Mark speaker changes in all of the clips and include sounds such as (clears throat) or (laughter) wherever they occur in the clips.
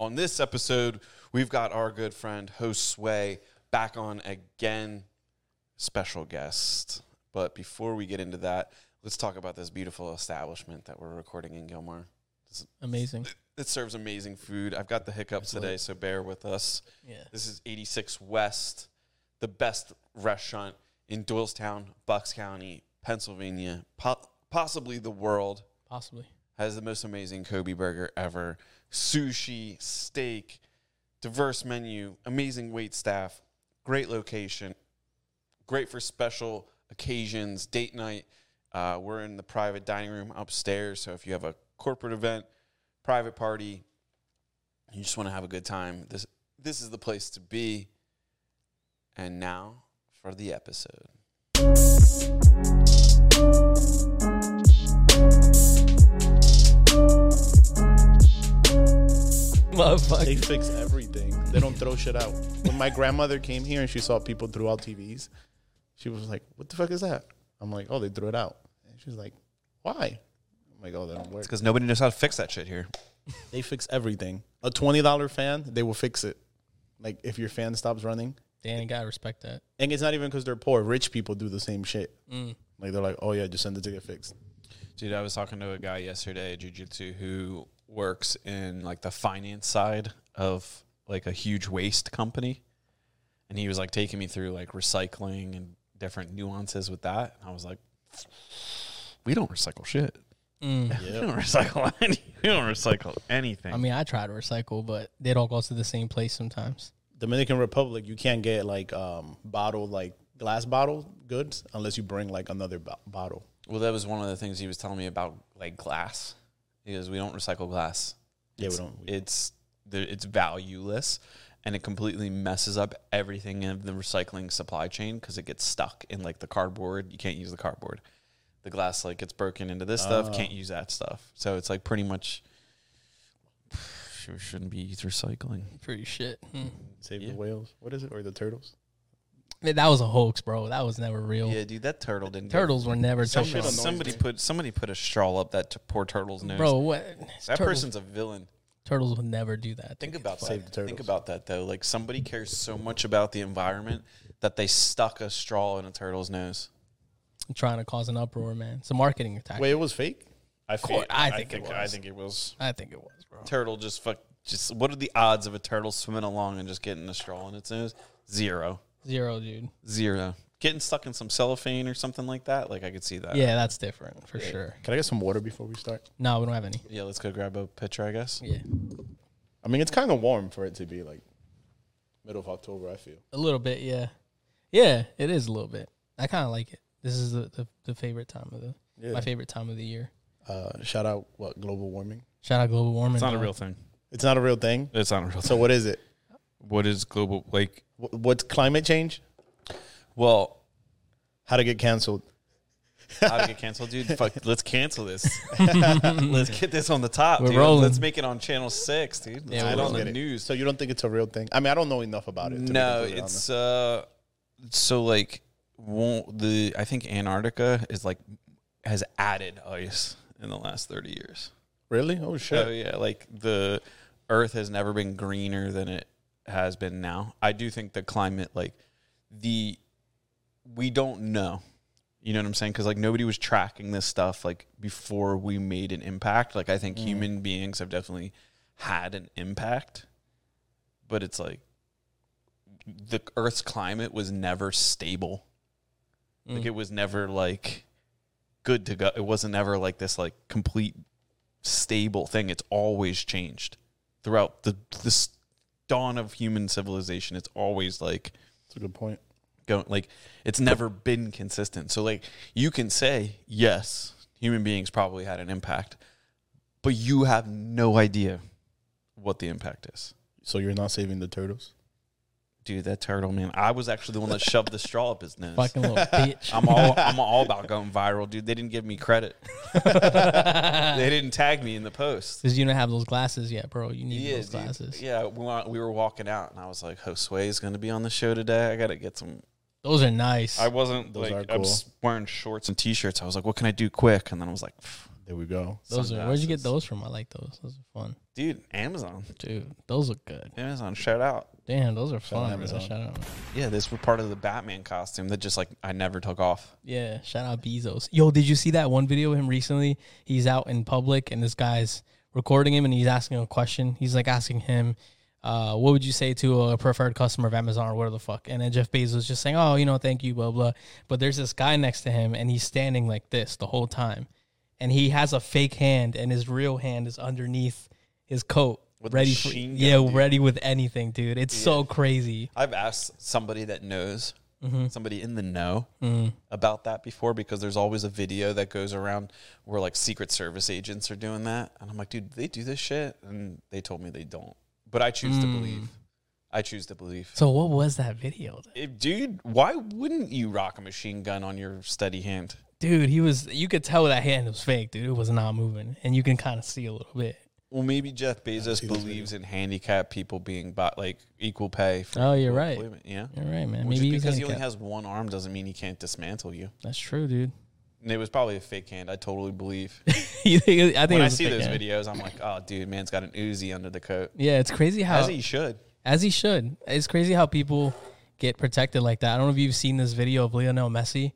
Speaker 1: On this episode, we've got our good friend host Sway back on again, special guest. But before we get into that, let's talk about this beautiful establishment that we're recording in Gilmar.
Speaker 2: Amazing.
Speaker 1: It serves amazing food. I've got the hiccups today, so bear with us.
Speaker 2: Yeah.
Speaker 1: This is 86 West, the best restaurant in Doylestown, Bucks County, Pennsylvania, po- possibly the world.
Speaker 2: Possibly. (laughs)
Speaker 1: Has the most amazing Kobe burger ever. Sushi, steak, diverse menu, amazing wait staff, great location, great for special occasions, date night. Uh, we're in the private dining room upstairs. So if you have a corporate event, private party, you just want to have a good time, this this is the place to be. And now for the episode.
Speaker 3: They
Speaker 2: Motherfucker.
Speaker 3: fix everything. They don't throw shit out. When my grandmother came here and she saw people throw out TVs, she was like, "What the fuck is that?" I'm like, "Oh, they threw it out." And she's like, "Why?" I'm like, "Oh, that don't work."
Speaker 1: Because nobody knows how to fix that shit here.
Speaker 3: They fix everything. A twenty dollar fan, they will fix it. Like if your fan stops running,
Speaker 2: Damn, gotta respect that.
Speaker 3: and it's not even because they're poor. Rich people do the same shit.
Speaker 2: Mm.
Speaker 3: Like they're like, "Oh yeah, just send it to get fixed."
Speaker 1: Dude, I was talking to a guy yesterday at Jiu-Jitsu who works in like the finance side of like a huge waste company. And he was like taking me through like recycling and different nuances with that. And I was like, we don't recycle shit. (laughs)
Speaker 2: Mm.
Speaker 1: We don't recycle (laughs) any we don't recycle anything.
Speaker 2: I mean, I try to recycle, but it all goes to the same place sometimes.
Speaker 3: Dominican Republic, you can't get like um bottled like glass bottle goods unless you bring like another bo- bottle.
Speaker 1: well, that was one of the things he was telling me about like glass. Because we don't recycle glass.
Speaker 3: Yeah, we don't. we-
Speaker 1: it's the, it's valueless and it completely messes up everything in the recycling supply chain because it gets stuck in like the cardboard you can't use the cardboard the glass like gets broken into this stuff can't use that stuff so it's like pretty much (sighs) sure shouldn't be recycling
Speaker 2: Pretty shit. Mm.
Speaker 3: Save
Speaker 1: Yeah.
Speaker 3: the whales. What is it? Or the turtles?
Speaker 2: Man, that was a hoax, bro. That was never real.
Speaker 1: yeah dude that turtle didn't get-
Speaker 2: Turtles were never
Speaker 1: Some-
Speaker 3: shit
Speaker 2: turtles.
Speaker 1: (laughs)
Speaker 3: annoys
Speaker 1: somebody
Speaker 3: me.
Speaker 1: put somebody put a straw up that t- poor turtle's nose
Speaker 2: Bro, what?
Speaker 1: that
Speaker 2: turtles,
Speaker 1: person's a villain
Speaker 2: turtles would never do that.
Speaker 1: Think about that.
Speaker 3: Save the turtles.
Speaker 1: Think about that though. Like somebody cares so much about the environment that they stuck a straw in a turtle's nose.
Speaker 2: I'm trying to cause an uproar, man. It's a marketing attack.
Speaker 3: Wait, it was fake. I
Speaker 2: course, I think it was.
Speaker 1: it was.
Speaker 2: I think it was, bro.
Speaker 1: Turtle just fuck. Just what are the odds of a turtle swimming along and just getting a straw in its nose? Zero,
Speaker 2: Zero, dude.
Speaker 1: zero. Getting stuck in some cellophane or something like that. Like I could see that.
Speaker 2: Yeah, that's different for sure.
Speaker 3: Can I get some water before we start?
Speaker 2: No, we don't have any.
Speaker 1: Yeah. Let's go grab a pitcher, I guess.
Speaker 2: Yeah.
Speaker 3: I mean, it's kind of warm for it to be like middle of October. I feel.
Speaker 2: A little bit, yeah. Yeah, it is a little bit. I kind of like it. This is the, the, the favorite time of the
Speaker 3: Yeah.
Speaker 2: my favorite time of the year.
Speaker 3: Uh, shout out what global warming?
Speaker 2: Shout out global warming.
Speaker 4: It's not a
Speaker 2: dog.
Speaker 4: real thing.
Speaker 3: It's not a real thing.
Speaker 4: It's not a real
Speaker 3: So
Speaker 4: thing.
Speaker 3: what is it?
Speaker 4: What is global like?
Speaker 3: Wh- What's climate change?
Speaker 1: Well,
Speaker 3: How to get canceled?
Speaker 1: how to get canceled, dude?
Speaker 4: (laughs)
Speaker 1: Fuck. Let's cancel this. let's get this on the top.
Speaker 2: We're
Speaker 1: dude.
Speaker 2: rolling.
Speaker 1: Let's make it on channel six, dude. Let's
Speaker 2: Yeah,
Speaker 1: get
Speaker 2: we're
Speaker 1: on the
Speaker 3: Get it.
Speaker 1: news.
Speaker 3: So you don't think it's a real thing? I mean, I don't know enough about it. to be
Speaker 1: No,
Speaker 3: completely
Speaker 1: it's uh, so like won't the I think Antarctica is like has added ice in the last thirty years.
Speaker 3: really.
Speaker 1: (laughs)
Speaker 3: Oh shit.
Speaker 1: Oh yeah, like the Earth has never been greener than it has been now. I do think the climate, like the, we don't know. You know what I'm saying? Because like nobody was tracking this stuff like before we made an impact. Like I think human beings have definitely had an impact, but it's like the Earth's climate was never stable. Like
Speaker 2: Mm.
Speaker 1: it was never like good to go. It wasn't ever like this like complete stable thing. It's always changed throughout the this dawn of human civilization. It's always like
Speaker 3: That's a good point.
Speaker 1: going like it's never been consistent. So like you can say yes, human beings probably had an impact, but you have no idea what the impact is.
Speaker 3: So you're not saving the turtles?
Speaker 1: Dude, that turtle man. I was actually the one that shoved the straw up
Speaker 2: (laughs)
Speaker 1: his nose. (laughs)
Speaker 2: Fucking little bitch. (laughs)
Speaker 1: I'm all I'm all about going viral, dude. They didn't give me credit. (laughs) They didn't tag me in the post.
Speaker 2: Because you don't have those glasses yet, bro. You need
Speaker 1: Yeah,
Speaker 2: those
Speaker 1: dude.
Speaker 2: glasses.
Speaker 1: yeah. We, wa- we were walking out, and I was like, "Josue is going to be on the show today. I got to get some."
Speaker 2: Those are nice.
Speaker 1: I wasn't
Speaker 3: Those
Speaker 1: like
Speaker 3: are
Speaker 1: I'm
Speaker 3: cool.
Speaker 1: s- wearing shorts and t-shirts. I was like, "What can I do quick?" And then I was like, "Pff,
Speaker 3: There we go.
Speaker 2: Those are where'd you get
Speaker 1: Sunglasses.
Speaker 2: those from? I like those. Those are fun,
Speaker 1: Dude, Amazon.
Speaker 2: dude. Those look good.
Speaker 1: Amazon, shout out.
Speaker 2: Damn, those are
Speaker 3: out
Speaker 2: fun. bro.
Speaker 3: Amazon.
Speaker 2: Shout out.
Speaker 1: Yeah, this were part of the Batman costume that just like I never took off.
Speaker 2: Yeah, shout out Bezos. Yo, did you see that one video of him recently? He's out in public and this guy's recording him and he's asking him a question. He's like asking him, uh, what would you say to a preferred customer of Amazon or whatever the fuck? And then Jeff Bezos is just saying, oh, you know, thank you, blah, blah. But there's this guy next to him and he's standing like this the whole time. And he has a fake hand and his real hand is underneath his coat.
Speaker 1: With a
Speaker 2: ready for,
Speaker 1: machine gun,
Speaker 2: yeah,
Speaker 1: dude.
Speaker 2: ready with anything, dude. It's so crazy.
Speaker 1: I've asked somebody that knows,
Speaker 2: Mm-hmm.
Speaker 1: somebody in the know about that before because there's always a video that goes around where like Secret Service agents are doing that. And I'm like, dude, they do this shit? And they told me they don't. But I choose
Speaker 2: Mm.
Speaker 1: to believe. I choose to believe.
Speaker 2: So what was that video? then?
Speaker 1: If- dude, why wouldn't you rock a machine gun on your steady hand?
Speaker 2: dude he was you could tell that hand was fake dude it was not moving and you can kind of see a little bit
Speaker 1: Well, maybe Jeff Bezos believes in handicapped people being bought like equal pay. For
Speaker 2: Oh, you're
Speaker 1: equal
Speaker 2: right.
Speaker 1: employment, Yeah.
Speaker 2: all right man
Speaker 1: Which
Speaker 2: maybe
Speaker 1: is
Speaker 2: he's
Speaker 1: because he only
Speaker 2: handicapped.
Speaker 1: has one arm doesn't mean he can't dismantle you.
Speaker 2: that's true (laughs) dude
Speaker 1: And it was probably a fake hand. I totally believe.
Speaker 2: (laughs) You think- i think
Speaker 1: when
Speaker 2: it
Speaker 1: I
Speaker 2: was a
Speaker 1: see
Speaker 2: fake
Speaker 1: those
Speaker 2: hand.
Speaker 1: videos, I'm like, oh, dude, man's got an Uzi under the coat.
Speaker 2: yeah it's crazy how
Speaker 1: As he should.
Speaker 2: should it's crazy how people get protected like that i don't know if you've seen this video of lionel messi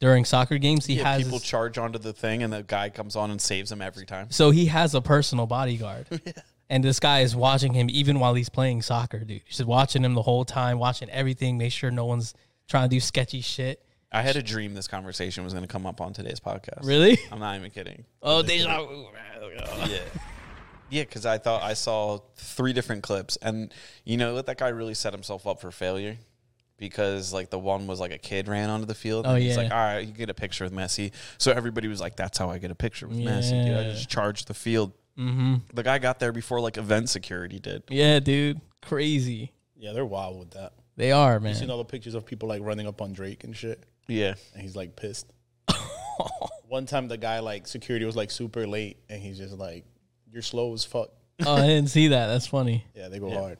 Speaker 2: during soccer games he
Speaker 1: Yeah,
Speaker 2: has
Speaker 1: people
Speaker 2: his-
Speaker 1: charge onto the thing, and the guy comes on and saves him every time.
Speaker 2: so he has a personal bodyguard
Speaker 1: (laughs)
Speaker 2: and this guy is watching him even while he's playing soccer dude he's just watching him the whole time watching everything make sure no one's trying to do sketchy shit
Speaker 1: I had a dream this conversation was going to come up on today's podcast.
Speaker 2: really (laughs)
Speaker 1: I'm not even kidding.
Speaker 2: oh deja vu
Speaker 1: Yeah. Yeah, because I thought I saw three different clips, and you know what? That guy really set himself up for failure because, like, the one was like a kid ran onto the field.
Speaker 2: Oh,
Speaker 1: and He's
Speaker 2: yeah.
Speaker 1: like, all right, you get a picture with Messi. So everybody was like, that's how I get a picture with Messi. Dude. I
Speaker 2: Yeah.
Speaker 1: just charged the field. Mm-hmm. The guy got there before, like, event security did.
Speaker 2: Yeah, dude. Crazy.
Speaker 3: Yeah, they're wild with that.
Speaker 2: They are,
Speaker 3: You seen
Speaker 2: man.
Speaker 3: all the pictures of people like running up on Drake and shit,
Speaker 1: Yeah.
Speaker 3: and he's like pissed. One time, the guy like security was like super late, and he's just like, "You're slow as fuck."
Speaker 2: (laughs) Oh, I didn't see that. That's funny.
Speaker 3: Yeah, they go
Speaker 1: Yeah.
Speaker 3: hard.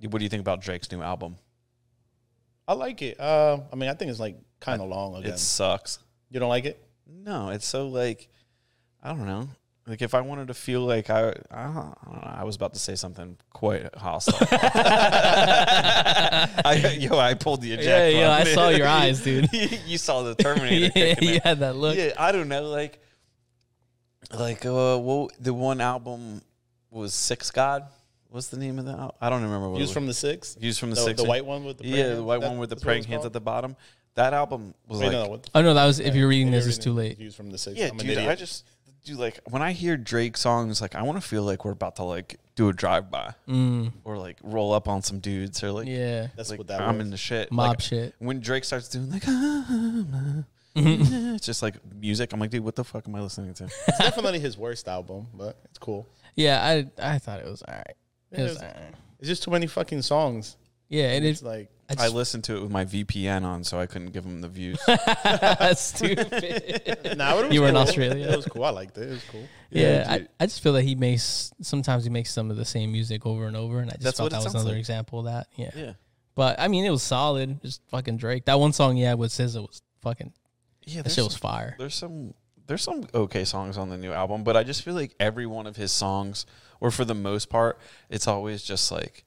Speaker 1: What do you think about Drake's new album?
Speaker 3: I like it. Uh, I mean, I think it's like kind of long again.
Speaker 1: It sucks.
Speaker 3: You don't like it?
Speaker 1: No, it's so like I don't know. Like if I wanted to feel like I I don't, I don't know, I was about to say something quite hostile. (laughs) I, yo, I pulled the eject.
Speaker 2: Yeah, yeah, I
Speaker 1: button.
Speaker 2: saw
Speaker 1: (laughs)
Speaker 2: your eyes, dude.
Speaker 1: you saw the Terminator.
Speaker 2: (laughs) yeah,
Speaker 1: kicking
Speaker 2: you
Speaker 1: in.
Speaker 2: had that look.
Speaker 1: yeah, I don't know. Like, like uh, well, the one album was Six God. What's the name of that? I don't remember. What
Speaker 3: Views
Speaker 1: it was.
Speaker 3: from the six.
Speaker 1: Views from the,
Speaker 3: The,
Speaker 1: Six.
Speaker 3: the white one with the praying
Speaker 1: yeah, the
Speaker 3: hand-
Speaker 1: white
Speaker 3: that-
Speaker 1: one with the
Speaker 3: that's what
Speaker 1: praying
Speaker 3: it's
Speaker 1: hands at
Speaker 3: called?
Speaker 1: the bottom. That album was
Speaker 3: Wait,
Speaker 1: like
Speaker 3: no, no, what the
Speaker 2: Oh no, that was if you're reading this,
Speaker 3: If you're
Speaker 2: it's too
Speaker 3: reading
Speaker 2: late.
Speaker 3: Views from the six.
Speaker 1: Yeah,
Speaker 3: I'm an
Speaker 1: dude,
Speaker 3: idiot.
Speaker 1: I just do like when I hear Drake songs, like I want to feel like we're about to like do a drive by
Speaker 2: Mm,
Speaker 1: or like roll up on some dudes or like
Speaker 2: yeah.
Speaker 3: that's
Speaker 1: like,
Speaker 3: what that
Speaker 1: I'm
Speaker 3: was.
Speaker 1: in the shit
Speaker 2: Mob
Speaker 1: Like,
Speaker 2: shit.
Speaker 1: When Drake starts doing
Speaker 2: (laughs)
Speaker 1: like (laughs) it's just like music, I'm like, dude, what the fuck am I listening
Speaker 2: (laughs)
Speaker 1: to? (laughs)
Speaker 3: It's definitely his worst album, but it's cool.
Speaker 2: Yeah, I I thought it was all right. It was all right.
Speaker 3: It's just too many fucking songs.
Speaker 2: Yeah, and
Speaker 3: It's
Speaker 2: (laughs) it's
Speaker 3: like
Speaker 2: I
Speaker 1: I
Speaker 2: just,
Speaker 1: listened to it with my VPN on, so I couldn't give him the
Speaker 2: (laughs)
Speaker 1: views.
Speaker 2: that's stupid.
Speaker 3: nah, but it was
Speaker 2: You were in
Speaker 3: cool.
Speaker 2: Australia?
Speaker 3: It was cool. I liked it. It was cool.
Speaker 2: (laughs) yeah, I, I just feel that he makes sometimes he makes some of the same music over and over, and I just
Speaker 1: That's
Speaker 2: thought
Speaker 1: what it
Speaker 2: that was
Speaker 1: sounds
Speaker 2: another
Speaker 1: like.
Speaker 2: example of that. Yeah.
Speaker 1: yeah,
Speaker 2: but I mean, it was solid. Just fucking Drake. That one song, yeah, with SZA was fucking.
Speaker 1: yeah.
Speaker 2: That
Speaker 1: There's
Speaker 2: shit was
Speaker 1: some,
Speaker 2: fire.
Speaker 1: there's some there's some okay songs on the new album, but I just feel like every one of his songs, or for the most part, it's always just like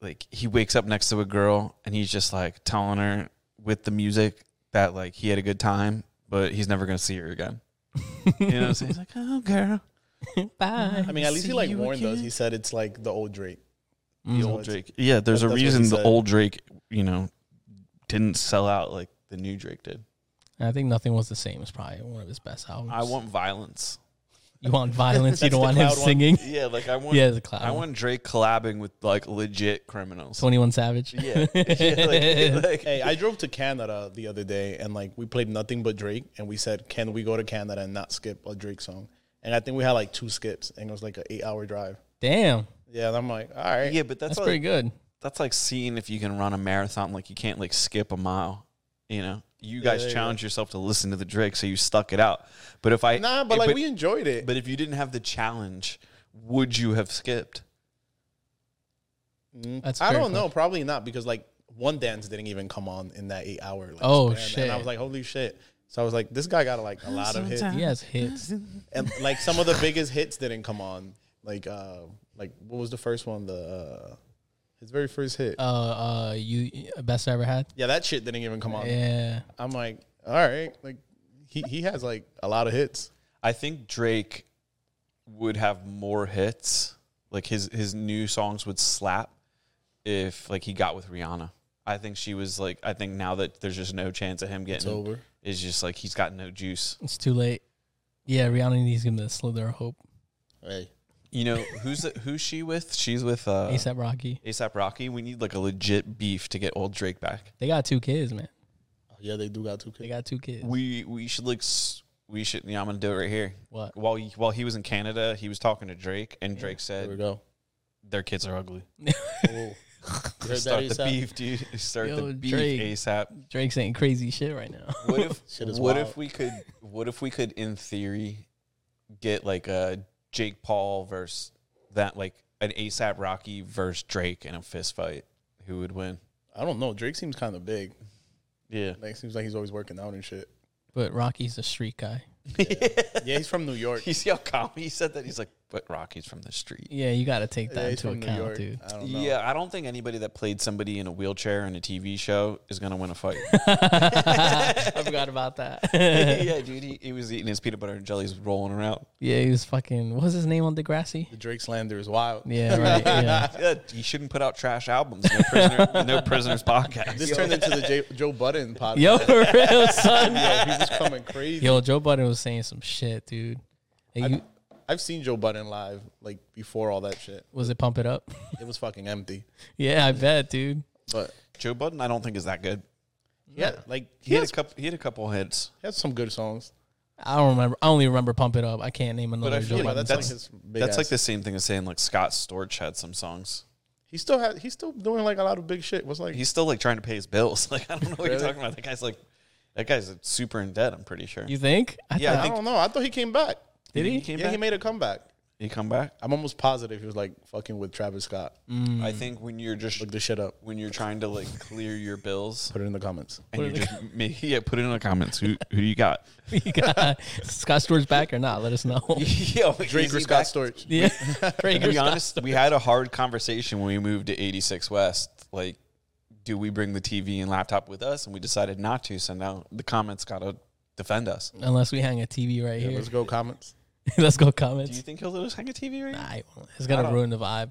Speaker 1: like he wakes up next to a girl and he's just like telling her with the music that like he had a good time, but he's never gonna see her again. (laughs) You know what I'm (laughs) saying? He's like, oh girl,
Speaker 2: Bye.
Speaker 3: I mean, at least he
Speaker 1: See
Speaker 3: like
Speaker 1: you
Speaker 3: warned us.
Speaker 1: again.
Speaker 3: He said it's like the old Drake.
Speaker 1: the
Speaker 2: Mm-hmm.
Speaker 3: So
Speaker 1: old
Speaker 3: it's-
Speaker 1: Drake. Yeah, there's a
Speaker 3: That's what he
Speaker 1: reason the
Speaker 3: said.
Speaker 1: old Drake, you know, didn't sell out like the new Drake did.
Speaker 2: And I think nothing was the same. It's probably one of his best albums.
Speaker 1: I want violence.
Speaker 2: you want
Speaker 1: (laughs)
Speaker 2: violence. you don't
Speaker 3: That's the
Speaker 2: want him
Speaker 3: cloud one.
Speaker 2: singing.
Speaker 1: Yeah, like I want.
Speaker 2: Yeah, the cloud.
Speaker 1: I want Drake collabing with like legit criminals.
Speaker 2: Twenty One Savage.
Speaker 1: Yeah. (laughs) Yeah,
Speaker 2: (laughs)
Speaker 1: like- like-
Speaker 3: Hey, I drove to Canada the other day and like we played nothing but Drake and we said, Can we go to Canada and not skip a Drake song? And I think we had like two skips and it was like an eight hour drive.
Speaker 2: Damn,
Speaker 3: Yeah, and I'm like, all right.
Speaker 1: yeah, but that's
Speaker 2: that's
Speaker 1: like,
Speaker 2: pretty good.
Speaker 1: that's like seeing if you can run a marathon. Like you can't like skip a mile. You know, you guys
Speaker 3: there you go.
Speaker 1: challenge yourself to listen to the Drake, so you stuck it out. But if I
Speaker 3: Nah, but
Speaker 1: eh,
Speaker 3: like we enjoyed it.
Speaker 1: but if you didn't have the challenge, would you have
Speaker 3: (laughs)
Speaker 1: skipped?
Speaker 2: That's. a
Speaker 3: Mm, I
Speaker 2: fair
Speaker 3: don't know,
Speaker 2: question.
Speaker 3: probably not because like one dance didn't even come on in that eight hour. Like,
Speaker 2: Oh,
Speaker 3: And I
Speaker 2: shit.
Speaker 3: was like, holy shit. So I was like, this guy got like a lot of hits,
Speaker 2: He has hits.
Speaker 3: and like some of the biggest hits didn't come on. Like, uh, like what was the first one? The uh, his very first hit.
Speaker 2: Uh, uh, you best I ever had.
Speaker 3: yeah, that shit didn't even come on.
Speaker 2: Yeah,
Speaker 3: I'm like, all right, like he he has like a lot of hits.
Speaker 1: I think Drake would have more hits. Like his his new songs would slap if like he got with Rihanna. I think she was like I think now that there's just no chance of him
Speaker 3: It's
Speaker 1: getting
Speaker 3: over.
Speaker 1: it's just like he's got no juice.
Speaker 2: it's too late. Yeah, Rihanna needs to give him the slither of hope.
Speaker 3: Hey,
Speaker 1: You know who's the, who's she with? She's with uh,
Speaker 2: ASAP Rocky.
Speaker 1: ASAP Rocky. We need like a legit beef to get old Drake back.
Speaker 2: They got two kids, man.
Speaker 3: yeah, they do got two
Speaker 2: They
Speaker 3: kids.
Speaker 2: got two kids.
Speaker 1: We we should like s- we should. Yeah, I'm gonna do it right here.
Speaker 2: what? (laughs)
Speaker 1: While he, while he was in Canada, he was talking to Drake, and Drake
Speaker 3: There we
Speaker 1: said
Speaker 3: go.
Speaker 1: their kids are ugly.
Speaker 3: Oh. You heard
Speaker 1: Start
Speaker 3: that,
Speaker 1: the
Speaker 3: ASAP?
Speaker 1: beef, dude. (laughs) Start
Speaker 2: Yo,
Speaker 1: the beef
Speaker 2: Drake.
Speaker 1: ASAP.
Speaker 2: Drake's saying crazy shit right now.
Speaker 3: (laughs)
Speaker 1: What if
Speaker 3: Shit is
Speaker 1: what
Speaker 3: wild.
Speaker 1: if we could what if we could in theory get like a Jake Paul versus that like an ASAP Rocky versus Drake in a fist fight? Who would win?
Speaker 3: I don't know. Drake seems kind of big.
Speaker 1: (laughs) Yeah.
Speaker 3: Like seems like he's always working out and shit.
Speaker 2: But Rocky's a street guy.
Speaker 3: Yeah, he's from New York.
Speaker 1: You see how calm he said that? He's like, but Rocky's from the street.
Speaker 2: Yeah, you got to take that
Speaker 3: yeah,
Speaker 2: into
Speaker 3: he's from New
Speaker 2: account,
Speaker 3: York.
Speaker 2: dude.
Speaker 3: I
Speaker 1: Oh,
Speaker 3: don't know.
Speaker 1: Yeah, I don't think anybody that played somebody in a wheelchair in a TV show is gonna win a (laughs) fight.
Speaker 2: (laughs) I forgot about (laughs) that.
Speaker 1: yeah, dude, he, he was eating his peanut butter and jellies rolling around.
Speaker 2: yeah, he was fucking. What was his name on Degrassi?
Speaker 3: The Drake slander is wild.
Speaker 2: (laughs) Yeah, right. Yeah.
Speaker 1: Yeah, he shouldn't put out trash albums. (laughs) No, prisoner, no prisoners podcast.
Speaker 3: This turned into (laughs) the J- Joe Budden podcast.
Speaker 2: Yo, (laughs) for real, son.
Speaker 3: Yo, he's just coming crazy.
Speaker 2: Yo, Joe Budden was saying some shit, dude. Hey, you-
Speaker 3: I've seen Joe Budden live like before all that shit.
Speaker 2: was it Pump It Up? (laughs)
Speaker 3: It was fucking empty.
Speaker 2: yeah, I bet, dude.
Speaker 3: But
Speaker 1: Joe Budden, I don't think is that good.
Speaker 3: yeah, like
Speaker 1: He
Speaker 3: he
Speaker 1: had a
Speaker 3: has,
Speaker 1: couple. He had a couple hits.
Speaker 3: he has some good songs.
Speaker 2: I don't remember. I only remember Pump It Up. I can't name another
Speaker 1: I feel
Speaker 2: Joe
Speaker 1: like
Speaker 3: Yeah,
Speaker 2: Budden
Speaker 3: that's,
Speaker 1: that's-
Speaker 3: like his big
Speaker 1: That's like
Speaker 3: ass.
Speaker 1: the same thing as saying like Scott Storch had some songs.
Speaker 3: He still has. He's still doing like a lot of big shit. What's like?
Speaker 1: He's still like trying to pay his bills. (laughs) Like I don't know what you're
Speaker 3: Really?
Speaker 1: talking about. That guy's like, that guy's super in debt. I'm pretty sure.
Speaker 2: You think? I
Speaker 1: Yeah, I
Speaker 2: thought- (laughs)
Speaker 3: I don't know. I thought he came back.
Speaker 1: did he?
Speaker 3: Yeah,
Speaker 1: came
Speaker 3: he
Speaker 1: back?
Speaker 3: made a comeback.
Speaker 1: He come back.
Speaker 3: I'm almost positive he was like fucking with Travis Scott. Mm-hmm.
Speaker 1: I think when you're just
Speaker 3: Look this shit up.
Speaker 1: when you're trying to like clear your bills
Speaker 3: Put it in the comments.
Speaker 1: and you just make, (laughs) yeah, put it in the comments. Who who do you got?
Speaker 2: you got (laughs) Scott Storch back or not? Let us know.
Speaker 1: (laughs)
Speaker 2: (laughs)
Speaker 1: Yo,
Speaker 3: Drake
Speaker 1: is he
Speaker 3: or Scott
Speaker 1: back?
Speaker 3: Storch.
Speaker 2: yeah, (laughs)
Speaker 1: To be honest, we had a hard conversation when we moved to 86 West. Like, do we bring the TV and laptop with us? And we decided not to. So now the comments got to defend us.
Speaker 2: Unless we hang a TV right
Speaker 3: Yeah,
Speaker 2: here.
Speaker 3: let's go comments.
Speaker 2: (laughs) Let's go
Speaker 1: Do you
Speaker 2: comments.
Speaker 1: think he'll let us hang a TV right
Speaker 2: Nah,
Speaker 1: now?
Speaker 2: I won't. it's gonna
Speaker 1: don't-
Speaker 2: ruin the vibe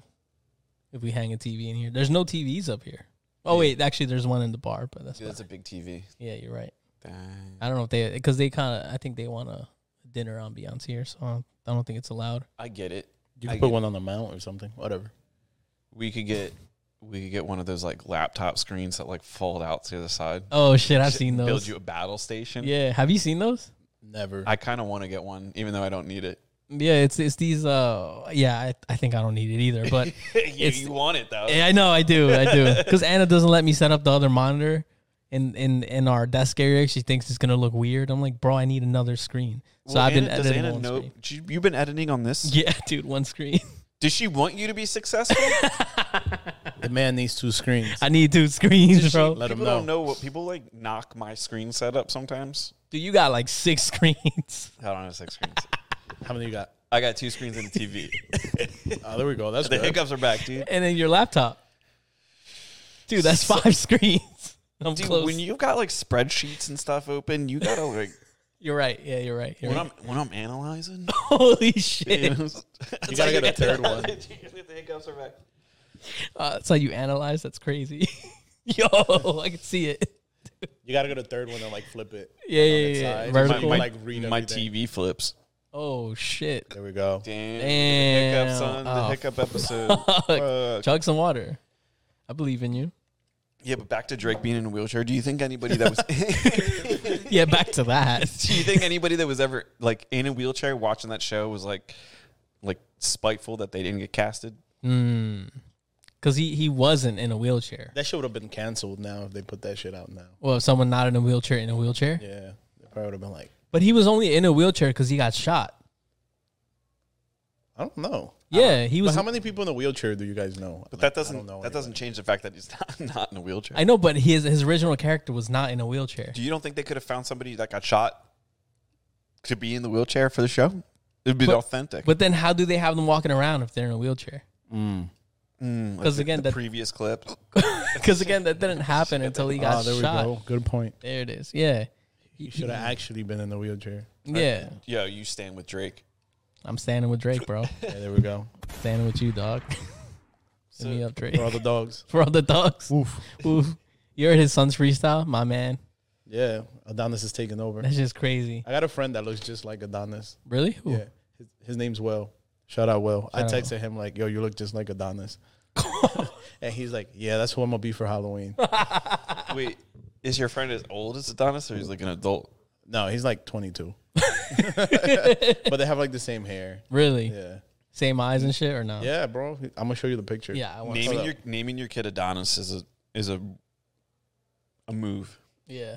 Speaker 2: if we hang a TV in here. There's no TVs up here. Oh wait, actually, there's one in the bar, but that's
Speaker 1: Dude,
Speaker 2: fine.
Speaker 1: that's a big TV.
Speaker 2: yeah, you're right.
Speaker 1: Dang.
Speaker 2: I don't know if they because they kind of I think they want a dinner ambiance here, so I don't, I don't think it's allowed.
Speaker 1: I get it.
Speaker 3: You
Speaker 1: I
Speaker 3: can put
Speaker 1: get-
Speaker 3: one on the mount or something. Whatever.
Speaker 1: We could get we could get one of those like laptop screens that like fold out to the side.
Speaker 2: Oh shit, I've
Speaker 1: Shit,
Speaker 2: seen
Speaker 1: Build
Speaker 2: those.
Speaker 1: you a battle station.
Speaker 2: yeah, have you seen those?
Speaker 3: Never.
Speaker 1: I kind of want to get one, even though I don't need it.
Speaker 2: Yeah, it's it's these. Uh, yeah, I, I think I don't need it
Speaker 1: (laughs)
Speaker 2: either, but
Speaker 1: you,
Speaker 2: It's-
Speaker 1: you want it though.
Speaker 2: Yeah, I know, I do, I do. Because Anna doesn't let me set up the other monitor in in in our desk area. She thinks it's gonna look weird. I'm like, bro, I need another screen. So
Speaker 1: Well,
Speaker 2: I've been
Speaker 1: Anna- does
Speaker 2: editing
Speaker 1: Anna
Speaker 2: one
Speaker 1: know-
Speaker 2: screen.
Speaker 1: She- You've been editing on this.
Speaker 2: (laughs) Yeah, dude, one screen.
Speaker 1: Does she want you to be successful?
Speaker 3: the man needs two screens.
Speaker 2: I need two screens, (laughs) bro.
Speaker 3: let him
Speaker 1: people don't
Speaker 3: know.
Speaker 1: know what people like knock my screen setup sometimes.
Speaker 2: Dude, you got like six (laughs) screens.
Speaker 1: I don't have six screens.
Speaker 3: (laughs) How many you got?
Speaker 1: I got two screens and a (laughs) TV.
Speaker 3: Oh, there we go.
Speaker 1: (laughs)
Speaker 3: That's
Speaker 1: the
Speaker 3: good.
Speaker 1: hiccups are back, dude.
Speaker 2: And then your laptop. Dude, that's five (laughs) screens. I'm
Speaker 1: Dude,
Speaker 2: close.
Speaker 1: when you've got like spreadsheets and stuff open, you gotta
Speaker 2: (laughs)
Speaker 1: like
Speaker 2: you're right. Yeah, you're right. You're
Speaker 1: when
Speaker 2: right.
Speaker 1: I'm when I'm analyzing.
Speaker 2: (laughs) Holy shit.
Speaker 1: it's-
Speaker 3: You
Speaker 1: (laughs)
Speaker 3: gotta get a third one.
Speaker 1: the hiccups are back.
Speaker 2: Uh, that's how you analyze. That's crazy. (laughs) Yo, I can see it.
Speaker 3: You gotta go to third one and like flip it.
Speaker 2: Yeah,
Speaker 3: on
Speaker 2: yeah,
Speaker 3: its
Speaker 2: yeah. yeah.
Speaker 3: side. So you
Speaker 1: My,
Speaker 2: Vertical.
Speaker 1: my,
Speaker 3: Like, read
Speaker 1: my
Speaker 3: everything.
Speaker 1: TV flips.
Speaker 2: oh shit.
Speaker 3: There we go.
Speaker 1: Damn.
Speaker 2: Damn.
Speaker 1: Hiccups on the
Speaker 2: Oh,
Speaker 1: hiccup episode. Fuck.
Speaker 2: Chug some water. I believe in you.
Speaker 1: yeah, but back to Drake being in a wheelchair. Do you think anybody that
Speaker 2: (laughs)
Speaker 1: was (laughs)
Speaker 2: Yeah, back to that. (laughs)
Speaker 1: Do you think anybody that was ever like in a wheelchair watching that show was like like spiteful that they didn't get casted?
Speaker 2: Because he, he wasn't in a wheelchair.
Speaker 3: That shit would have been canceled now if they put that shit out now.
Speaker 2: Well, if someone not in a wheelchair in a wheelchair.
Speaker 3: Yeah. They probably would have been like,
Speaker 2: But he was only in a wheelchair because he got shot.
Speaker 3: I don't know.
Speaker 2: Yeah, he
Speaker 3: But
Speaker 2: was.
Speaker 3: how many people in the wheelchair do you guys know?
Speaker 1: But
Speaker 3: Like,
Speaker 1: that
Speaker 3: I
Speaker 1: doesn't
Speaker 3: don't know
Speaker 1: that doesn't change the fact that he's (laughs) not, not in a wheelchair.
Speaker 2: I know, but his his original character was not in a wheelchair.
Speaker 1: Do you don't think they could have found somebody that got shot to be in the wheelchair for the show? It'd be
Speaker 2: But-
Speaker 1: authentic.
Speaker 2: But then, how do they have them walking around if they're in a wheelchair? (laughs)
Speaker 1: Mm, like
Speaker 2: 'cause
Speaker 1: the-
Speaker 2: again,
Speaker 1: the
Speaker 2: that-
Speaker 1: previous clip.
Speaker 2: Because again, that didn't happen until
Speaker 3: (laughs)
Speaker 2: he
Speaker 3: Ah,
Speaker 2: got
Speaker 3: there
Speaker 2: shot.
Speaker 3: we go. Good point.
Speaker 2: There it is. Yeah,
Speaker 3: You should have actually been in
Speaker 2: (laughs)
Speaker 3: the wheelchair.
Speaker 2: yeah.
Speaker 1: Yo, you stand with Drake.
Speaker 2: I'm standing with Drake,
Speaker 3: (laughs)
Speaker 2: bro.
Speaker 3: Yeah, there we go.
Speaker 2: standing with you, dog. Send me up, Drake.
Speaker 3: For all
Speaker 1: (laughs)
Speaker 3: the dogs.
Speaker 2: (laughs) For all the dogs.
Speaker 3: Oof.
Speaker 2: (laughs) Oof. You heard his son's freestyle, my man.
Speaker 3: Yeah, Adonis is taking over.
Speaker 2: That's just crazy.
Speaker 3: I got a friend that looks just like Adonis.
Speaker 2: Really? Who?
Speaker 3: Yeah, his, his name's Will. Shout out Will. I
Speaker 2: Shout out
Speaker 3: texted him like, "Yo, you look just like (laughs) Adonis," and he's like, "Yeah, that's who I'm gonna be for (laughs) Halloween."
Speaker 1: Wait, is your friend as old as Adonis or he's like an adult?
Speaker 3: no, he's like (laughs) 22, but they have like the same hair.
Speaker 2: Really?
Speaker 3: Yeah,
Speaker 2: Same eyes and shit, or no?
Speaker 3: yeah, bro. I'm gonna show you the picture.
Speaker 2: Yeah. I want
Speaker 1: Naming
Speaker 3: up.
Speaker 1: your naming your kid Adonis is a is a a move.
Speaker 2: Yeah.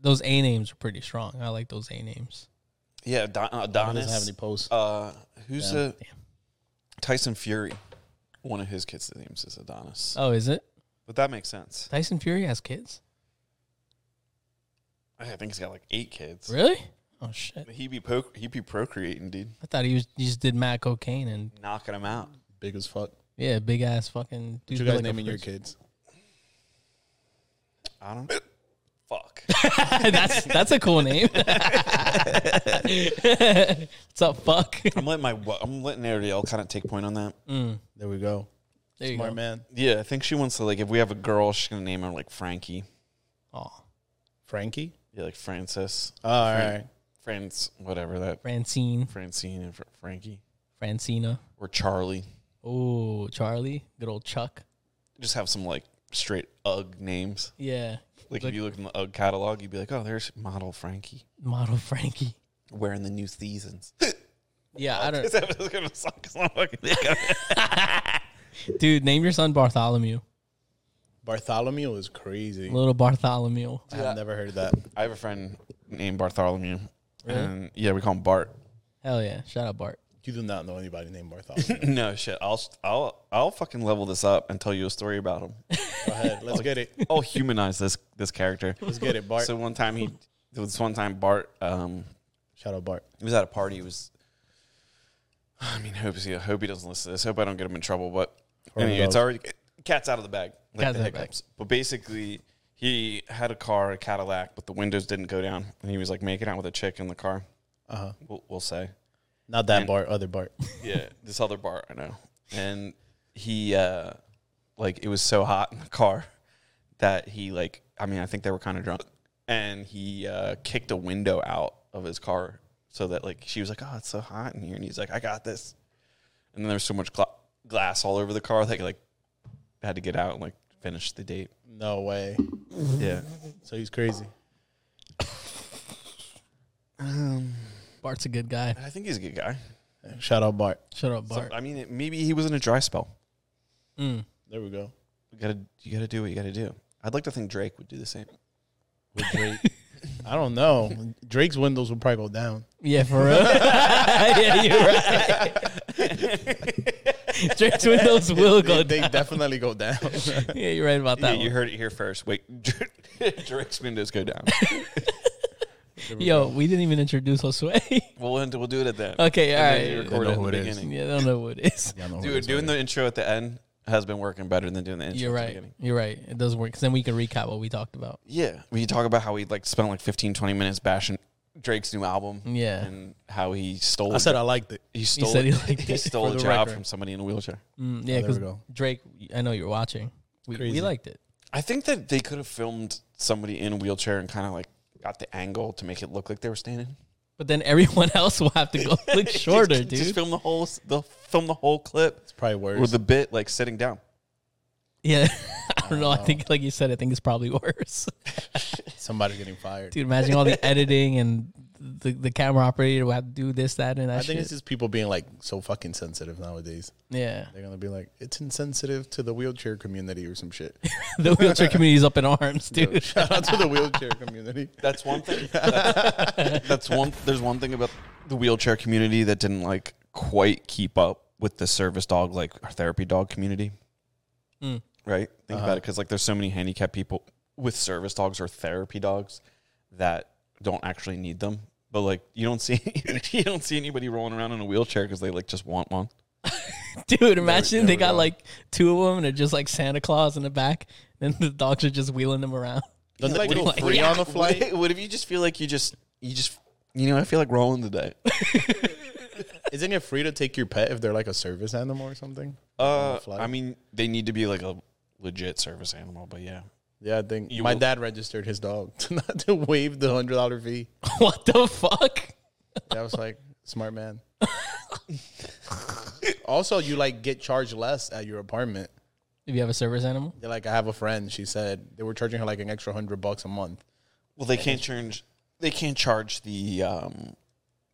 Speaker 2: Those A names are pretty strong. I like those A names.
Speaker 1: Yeah, Adon-
Speaker 3: he doesn't have
Speaker 1: Adonis.
Speaker 3: any posts.
Speaker 1: Uh, who's
Speaker 3: Yeah.
Speaker 1: the Tyson Fury? One of his kids' names is Adonis,
Speaker 2: Oh, is it?
Speaker 1: but that makes sense.
Speaker 2: Tyson Fury has kids?
Speaker 1: I think he's got like eight kids.
Speaker 2: Really? Oh shit.
Speaker 1: He be poc- he be procreating, dude,
Speaker 2: I thought he was he just did mad cocaine and
Speaker 1: knocking him out.
Speaker 3: Big as fuck.
Speaker 2: yeah, big ass fucking
Speaker 3: What
Speaker 2: dude.
Speaker 3: you guys
Speaker 2: like a
Speaker 3: naming your
Speaker 2: fridge. (laughs)
Speaker 3: kids?
Speaker 1: I don't. Fuck.
Speaker 2: that's that's a cool
Speaker 3: (laughs)
Speaker 2: name. What's up, fuck?
Speaker 1: I'm letting my wa- I'm letting Ariel kind of take point on that.
Speaker 3: There we go.
Speaker 2: There you
Speaker 3: Smart
Speaker 2: go.
Speaker 3: man,
Speaker 1: Yeah, I think she wants to like if we have a girl, she's gonna name her like Frankie.
Speaker 2: Oh,
Speaker 3: Frankie.
Speaker 1: Yeah, like Francis,
Speaker 3: Oh, all right.
Speaker 1: France, whatever that
Speaker 2: Francine,
Speaker 1: Francine and Fr- Frankie
Speaker 2: Francina.
Speaker 1: or Charlie.
Speaker 2: Oh, Charlie, good old Chuck.
Speaker 1: Just have some like straight UGG names.
Speaker 2: Yeah,
Speaker 1: Like,
Speaker 2: Like-
Speaker 1: if you look in the UGG catalog, you'd be like, oh, there's model Frankie
Speaker 2: model Frankie.
Speaker 1: wearing the new seasons.
Speaker 2: Yeah, I
Speaker 1: (laughs)
Speaker 2: don't.
Speaker 1: Is that what's gonna suck? 'Cause I'm (laughs) fucking thinking of it.
Speaker 2: Dude, name your son Bartholomew.
Speaker 3: Bartholomew is crazy.
Speaker 2: Little Bartholomew.
Speaker 3: I have never heard of that.
Speaker 1: I have a friend named Bartholomew, and yeah, we call him Bart. (clears throat)
Speaker 2: Hell yeah! Shout out Bart.
Speaker 3: You do not know anybody
Speaker 2: (laughs)
Speaker 3: named Bartholomew.
Speaker 1: No shit, I'll I'll I'll fucking level this up and tell you a story about him.
Speaker 3: go ahead. Let's get it.
Speaker 1: I'll (laughs) humanize this this character.
Speaker 3: Let's get it, Bart.
Speaker 1: So one time he, this one time Bart, um,
Speaker 3: Shout out Bart.
Speaker 1: he was at a party. He was, (sighs) I mean, hope he, hope he doesn't listen to this. Hope I don't get him in trouble. But
Speaker 3: Or
Speaker 1: anyway, it's
Speaker 3: those.
Speaker 1: already cat's out of the bag. Like
Speaker 2: Cat's
Speaker 1: the
Speaker 2: out of the
Speaker 1: hiccups. But basically, he had a car, a Cadillac, but the windows didn't go down, and he was like making out with a chick in the car.
Speaker 3: Uh
Speaker 2: Uh-huh.
Speaker 3: huh.
Speaker 1: We'll, we'll say,
Speaker 3: Not that Bart. Other Bart.
Speaker 1: yeah, this other bar I know, and he, uh like, it was so hot in the car that he like, I mean, I think they were kind of drunk, and he uh kicked a window out of his car so that like she was like, oh, it's so hot in here, and he's like, I got this, and then there was so much gla- glass all over the car that he like had to get out and like finish the date.
Speaker 3: No way.
Speaker 1: Yeah,
Speaker 3: So he's crazy.
Speaker 2: Bart's a good guy.
Speaker 1: I think he's a good guy.
Speaker 3: Shout out Bart.
Speaker 2: Shut up,
Speaker 1: So,
Speaker 2: Bart.
Speaker 1: I mean, it, maybe he was in a dry spell.
Speaker 3: uh,
Speaker 2: Mm.
Speaker 3: There we go.
Speaker 1: You gotta, you gotta do what you gotta do. I'd like to think Drake would do the same.
Speaker 3: With Drake. I don't know. Drake's windows would probably go down.
Speaker 2: Yeah, for real. yeah, you're right. Drake's windows will go.
Speaker 3: they,
Speaker 2: down.
Speaker 3: they definitely go down.
Speaker 2: Yeah, you're right about
Speaker 1: Yeah,
Speaker 2: that.
Speaker 1: you heard it here first.
Speaker 2: (laughs)
Speaker 1: Wait, Drake's windows go down.
Speaker 2: one. Yo, we didn't even introduce Josue.
Speaker 1: (laughs)
Speaker 2: (laughs)
Speaker 1: we'll end, we'll do it at that.
Speaker 2: Okay, all right.
Speaker 1: You
Speaker 2: Yeah,
Speaker 1: record
Speaker 3: They
Speaker 1: it
Speaker 3: know
Speaker 1: in
Speaker 3: who
Speaker 1: the
Speaker 3: it is.
Speaker 1: beginning.
Speaker 2: I don't know what it
Speaker 3: (laughs)
Speaker 2: is.
Speaker 3: Y'all know who it
Speaker 1: Dude,
Speaker 3: is
Speaker 1: doing
Speaker 3: already.
Speaker 1: the intro at the end has been working better than doing the intro.
Speaker 2: You're
Speaker 1: at the
Speaker 2: right.
Speaker 1: beginning.
Speaker 2: You're right. It does work because then we can recap what we talked about.
Speaker 1: Yeah, we talk about how he like spent like 15, 20 minutes bashing Drake's new album.
Speaker 2: Yeah.
Speaker 1: and how he stole.
Speaker 3: I said I liked it.
Speaker 1: he stole.
Speaker 2: said he
Speaker 1: it-
Speaker 2: liked
Speaker 1: he
Speaker 2: it,
Speaker 1: stole
Speaker 2: for
Speaker 1: a
Speaker 2: the
Speaker 1: job
Speaker 2: record.
Speaker 1: from somebody in a wheelchair.
Speaker 2: Mm, yeah,
Speaker 3: there we
Speaker 2: because
Speaker 3: go.
Speaker 2: Drake, I know you're watching. We, we
Speaker 3: Crazy.
Speaker 2: liked it.
Speaker 1: I think that they could have filmed somebody in a wheelchair and kind of like got the angle to make it look like they were standing.
Speaker 2: But then everyone (laughs) else will have to go
Speaker 1: (laughs)
Speaker 2: look shorter,
Speaker 1: just,
Speaker 2: dude.
Speaker 1: Just film the whole. s- The film the whole clip
Speaker 3: It's probably worse.
Speaker 1: with the bit like sitting down.
Speaker 2: yeah, (laughs) I don't know. I think, like you said, I think it's probably worse.
Speaker 3: Somebody getting fired.
Speaker 2: Dude, imagine all
Speaker 3: (laughs)
Speaker 2: the editing and the, the camera operator will have to do this, that, and that
Speaker 3: I
Speaker 2: shit.
Speaker 3: think it's just people being like so fucking sensitive nowadays.
Speaker 2: yeah, (laughs)
Speaker 3: They're gonna be like, it's insensitive to the wheelchair community or some shit.
Speaker 2: the wheelchair community's up in arms, dude. (laughs)
Speaker 3: Shout out to the wheelchair
Speaker 1: (laughs)
Speaker 3: community.
Speaker 1: That's one thing. That's, that's one. There's one thing about the wheelchair community that didn't like quite keep up with the service dog like our therapy dog community.
Speaker 2: Mm.
Speaker 1: Right? Think about it cuz like there's so many handicapped people with service dogs or therapy dogs that don't actually need them. But like you don't see (laughs) you don't see anybody rolling around in a wheelchair cuz they like just want one.
Speaker 2: Dude, imagine
Speaker 1: there
Speaker 2: they
Speaker 1: we
Speaker 2: got
Speaker 1: go.
Speaker 2: like two of them and they're just like Santa Claus in the back, and the dogs are just wheeling them around. (laughs)
Speaker 3: Doesn't
Speaker 1: Like,
Speaker 3: it go
Speaker 1: like,
Speaker 3: free
Speaker 1: yeah.
Speaker 3: on
Speaker 1: (laughs)
Speaker 3: the flight?
Speaker 1: What, if you just feel like you just you just you know, I feel like rolling today.
Speaker 3: Isn't it free to take your pet if they're like a service animal or something?
Speaker 1: Uh,
Speaker 3: the flight?
Speaker 1: I mean, they need to be like a legit service animal, but yeah.
Speaker 3: Yeah, I think
Speaker 1: You
Speaker 3: my
Speaker 1: will-
Speaker 3: dad registered his dog (laughs) to not to waive the hundred dollar fee.
Speaker 2: what the fuck?
Speaker 3: That was like
Speaker 1: (laughs)
Speaker 3: smart man. also, you like get charged less at your apartment.
Speaker 2: If you have a service animal,
Speaker 3: They're like, I have a friend. She said they were charging her like an extra hundred bucks a month.
Speaker 1: Well, they can't charge they can't charge the um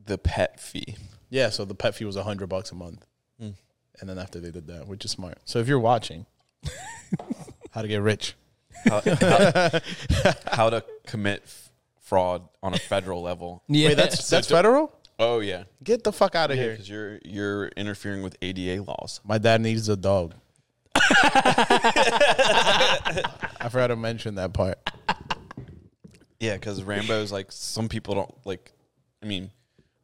Speaker 1: the pet fee.
Speaker 3: Yeah, so the pet fee was a hundred bucks a month,
Speaker 2: Hmm.
Speaker 3: and then after they did that, which is smart. So if
Speaker 2: (laughs)
Speaker 3: you're watching, how to get rich?
Speaker 1: (laughs) How, how- how to commit f- fraud on a federal level?
Speaker 2: yeah,
Speaker 3: Wait, that's that's federal.
Speaker 1: Oh yeah,
Speaker 3: Get the fuck out of here.
Speaker 1: because you're you're interfering with ADA laws.
Speaker 3: My dad needs
Speaker 2: (laughs)
Speaker 3: a dog. I forgot to mention that part.
Speaker 1: Yeah, because Rambo's like some people don't like. I mean,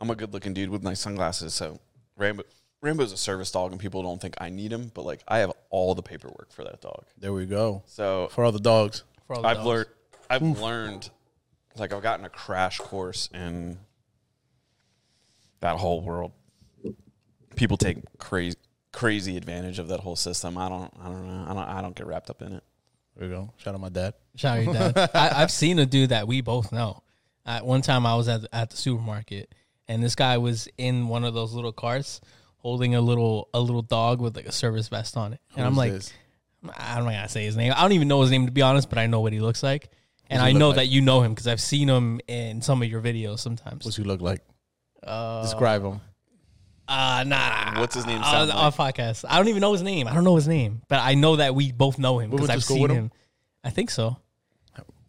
Speaker 1: I'm a good looking dude with nice sunglasses, so Rambo Rambo's a service dog, and people don't think I need him, but like I have all the paperwork for that dog.
Speaker 3: There we go.
Speaker 1: So
Speaker 3: For all the dogs.
Speaker 2: for all the
Speaker 1: I've
Speaker 2: dogs.
Speaker 1: learned I've learned like I've gotten a crash course in that whole world. People take crazy crazy advantage of that whole system. I don't I don't know. I don't I don't get wrapped up in it.
Speaker 3: There we go. Shout out my dad.
Speaker 2: (laughs) Shout out your
Speaker 3: (laughs)
Speaker 2: dad. I, I've seen a dude that we both know. At one time, I was at at the supermarket, and this guy was in one of those little carts, holding a little a little dog with like a service vest on it. And I'm
Speaker 3: Who's
Speaker 2: like,
Speaker 3: this?
Speaker 2: I'm not gonna say his name. I don't even know his name to be honest, but I know what he looks like, and
Speaker 3: he
Speaker 2: I
Speaker 3: look
Speaker 2: know
Speaker 3: like?
Speaker 2: that you know him because I've seen him in some of your videos sometimes.
Speaker 3: What's he look like? Describe him.
Speaker 2: Uh, nah, nah.
Speaker 1: What's his name
Speaker 2: Uh,
Speaker 1: sound
Speaker 2: off podcast. I don't even know his name. I don't know his name, but I know that we both know him
Speaker 3: We
Speaker 2: because
Speaker 3: went to
Speaker 2: I've
Speaker 3: school
Speaker 2: seen
Speaker 3: with
Speaker 2: him.
Speaker 3: him?
Speaker 2: I think so.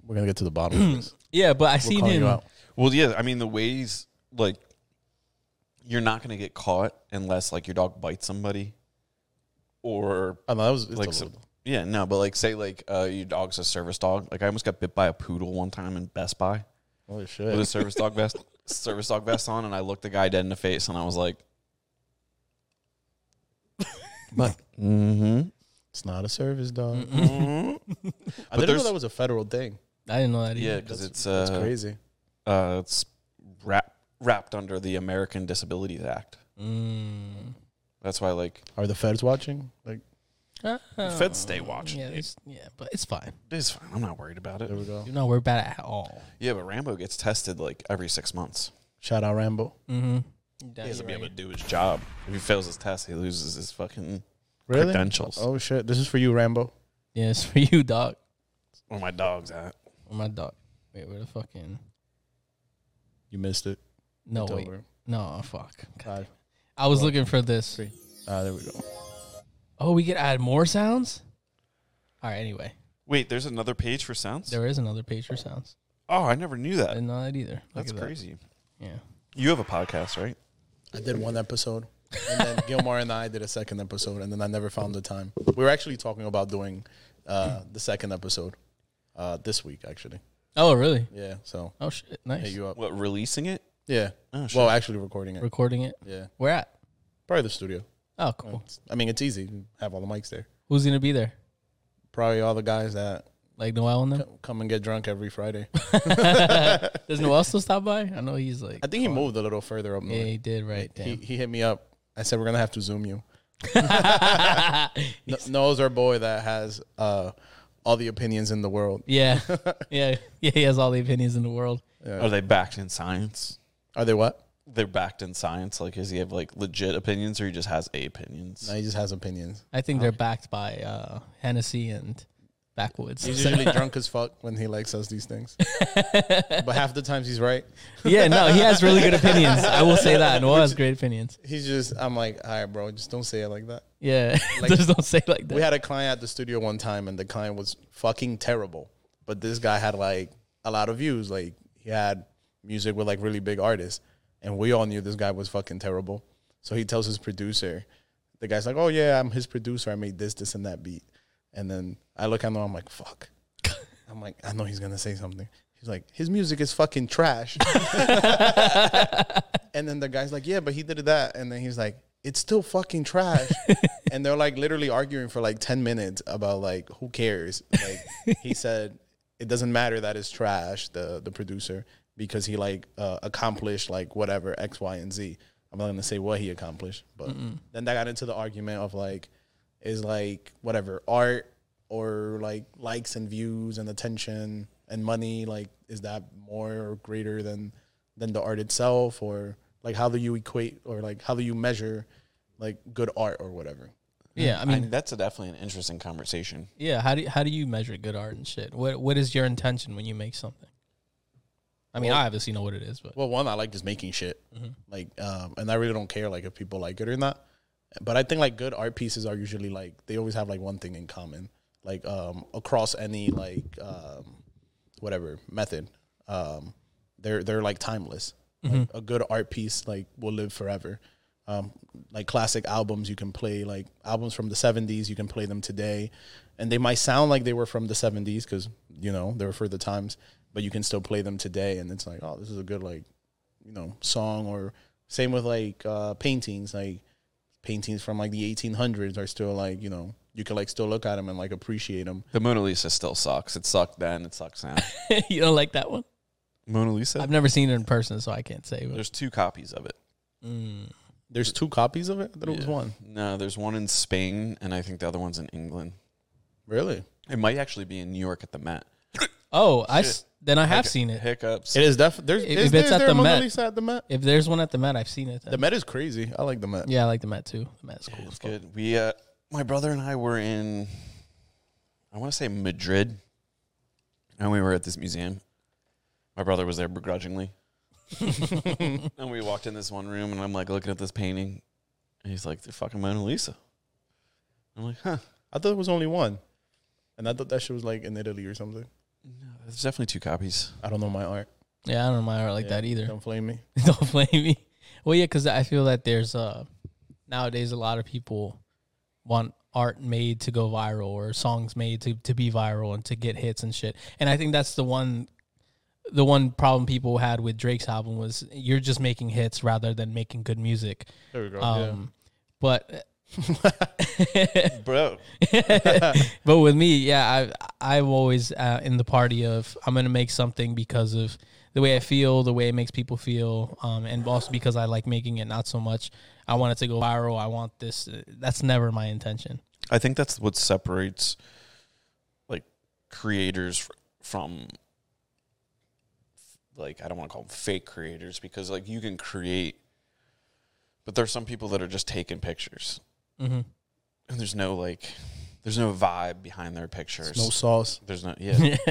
Speaker 3: We're gonna get to the bottom of
Speaker 2: (clears throat)
Speaker 3: this.
Speaker 2: Yeah, but I
Speaker 3: We're
Speaker 2: seen
Speaker 3: calling
Speaker 2: him. (laughs)
Speaker 3: you out.
Speaker 1: Well, yeah, I mean the ways like you're not going to get caught unless like your dog bites somebody or
Speaker 3: Oh no, that was it's
Speaker 1: like
Speaker 3: a
Speaker 1: so-
Speaker 3: little-
Speaker 1: yeah, no, but like say like uh, your dog's a service dog. Like I almost got bit by a poodle one time in Best Buy.
Speaker 3: oh
Speaker 1: with a
Speaker 3: shit.
Speaker 1: service dog vest service dog vest on and I looked the guy dead in the face and I was like,
Speaker 3: But
Speaker 1: mm-hmm.
Speaker 3: it's not a service dog. I
Speaker 1: But
Speaker 3: didn't know
Speaker 1: there's-
Speaker 3: that was a federal thing.
Speaker 2: I didn't know that either.
Speaker 1: Mm-hmm. Yeah, because it's uh,
Speaker 3: That's crazy.
Speaker 1: uh it's wrap, wrapped under the American Disabilities Act.
Speaker 2: Mm.
Speaker 1: That's why like
Speaker 3: Are the feds watching? Like
Speaker 1: feds stay watching.
Speaker 2: Uh-huh. Yeah, it's, yeah, but it's fine.
Speaker 1: it's fine. I'm not worried about
Speaker 3: there we
Speaker 1: it.
Speaker 3: go.
Speaker 2: You know, we're bad at all.
Speaker 1: Yeah, but Rambo gets tested like every six months.
Speaker 3: Shout out Rambo.
Speaker 2: Mm-hmm.
Speaker 1: He has to be able to do his job. If he fails his test, he loses his fucking
Speaker 3: Really?
Speaker 1: credentials.
Speaker 3: Oh shit. This is for you, Rambo.
Speaker 2: Yeah, it's (laughs) for you, dog.
Speaker 1: Where my dog's at.
Speaker 2: Or my dog. Wait, where the fucking?
Speaker 3: You missed it.
Speaker 2: No,
Speaker 3: It's
Speaker 2: wait,
Speaker 3: over.
Speaker 2: no, fuck.
Speaker 3: Five,
Speaker 2: I was looking for this.
Speaker 3: three. Ah, there we go.
Speaker 2: Oh, we could add more sounds. All right. Anyway,
Speaker 1: Wait, there's another page for sounds.
Speaker 2: there is another page for sounds.
Speaker 1: oh, I never knew
Speaker 2: I
Speaker 3: Uh,
Speaker 1: that.
Speaker 2: didn't know that either. Look
Speaker 1: That's
Speaker 2: at that.
Speaker 1: crazy.
Speaker 2: Yeah.
Speaker 1: You have a podcast, right?
Speaker 3: I did one episode, and then Gilmar and I did a second episode, and then I never found the time. We were actually talking about doing uh, the second episode uh, this week, actually.
Speaker 2: Oh, really?
Speaker 3: Yeah, so
Speaker 2: Oh shit! Nice.
Speaker 3: hit you up.
Speaker 1: What releasing it?
Speaker 3: Yeah.
Speaker 1: Oh, shit.
Speaker 3: Well, actually recording it.
Speaker 2: Recording it.
Speaker 3: Yeah,
Speaker 2: Where at?
Speaker 3: probably the studio.
Speaker 2: Oh, cool.
Speaker 3: I mean, it's easy. You Have all the mics there.
Speaker 2: Who's gonna be there?
Speaker 3: Probably all the guys that
Speaker 2: Like Noel
Speaker 3: (laughs)
Speaker 2: and them?
Speaker 3: come and get drunk every Friday.
Speaker 2: Does Noel still stop by? I know he's like.
Speaker 3: I think he moved a little further up north.
Speaker 2: Yeah, he did. Right.
Speaker 3: he,
Speaker 2: Damn.
Speaker 3: he hit me up. I said we're gonna have to zoom you.
Speaker 2: yeah.
Speaker 3: N- Noah's our boy that has uh, all the opinions in the world. (laughs)
Speaker 2: Yeah. Yeah. He has all the opinions in the world.
Speaker 1: Are they backed in science?
Speaker 3: Are they what?
Speaker 1: They're backed in science. Like, does he have like legit opinions, or he just has a opinions?
Speaker 3: No, he just has opinions.
Speaker 2: I think they're backed by uh, Hennessy and Backwoods.
Speaker 3: He's usually drunk as fuck when he like says these things. but half the times he's right.
Speaker 2: (laughs) yeah. No, he has really good opinions. I will say that. Noel has great opinions.
Speaker 3: He's just I'm like, all right, bro, just don't say it like that.
Speaker 2: Yeah. (laughs)
Speaker 3: Like-
Speaker 2: Just don't say it like that.
Speaker 3: We had a client at the studio one time, and the client was fucking terrible. But this guy had like a lot of views. Like he had music with like really big artists, and we all knew this guy was fucking terrible. So he tells his producer, the guy's like, "Oh yeah, I'm his producer. I made this, this, and that beat." And then I look at him, I'm
Speaker 2: (laughs)
Speaker 3: like, "Fuck." I'm like, I know he's gonna say something. He's like, "His music is fucking trash."
Speaker 2: (laughs)
Speaker 3: and then the guy's like, "Yeah, but he did that." And then he's like, "It's still fucking trash." and they're like literally arguing for like ten minutes about like who cares. Like he said, it doesn't matter that it's trash. The the producer because he like uh, accomplished like whatever X, Y, and Z. I'm not gonna say what he accomplished, but then that got into the argument of like, is like whatever art or like likes and views and attention and money like is that more or greater than than the art itself or like how do you equate or like how do you measure like good art or whatever
Speaker 2: Yeah, I
Speaker 1: I
Speaker 2: mean,
Speaker 1: mean, that's a definitely an interesting conversation.
Speaker 2: yeah. How do you, how do you measure good art and shit? What what is your intention when you make something? I mean, I obviously know what it is, but (laughs)
Speaker 3: well one i like just making shit like um and i really don't care like if people like it or not but i think like good art pieces are usually like they always have like one thing in common like um across any like um whatever method um they're they're like timeless like, a good art piece like will live forever um like classic albums you can play like albums from the 70s you can play them today and they might sound like they were from the 70s because you know they were for the times but you can still play them today and it's like oh this is a good like you know song or same with like uh paintings like paintings from like the 1800s are still like you know you can like still look at them and like appreciate them
Speaker 1: The Mona Lisa still sucks. It sucked then. It sucks
Speaker 2: (laughs)
Speaker 1: now.
Speaker 2: you don't like that one.
Speaker 1: Mona Lisa.
Speaker 2: I've never seen it in person, so I can't say. But,
Speaker 1: There's two copies of it.
Speaker 2: Mm.
Speaker 3: there's two copies of it that it was one
Speaker 1: No, there's one in Spain, and I think the other one's in England.
Speaker 3: really
Speaker 1: It might actually be in New York at the Met.
Speaker 2: Oh, I s- then I have seen it.
Speaker 1: Hiccups.
Speaker 3: it is definitely there's
Speaker 2: If- if
Speaker 3: is
Speaker 2: it's at
Speaker 3: there- there
Speaker 2: the
Speaker 3: a Mona
Speaker 2: Met.
Speaker 3: Lisa at the Met
Speaker 2: If there's one at the Met, I've seen it. Then.
Speaker 3: the Met is crazy I like the Met
Speaker 2: yeah, I like the Met too. The Met's cool.
Speaker 1: It's
Speaker 2: as fuck.
Speaker 1: good. We, uh, my brother and I were in, I want to say Madrid, and we were at this museum. My brother was there begrudgingly, and we walked in this one room, and I'm like looking at this painting, and he's like, "The fucking Mona Lisa." I'm like, "Huh."
Speaker 3: I thought it was only one and I thought that shit was like in Italy or something
Speaker 1: No, there's definitely two copies.
Speaker 3: I don't know my art
Speaker 2: Yeah, I don't know my art like
Speaker 3: Yeah,
Speaker 2: that either.
Speaker 3: don't flame me
Speaker 2: (laughs) don't blame me. Well, yeah, because I feel that there's uh nowadays a lot of people want art made to go viral or songs made to to be viral and to get hits and shit. And I think that's the one the one problem people had with Drake's album was you're just making hits rather than making good music.
Speaker 3: there we go
Speaker 2: Um, but
Speaker 1: Bro,
Speaker 2: but with me, yeah, I I'm always uh, in the party of I'm gonna make something because of the way I feel, the way it makes people feel, um, and also because I like making it. Not so much I want it to go viral. I want this. uh, That's never my intention.
Speaker 1: I think that's what separates like creators f- from like I don't want to call them fake creators because like you can create, but there's some people that are just taking pictures
Speaker 2: hmm
Speaker 1: and there's no like there's no vibe behind their pictures.
Speaker 3: no sauce
Speaker 1: there's no
Speaker 2: (laughs)
Speaker 1: yeah (laughs)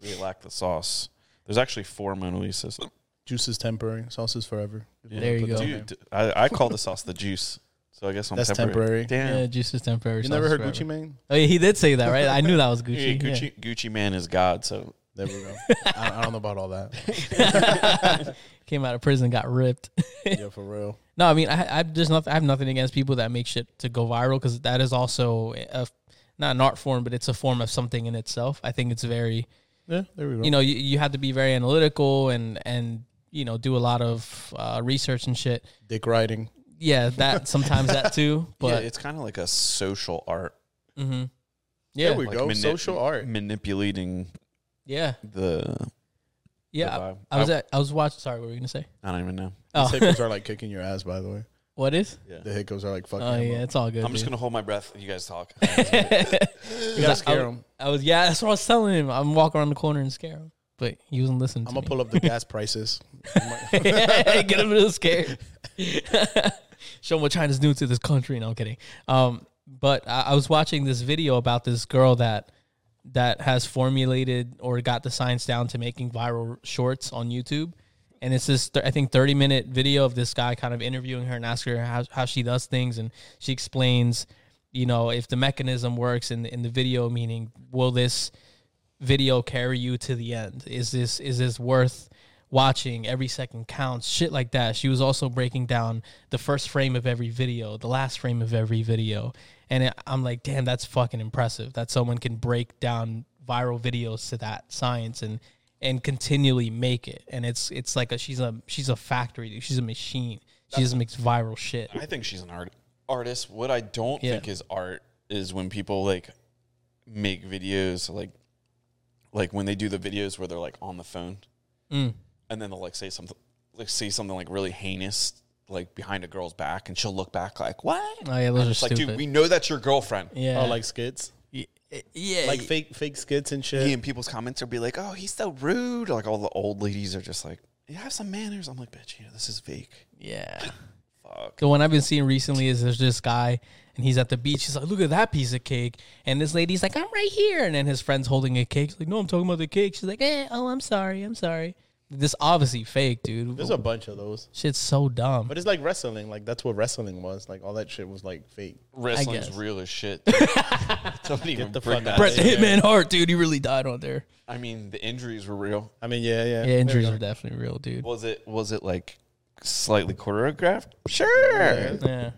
Speaker 1: they lack the sauce. There's actually four Mona Lisas.
Speaker 3: juice is temporary sauce is forever
Speaker 2: There you go.
Speaker 1: Dude, I, I call the sauce the juice. So I guess I'm
Speaker 3: That's temporary.
Speaker 1: Damn.
Speaker 2: yeah, juice is temporary.
Speaker 3: you never
Speaker 2: sauce
Speaker 3: heard
Speaker 2: forever.
Speaker 3: Gucci Mane
Speaker 2: Oh yeah, he did say that, right? I knew
Speaker 3: (laughs)
Speaker 2: that was
Speaker 1: Yeah,
Speaker 2: Gucci.
Speaker 1: Gucci, Gucci man is God. So
Speaker 3: there we
Speaker 2: (laughs)
Speaker 3: go I, I don't know about all that
Speaker 2: yeah. (laughs) Came out of prison, got ripped. (laughs)
Speaker 3: yeah for real
Speaker 2: No, I mean, I, I there's nothing. I have nothing against people that make shit to go viral because that is also a, not an art form, but it's a form of something in itself. I think it's very,
Speaker 3: yeah there we go
Speaker 2: you know, you, you have to be very analytical and and you know do a lot of uh, research and shit.
Speaker 3: dick riding
Speaker 2: Yeah, that sometimes that too,
Speaker 1: yeah,
Speaker 2: but yeah,
Speaker 1: it's kind of like a social art.
Speaker 2: hmm
Speaker 3: There
Speaker 2: yeah,
Speaker 3: we
Speaker 1: like
Speaker 3: go.
Speaker 1: manip-
Speaker 3: Social art.
Speaker 1: manipulating
Speaker 2: yeah,
Speaker 1: the.
Speaker 2: yeah.
Speaker 1: the vibe.
Speaker 2: I, I was at, I was watching. Sorry, what were you gonna say?
Speaker 1: I don't even know.
Speaker 3: These
Speaker 2: Oh,
Speaker 3: hiccos are like kicking your ass, by the way.
Speaker 2: (laughs) what is?
Speaker 3: The hiccos are like fucking.
Speaker 2: Oh
Speaker 3: him
Speaker 2: yeah,
Speaker 3: up.
Speaker 2: it's all good.
Speaker 1: I'm just
Speaker 2: dude.
Speaker 1: gonna hold my breath. You guys talk.
Speaker 2: (laughs)
Speaker 3: You gotta
Speaker 2: I-
Speaker 3: scare him.
Speaker 2: I was yeah, that's what I was telling him. I'm walking around the corner and scare him, but he wasn't listening. to
Speaker 3: I'm gonna
Speaker 2: me.
Speaker 3: pull up the
Speaker 2: (laughs)
Speaker 3: gas prices.
Speaker 2: get him a little scared. (laughs) Show him what China's new to this country. No, I'm kidding. Um, but I, I was watching this video about this girl that that has formulated or got the science down to making viral shorts on YouTube. And it's this, th- I think, 30 minute video of this guy kind of interviewing her and asking her how, how she does things. And she explains, you know, if the mechanism works in the, in the video, meaning, will this video carry you to the end? Is this is this worth watching every second counts, shit like that. She was also breaking down the first frame of every video, the last frame of every video, and it, I'm like, damn, that's fucking impressive that someone can break down viral videos to that science and and continually make it. And it's it's like a she's a she's a factory, dude. She's a machine. She just makes viral shit.
Speaker 1: I think she's an art artist. What I don't
Speaker 2: Yeah.
Speaker 1: think is art is when people like make videos like like when they do the videos where they're like on the phone
Speaker 2: Mm.
Speaker 1: and then they'll like say something like say something like really heinous like behind a girl's back and she'll look back like what?
Speaker 2: Oh yeah, those are
Speaker 1: It's like,
Speaker 2: stupid.
Speaker 1: dude, we know that's your girlfriend.
Speaker 2: yeah,
Speaker 3: Oh, like skits,
Speaker 2: yeah,
Speaker 3: like fake fake skits and shit.
Speaker 1: He and people's comments will be like, "Oh, he's so rude." Like all the old ladies are just like, "You have some manners." I'm like, "Bitch, you know, this is fake."
Speaker 2: yeah.
Speaker 1: Fuck.
Speaker 2: The one I've been seeing recently is there's this guy and he's at the beach. He's like, look at that piece of cake. And this lady's like, I'm right here. And then his friend's holding a cake. He's like, no, I'm talking about the cake. She's like, eh, oh, I'm sorry. I'm sorry. This obviously fake, dude.
Speaker 3: There's a bunch of those,
Speaker 2: Shit's so dumb.
Speaker 3: but it's like wrestling. Like that's what wrestling was. Like all that shit was like fake.
Speaker 1: Wrestling's
Speaker 2: guess.
Speaker 1: real as
Speaker 2: (laughs)
Speaker 1: shit. Don't even
Speaker 3: the
Speaker 1: bring
Speaker 3: fuck
Speaker 1: that
Speaker 3: out of
Speaker 2: Brett
Speaker 1: up.
Speaker 2: the Hitman Hart, dude, he really died on there.
Speaker 1: I mean, the injuries were real.
Speaker 3: I mean, yeah, yeah.
Speaker 2: Yeah, injuries are definitely real, dude.
Speaker 1: Was it? Was it like slightly choreographed? Sure.
Speaker 2: Yeah.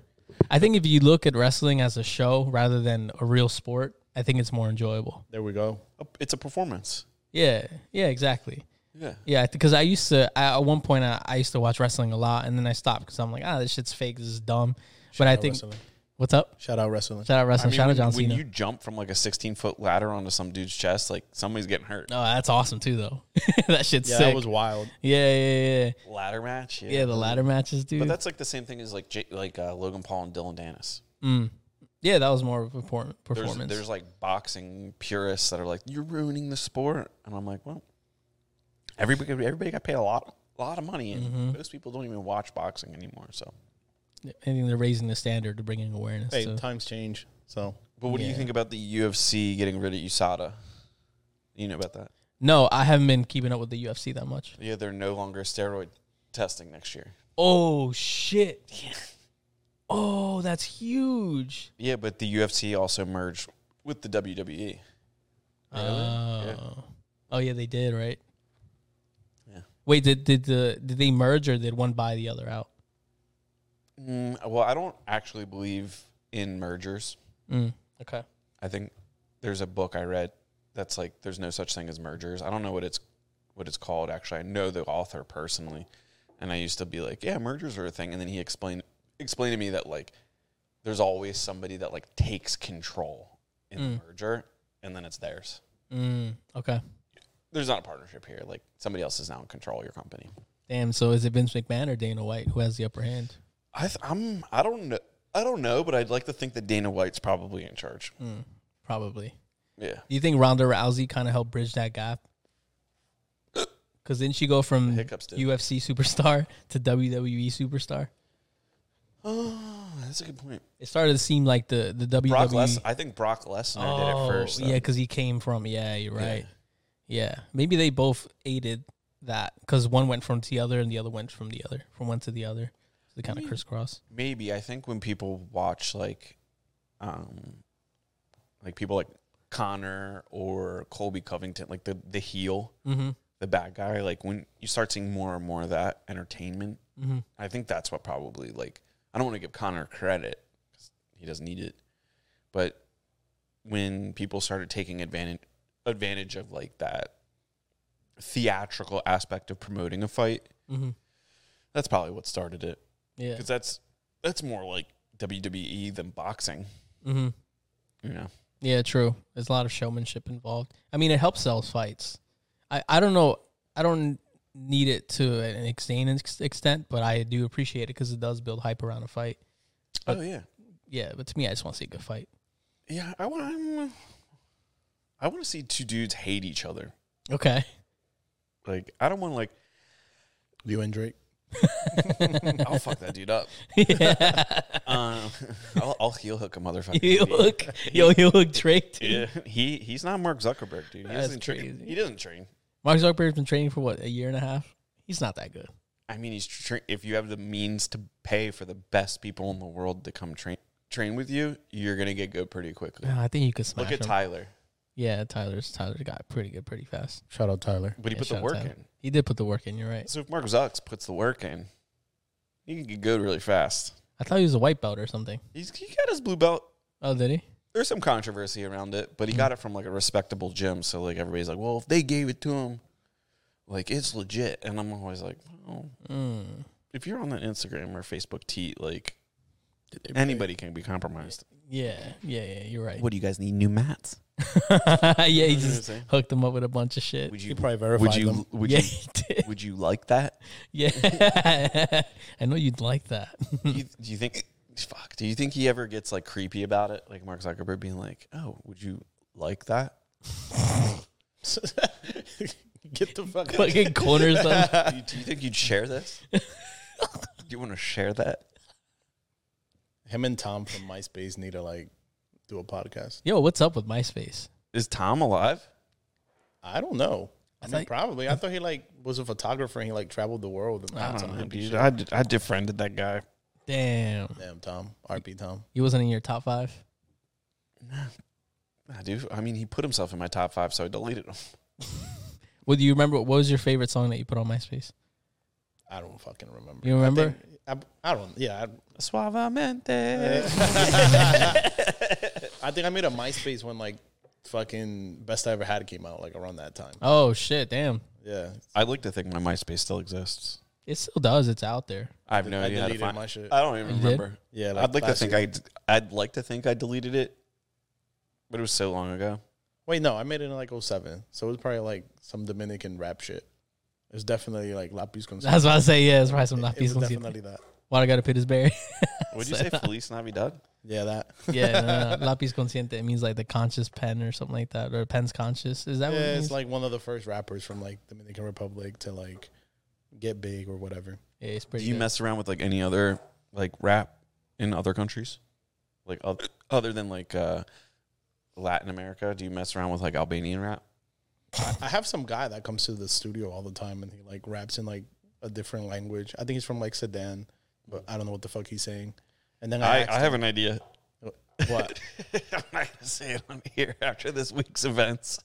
Speaker 2: I think if you look at wrestling as a show rather than a real sport, I think it's more enjoyable.
Speaker 3: There we go.
Speaker 1: It's a performance.
Speaker 2: Yeah. Yeah, exactly.
Speaker 1: Yeah.
Speaker 2: Yeah, because I used to I, at one point I, I used to watch wrestling a lot, and then I stopped because I'm like, ah, this shit's fake. This is dumb. but I
Speaker 3: out
Speaker 2: think
Speaker 3: wrestling.
Speaker 2: what's up?
Speaker 3: Shout out wrestling.
Speaker 2: Shout out wrestling. Shout out
Speaker 1: when,
Speaker 2: John
Speaker 1: when
Speaker 2: Cena.
Speaker 1: you jump from like a 16 foot ladder onto some dude's chest, like somebody's getting hurt.
Speaker 2: oh, that's awesome too, though. (laughs) that shit's
Speaker 3: yeah,
Speaker 2: sick.
Speaker 3: that was wild.
Speaker 2: yeah, yeah, yeah,
Speaker 1: Ladder match. Yeah.
Speaker 2: yeah. The ladder matches, dude.
Speaker 1: But that's like the same thing as like J- like uh, Logan Paul and Dylan Dennis.
Speaker 2: Mm. yeah, that was more of a perform-
Speaker 1: There's,
Speaker 2: performance.
Speaker 1: there's like boxing purists that are like, "You're ruining the sport," and I'm like, "Well, everybody everybody got paid a lot lot of money, and
Speaker 2: Mm-hmm.
Speaker 1: most people don't even watch boxing anymore." So,
Speaker 2: I think they're raising the standard to bringing awareness.
Speaker 3: Hey,
Speaker 2: to.
Speaker 3: times change. So
Speaker 1: but what do you
Speaker 2: Yeah.
Speaker 1: think about the UFC getting rid of USADA? You know about that?
Speaker 2: No, I haven't been keeping up with the UFC that much.
Speaker 1: Yeah, they're no longer steroid testing next year.
Speaker 2: Oh shit. Oh, that's huge.
Speaker 1: Yeah, but the UFC also merged with the E. WWE.
Speaker 2: Oh. Oh yeah, they did, right?
Speaker 1: Yeah.
Speaker 2: Wait, did did the did they merge or did one buy the other out?
Speaker 1: Mm, well, I don't actually believe in mergers.
Speaker 2: Mm. Okay.
Speaker 1: I think there's a book I read that's like there's no such thing as mergers. I don't know what it's what it's called actually. I know the author personally, and I used to be like, yeah, mergers are a thing. And then he explained explained to me that like there's always somebody that like takes control in the merger, and then it's theirs.
Speaker 2: Mm. Okay.
Speaker 1: There's not a partnership here. Like somebody else is now in control of your company.
Speaker 2: Damn. So is it Vince McMahon or Dana White who has the upper hand?
Speaker 1: I th- I'm I don't know I don't know, but I'd like to think that Dana White's probably in charge.
Speaker 2: Mm, Probably.
Speaker 1: Yeah,
Speaker 2: Do you think Ronda Rousey kind of helped bridge that gap? (coughs) Because didn't she go from
Speaker 1: hiccups did.
Speaker 2: UFC superstar (laughs) to WWE superstar?
Speaker 1: oh, (gasps) that's a good point.
Speaker 2: It started to seem like the the E WWE.
Speaker 1: Brock Les- I think Brock Lesnar did it first. though.
Speaker 2: Oh, Yeah, because he came from. Yeah, you're right. Yeah, maybe they both aided that because one went from the other and the other went from the other, from one to the other. So they kind of crisscross.
Speaker 1: maybe I think when people watch like, um, like people like Connor or Colby Covington, like the the heel,
Speaker 2: Mm-hmm.
Speaker 1: the bad guy, like when you start seeing more and more of that entertainment,
Speaker 2: Mm-hmm.
Speaker 1: I think that's what probably like. I don't want to give Connor credit 'cause he doesn't need it, but when people started taking advantage advantage of like that theatrical aspect of promoting a fight,
Speaker 2: Mm-hmm.
Speaker 1: that's probably what started it.
Speaker 2: Yeah.
Speaker 1: because that's that's more like WWE than boxing.
Speaker 2: Mm-hmm.
Speaker 1: You know,
Speaker 2: Yeah, true. There's a lot of showmanship involved. I mean, it helps sell fights. I, I don't know. I don't need it to an insane ex- extent, but I do appreciate it because it does build hype around a fight.
Speaker 1: oh yeah,
Speaker 2: Yeah, but to me, I just want to see a good fight.
Speaker 1: yeah. I want I want to see two dudes hate each other. (laughs)
Speaker 2: Okay. (laughs)
Speaker 1: Like I don't want to like
Speaker 3: you and Drake.
Speaker 1: I'll fuck that dude (laughs) up.
Speaker 2: yeah.
Speaker 1: Um, I'll, I'll (laughs) heel hook a motherfucker.
Speaker 2: you look, yo, you look Drake. Dude.
Speaker 1: Yeah, he he's not Mark Zuckerberg, dude. He
Speaker 2: That's
Speaker 1: doesn't train.
Speaker 2: crazy.
Speaker 1: He doesn't train.
Speaker 2: Mark Zuckerberg's been training for what a year and a half. He's not that good.
Speaker 1: I mean, he's tra- if you have the means to pay for the best people in the world to come train train with you, you're gonna get good pretty quickly.
Speaker 2: I think you could smash
Speaker 1: Look at
Speaker 2: him.
Speaker 1: Tyler.
Speaker 2: Yeah, Tyler's Tyler got pretty good pretty fast.
Speaker 3: Shout out Tyler.
Speaker 1: But he
Speaker 2: Yeah,
Speaker 1: put
Speaker 2: shout
Speaker 1: the
Speaker 2: out
Speaker 1: work
Speaker 2: Tyler.
Speaker 1: in.
Speaker 2: He did put the work in. You're right.
Speaker 1: So if Mark Zucks puts the work in, he can get good really fast.
Speaker 2: I thought he was a white belt or something.
Speaker 1: He's, he got his blue belt.
Speaker 2: Oh, did he?
Speaker 1: There's some controversy around it, but he got it from like a respectable gym. So like everybody's like, well, if they gave it to him, like it's legit. And I'm always like, well,
Speaker 2: Mm.
Speaker 1: if you're on that Instagram or Facebook teat, like
Speaker 3: Did they play?
Speaker 1: anybody can be compromised.
Speaker 2: Yeah, yeah, yeah. You're right.
Speaker 1: What do you guys need new mats?
Speaker 2: (laughs) yeah, he
Speaker 1: You know what I'm
Speaker 2: just
Speaker 1: saying?
Speaker 2: hooked him up with a bunch of shit.
Speaker 1: Would
Speaker 3: He
Speaker 1: you?
Speaker 3: probably verified
Speaker 1: Would
Speaker 3: them.
Speaker 1: you? Would
Speaker 2: yeah,
Speaker 1: you?
Speaker 2: he did.
Speaker 1: Would you like that?
Speaker 2: Yeah, (laughs) I know you'd like that. (laughs)
Speaker 1: Do you, do you think? Fuck. Do you think he ever gets like creepy about it? Like Mark Zuckerberg being like, "Oh, would you like that?"
Speaker 3: (laughs) Get the fuck out.
Speaker 2: Fucking corners them.
Speaker 1: do, you, do you think you'd share this? do you want to share that?
Speaker 3: (laughs) Him and Tom from MySpace need to like do a podcast.
Speaker 2: Yo, what's up with MySpace?
Speaker 1: Is Tom alive?
Speaker 3: I don't know. I,
Speaker 2: I
Speaker 3: mean,
Speaker 2: thought-
Speaker 3: probably. I thought he like was a photographer and he like traveled the world. And
Speaker 2: I
Speaker 3: that's
Speaker 2: don't
Speaker 3: some
Speaker 2: know,
Speaker 3: hippie
Speaker 1: dude.
Speaker 3: shit.
Speaker 1: I, d- I defriended that guy.
Speaker 2: Damn,
Speaker 3: Damn, Tom. RP Tom.
Speaker 2: he wasn't in your top five.
Speaker 1: I do. I mean, he put himself in my top five, so I deleted him.
Speaker 2: Well, do you remember what was your favorite song that you put on MySpace?
Speaker 3: I don't fucking remember.
Speaker 2: You remember?
Speaker 3: I, think- I, I don't. Yeah. (laughs)
Speaker 1: Suavemente.
Speaker 3: I,
Speaker 1: (laughs)
Speaker 3: I think I made a MySpace when like fucking Best I Ever Had came out like around that time.
Speaker 2: Oh shit, damn.
Speaker 3: Yeah.
Speaker 1: I like to think my MySpace still exists.
Speaker 2: It still does. It's out there.
Speaker 1: I have no
Speaker 3: I
Speaker 1: idea how to
Speaker 3: deleted
Speaker 1: find.
Speaker 3: my shit.
Speaker 1: I don't even
Speaker 2: You did?
Speaker 1: remember.
Speaker 3: yeah.
Speaker 1: I'd like to
Speaker 3: last
Speaker 1: think
Speaker 3: year.
Speaker 1: I d- I'd like to think I deleted it, but it was so long
Speaker 3: (laughs)
Speaker 1: ago.
Speaker 3: Wait, no. I made it in like 07. So it was probably like some Dominican rap shit. It was definitely like Lapis
Speaker 2: (laughs)
Speaker 3: Concept.
Speaker 2: That's what I say. Yeah, it's probably some
Speaker 3: It-
Speaker 2: not
Speaker 3: it was
Speaker 2: peaceful.
Speaker 3: definitely that.
Speaker 2: What I gotta pit his berry.
Speaker 1: Would you say Feliz Navidad?
Speaker 3: (laughs) Yeah, that.
Speaker 2: (laughs) yeah, no,
Speaker 3: (laughs)
Speaker 2: no, no. lapis consciente it means like the conscious pen or something like that, or pen's conscious. Is that what it
Speaker 3: yeah,
Speaker 2: means?
Speaker 3: it's like one of the first rappers from like Dominican Republic to like get big or whatever.
Speaker 2: yeah, it's
Speaker 1: Do
Speaker 2: pretty.
Speaker 1: you
Speaker 2: (laughs) good.
Speaker 1: mess around with like any other like rap in other countries, like oth- other than like uh, Latin America? Do you mess around with like Albanian rap?
Speaker 3: I, I have some guy that comes to the studio all the time and he like raps in like a different language. I think he's from like Sudan, but I don't know what the fuck he's saying. And then I,
Speaker 1: I,
Speaker 3: asked
Speaker 1: I have an idea. (laughs)
Speaker 3: him, what
Speaker 1: I'm not gonna say it on here after this week's events.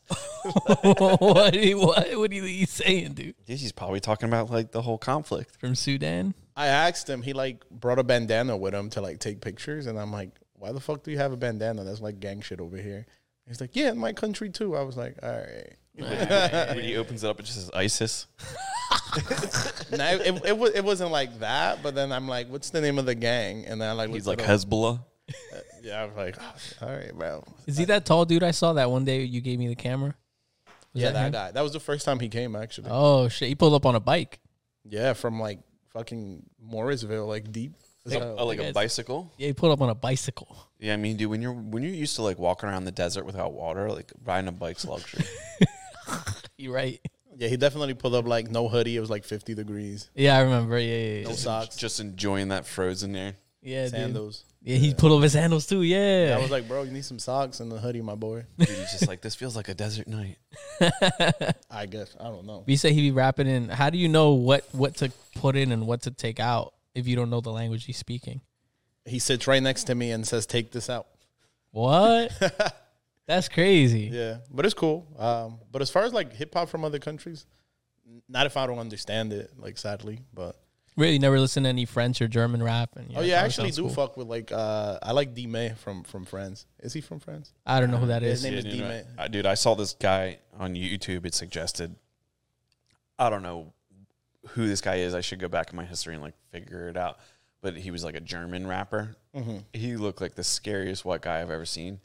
Speaker 2: what, he- what? What are you saying, dude?
Speaker 1: He's probably talking about like the whole (laughs) conflict.
Speaker 2: From Sudan?
Speaker 3: I asked him. He like brought a bandana with him to like take pictures, and I'm like, why the fuck do you have a bandana? That's like gang shit over here. He's like, yeah, in my country too. I was like, all right.
Speaker 1: when he opens it up, it just says ISIS.
Speaker 3: No, it, it, it, wa- it wasn't like that. But then I'm like, what's the name of the gang? And then I like
Speaker 1: He's like
Speaker 3: looked it up.
Speaker 1: Hezbollah.
Speaker 3: Yeah, I was like, "Oh, all right, bro.
Speaker 2: Is he that tall dude I saw that one day you gave me the camera? Was
Speaker 3: yeah, that,
Speaker 2: him?
Speaker 3: guy. That was the first time he came, actually.
Speaker 2: Oh shit! He pulled up on a bike.
Speaker 3: Yeah, from like fucking Morrisville, like deep. as hell.
Speaker 1: Oh, like a
Speaker 2: Yes.
Speaker 1: bicycle.
Speaker 2: Yeah, he pulled up on a bicycle. (laughs)
Speaker 1: Yeah, I mean, dude, when you're when you're used to like walking around the desert without water, like riding a bike's luxury.
Speaker 2: You're right.
Speaker 3: Yeah, he definitely pulled up like no hoodie. It was like 50 degrees.
Speaker 2: Yeah, I remember. Yeah, yeah,
Speaker 3: No
Speaker 2: yeah.
Speaker 3: socks,
Speaker 1: just enjoying that frozen air.
Speaker 2: Yeah, dude.
Speaker 3: sandals.
Speaker 2: Yeah, he pulled up his handles too.
Speaker 3: I
Speaker 2: Yeah.
Speaker 3: was like, bro, you need some socks and a hoodie, my (laughs) boy.
Speaker 1: Dude, he's just like, this feels like a desert night.
Speaker 3: I guess. I don't know.
Speaker 2: you say he be rapping in. How do you know what what to put in and what to take out if you don't know the language he's speaking?
Speaker 3: He sits right next to me and says, take this out. (laughs)
Speaker 2: What? That's crazy.
Speaker 3: Yeah, but it's cool. Um, but as far as like hip hop from other countries, n- not if I don't understand it, like sadly. But
Speaker 2: Really, never listen to any French or German rap. And, you
Speaker 3: oh
Speaker 2: know,
Speaker 3: yeah, I
Speaker 2: that
Speaker 3: actually
Speaker 2: sounds
Speaker 3: do
Speaker 2: cool.
Speaker 3: fuck with like uh, I like D May from from France. Is he from France?
Speaker 2: I don't know who that is.
Speaker 3: His name is
Speaker 1: dude,
Speaker 3: D
Speaker 1: I,
Speaker 3: May.
Speaker 1: I- dude, I saw this guy on YouTube. It suggested, I don't know who this guy is. I should go back in my history and like figure it out. But he was like a German rapper.
Speaker 3: Mm-hmm.
Speaker 1: He looked like the scariest white guy I've ever seen.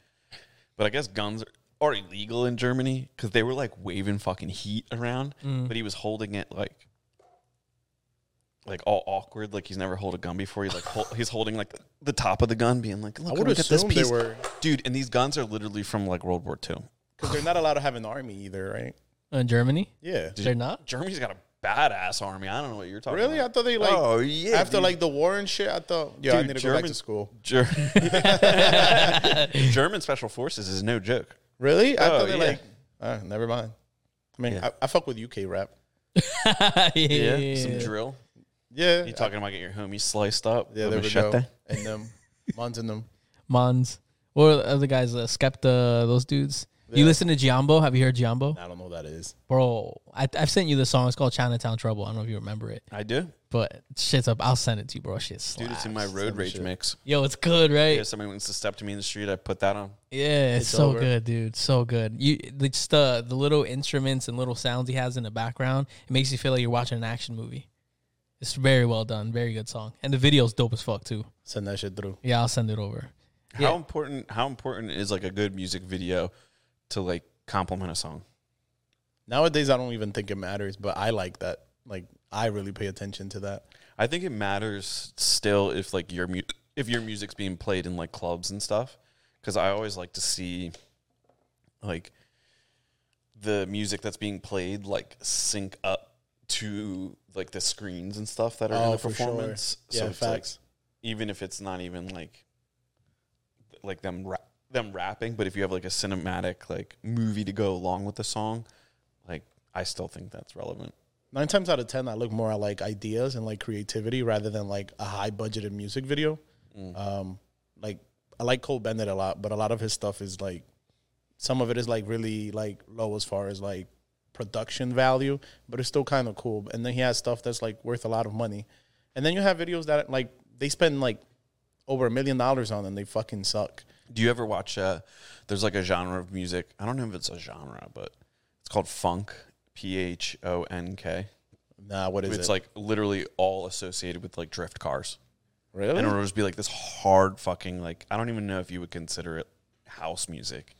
Speaker 1: But I guess guns are illegal in Germany because they were like waving fucking heat around.
Speaker 3: Mm-hmm.
Speaker 2: Mm.
Speaker 1: But he was holding it like like all awkward, like he's never held a gun before. He's like hol- he's holding like the top of the gun, being like, "Look,
Speaker 3: would
Speaker 1: look at this
Speaker 3: assume they
Speaker 1: piece,
Speaker 3: were-
Speaker 1: dude." And these guns are literally from like World War II.
Speaker 3: Because they're not allowed to have an army either, right?
Speaker 2: Uh, Germany?
Speaker 3: Yeah.
Speaker 2: They're
Speaker 3: (laughs)
Speaker 2: not.
Speaker 1: Germany's got a badass army. I don't know what you're talking.
Speaker 3: Really? I
Speaker 1: about.
Speaker 3: thought they like
Speaker 1: Oh, yeah,
Speaker 3: after
Speaker 1: dude.
Speaker 3: like the war and shit. I thought yeah, I
Speaker 1: Dude,
Speaker 3: need to go back
Speaker 1: German-
Speaker 3: to school. (laughs)
Speaker 1: Ger- (laughs) German special forces is no joke.
Speaker 3: Really? I
Speaker 1: Oh,
Speaker 3: thought they
Speaker 1: yeah.
Speaker 3: like uh, never mind. I mean,
Speaker 1: Yeah.
Speaker 3: I, I fuck with UK rap.
Speaker 2: yeah. (laughs)
Speaker 1: some drill.
Speaker 3: Yeah,
Speaker 1: You talking about get your homies sliced up?
Speaker 3: yeah,
Speaker 1: with
Speaker 3: there we go.
Speaker 1: machete? (laughs)
Speaker 3: And them, Mons and them.
Speaker 2: Mons. What are the other guys? Uh, Skepta, those dudes. You listen to Giambo? Have you heard Giambo?
Speaker 3: I don't know what that is.
Speaker 2: Bro, I, I've sent you the song. It's called Chinatown Trouble. I don't know if you remember it,
Speaker 1: I do.
Speaker 2: but shit's up. I'll send it to you, bro. Shit
Speaker 1: Dude, it's in
Speaker 2: slaps.
Speaker 1: my road
Speaker 3: Some
Speaker 1: rage
Speaker 3: shit.
Speaker 1: mix.
Speaker 2: Yo, it's good, right?
Speaker 1: If somebody wants to step to me in the street, I put that on.
Speaker 2: Yeah, it's,
Speaker 3: It's
Speaker 2: so
Speaker 3: over.
Speaker 2: good, dude. So good. You the- just the the little instruments and little sounds he has in the background. It makes you feel like you're watching an action movie. It's very well done. Very good song, and the video's dope as fuck too.
Speaker 3: Send that shit through.
Speaker 2: Yeah, I'll send it over. Yeah.
Speaker 1: How important? How important is like a good music video to like complement a song?
Speaker 3: Nowadays, I don't even think it matters, but I like that. Like, I really pay attention to that.
Speaker 1: I think it matters still if like your mu- if your music's being played in like clubs and stuff cuz I always like to see like the music that's being played like sync up to like the screens and stuff that are in
Speaker 3: Oh,
Speaker 1: the
Speaker 3: for sure.
Speaker 1: performance.
Speaker 3: Yeah,
Speaker 1: it's
Speaker 3: facts.
Speaker 1: like even if it's not even like like them ra- them rapping, but if you have like a cinematic like movie to go along with the song, like I still think that's relevant.
Speaker 3: Nine times out of ten, I look more at like ideas and like creativity rather than like a high budgeted music video.
Speaker 1: Mm.
Speaker 3: Um, like I like Cole Bennett a lot, but a lot of his stuff is like some of it is like really like low as far as like production value, but it's still kind of cool. And then he has stuff that's like worth a lot of money. And then you have videos that like they spend like over a million dollars on and they fucking suck.
Speaker 1: Do you ever watch? Uh, there's like a genre of music. I don't know if it's a genre, but it's called funk. P H O N K.
Speaker 3: Nah, what is
Speaker 1: It's
Speaker 3: it?
Speaker 1: like literally all associated with like drift cars, and
Speaker 3: really?
Speaker 1: it'll just be like this hard fucking like. I don't even know if you would consider it house music,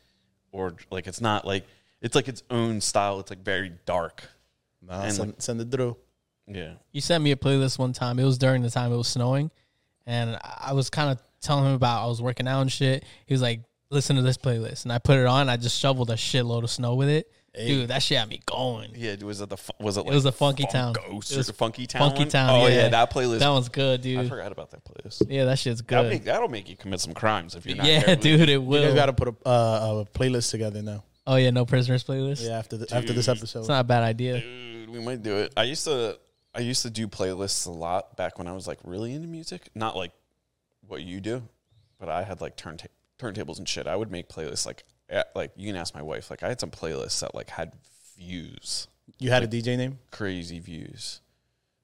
Speaker 1: or like it's not like it's like its own style. It's like very dark.
Speaker 3: Nah,
Speaker 1: and
Speaker 3: send, send it through.
Speaker 1: Yeah,
Speaker 2: You sent me a playlist one time. It was during the time it was snowing, and I- I was kind of telling him about I was working out and shit. He was like, "Listen to this playlist," and I put it on. I just shoveled a shitload of snow with it, dude. That shit had me going.
Speaker 1: yeah. Was it the fu- was it? Like
Speaker 2: was a funky town.
Speaker 1: Ghost
Speaker 2: It was
Speaker 1: or funky town.
Speaker 2: Funky
Speaker 1: one?
Speaker 2: Town.
Speaker 1: Oh yeah,
Speaker 2: yeah.
Speaker 1: that playlist.
Speaker 2: That one's good,
Speaker 1: I
Speaker 2: dude.
Speaker 1: forgot about that playlist.
Speaker 2: Yeah, that shit's
Speaker 1: That'll
Speaker 2: good.
Speaker 1: make, that'll make you commit some crimes if you're not.
Speaker 2: yeah,
Speaker 1: careful.
Speaker 2: dude, it
Speaker 3: You
Speaker 2: will.
Speaker 3: guys got to put a, uh, a playlist together now.
Speaker 2: oh yeah, no prisoners playlist.
Speaker 3: Yeah, after the, after this episode.
Speaker 2: It's not a bad idea.
Speaker 1: Dude, we might do it. I used to I used to do playlists a lot back when I was like really into music. Not like what you do, but I had like turnta- turntables and shit. I would make playlists like at, like you can ask my wife. Like I had some playlists that like had views,
Speaker 3: You had a DJ name?
Speaker 1: crazy views.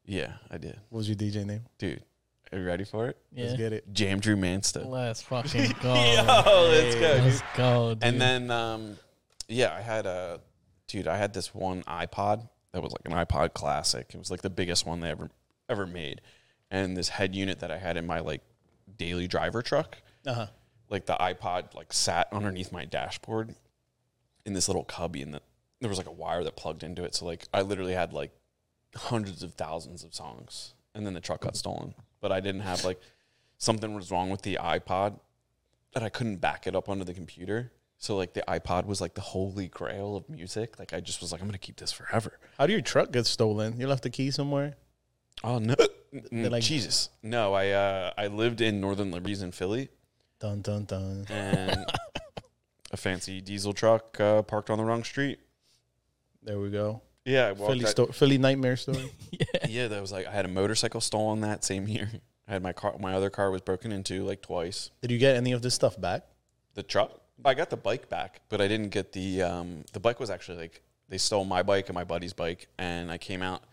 Speaker 1: Yeah, I did,
Speaker 3: What was your DJ name?
Speaker 1: dude. Are you ready for it?
Speaker 3: Let's
Speaker 2: Yeah.
Speaker 3: get it.
Speaker 1: Jam Drew Mansta. (laughs)
Speaker 2: Let's fucking go.
Speaker 1: Oh, let's go. dude.
Speaker 2: Let's go, dude.
Speaker 1: And
Speaker 2: (laughs)
Speaker 1: then, um, yeah, I had a dude. I had this one iPod that was like an iPod Classic. It was like the biggest one they ever ever made. And this head unit that I had in my like daily driver truck,
Speaker 3: Uh-huh.
Speaker 1: like the iPod, like sat underneath my dashboard in this little cubby, and the, there was like a wire that plugged into it. So like I literally had like hundreds of thousands of songs. And then the truck got stolen, but I didn't have like something was wrong with the iPod that I couldn't back it up onto the computer. So like the iPod was like the holy grail of music. Like I just was like, I'm gonna keep this forever.
Speaker 3: How do your truck get stolen? You left the key somewhere?
Speaker 1: Oh no, Mm,
Speaker 3: like-
Speaker 1: (laughs) Jesus! No, I uh, I lived in Northern Liberties in Philly,
Speaker 3: Dun dun dun.
Speaker 1: and (laughs) a fancy diesel truck uh, parked on the wrong street.
Speaker 3: There we go.
Speaker 1: Yeah, I walked
Speaker 3: Philly
Speaker 1: out-
Speaker 3: sto- Philly nightmare story.
Speaker 1: yeah, that was like I had a motorcycle stolen that same year. I had my car, my other car was broken into like twice.
Speaker 3: Did you get any of this stuff back?
Speaker 1: the truck. I got the bike back, but I didn't get the um, the bike was actually like they stole my bike and my buddy's bike, and I came out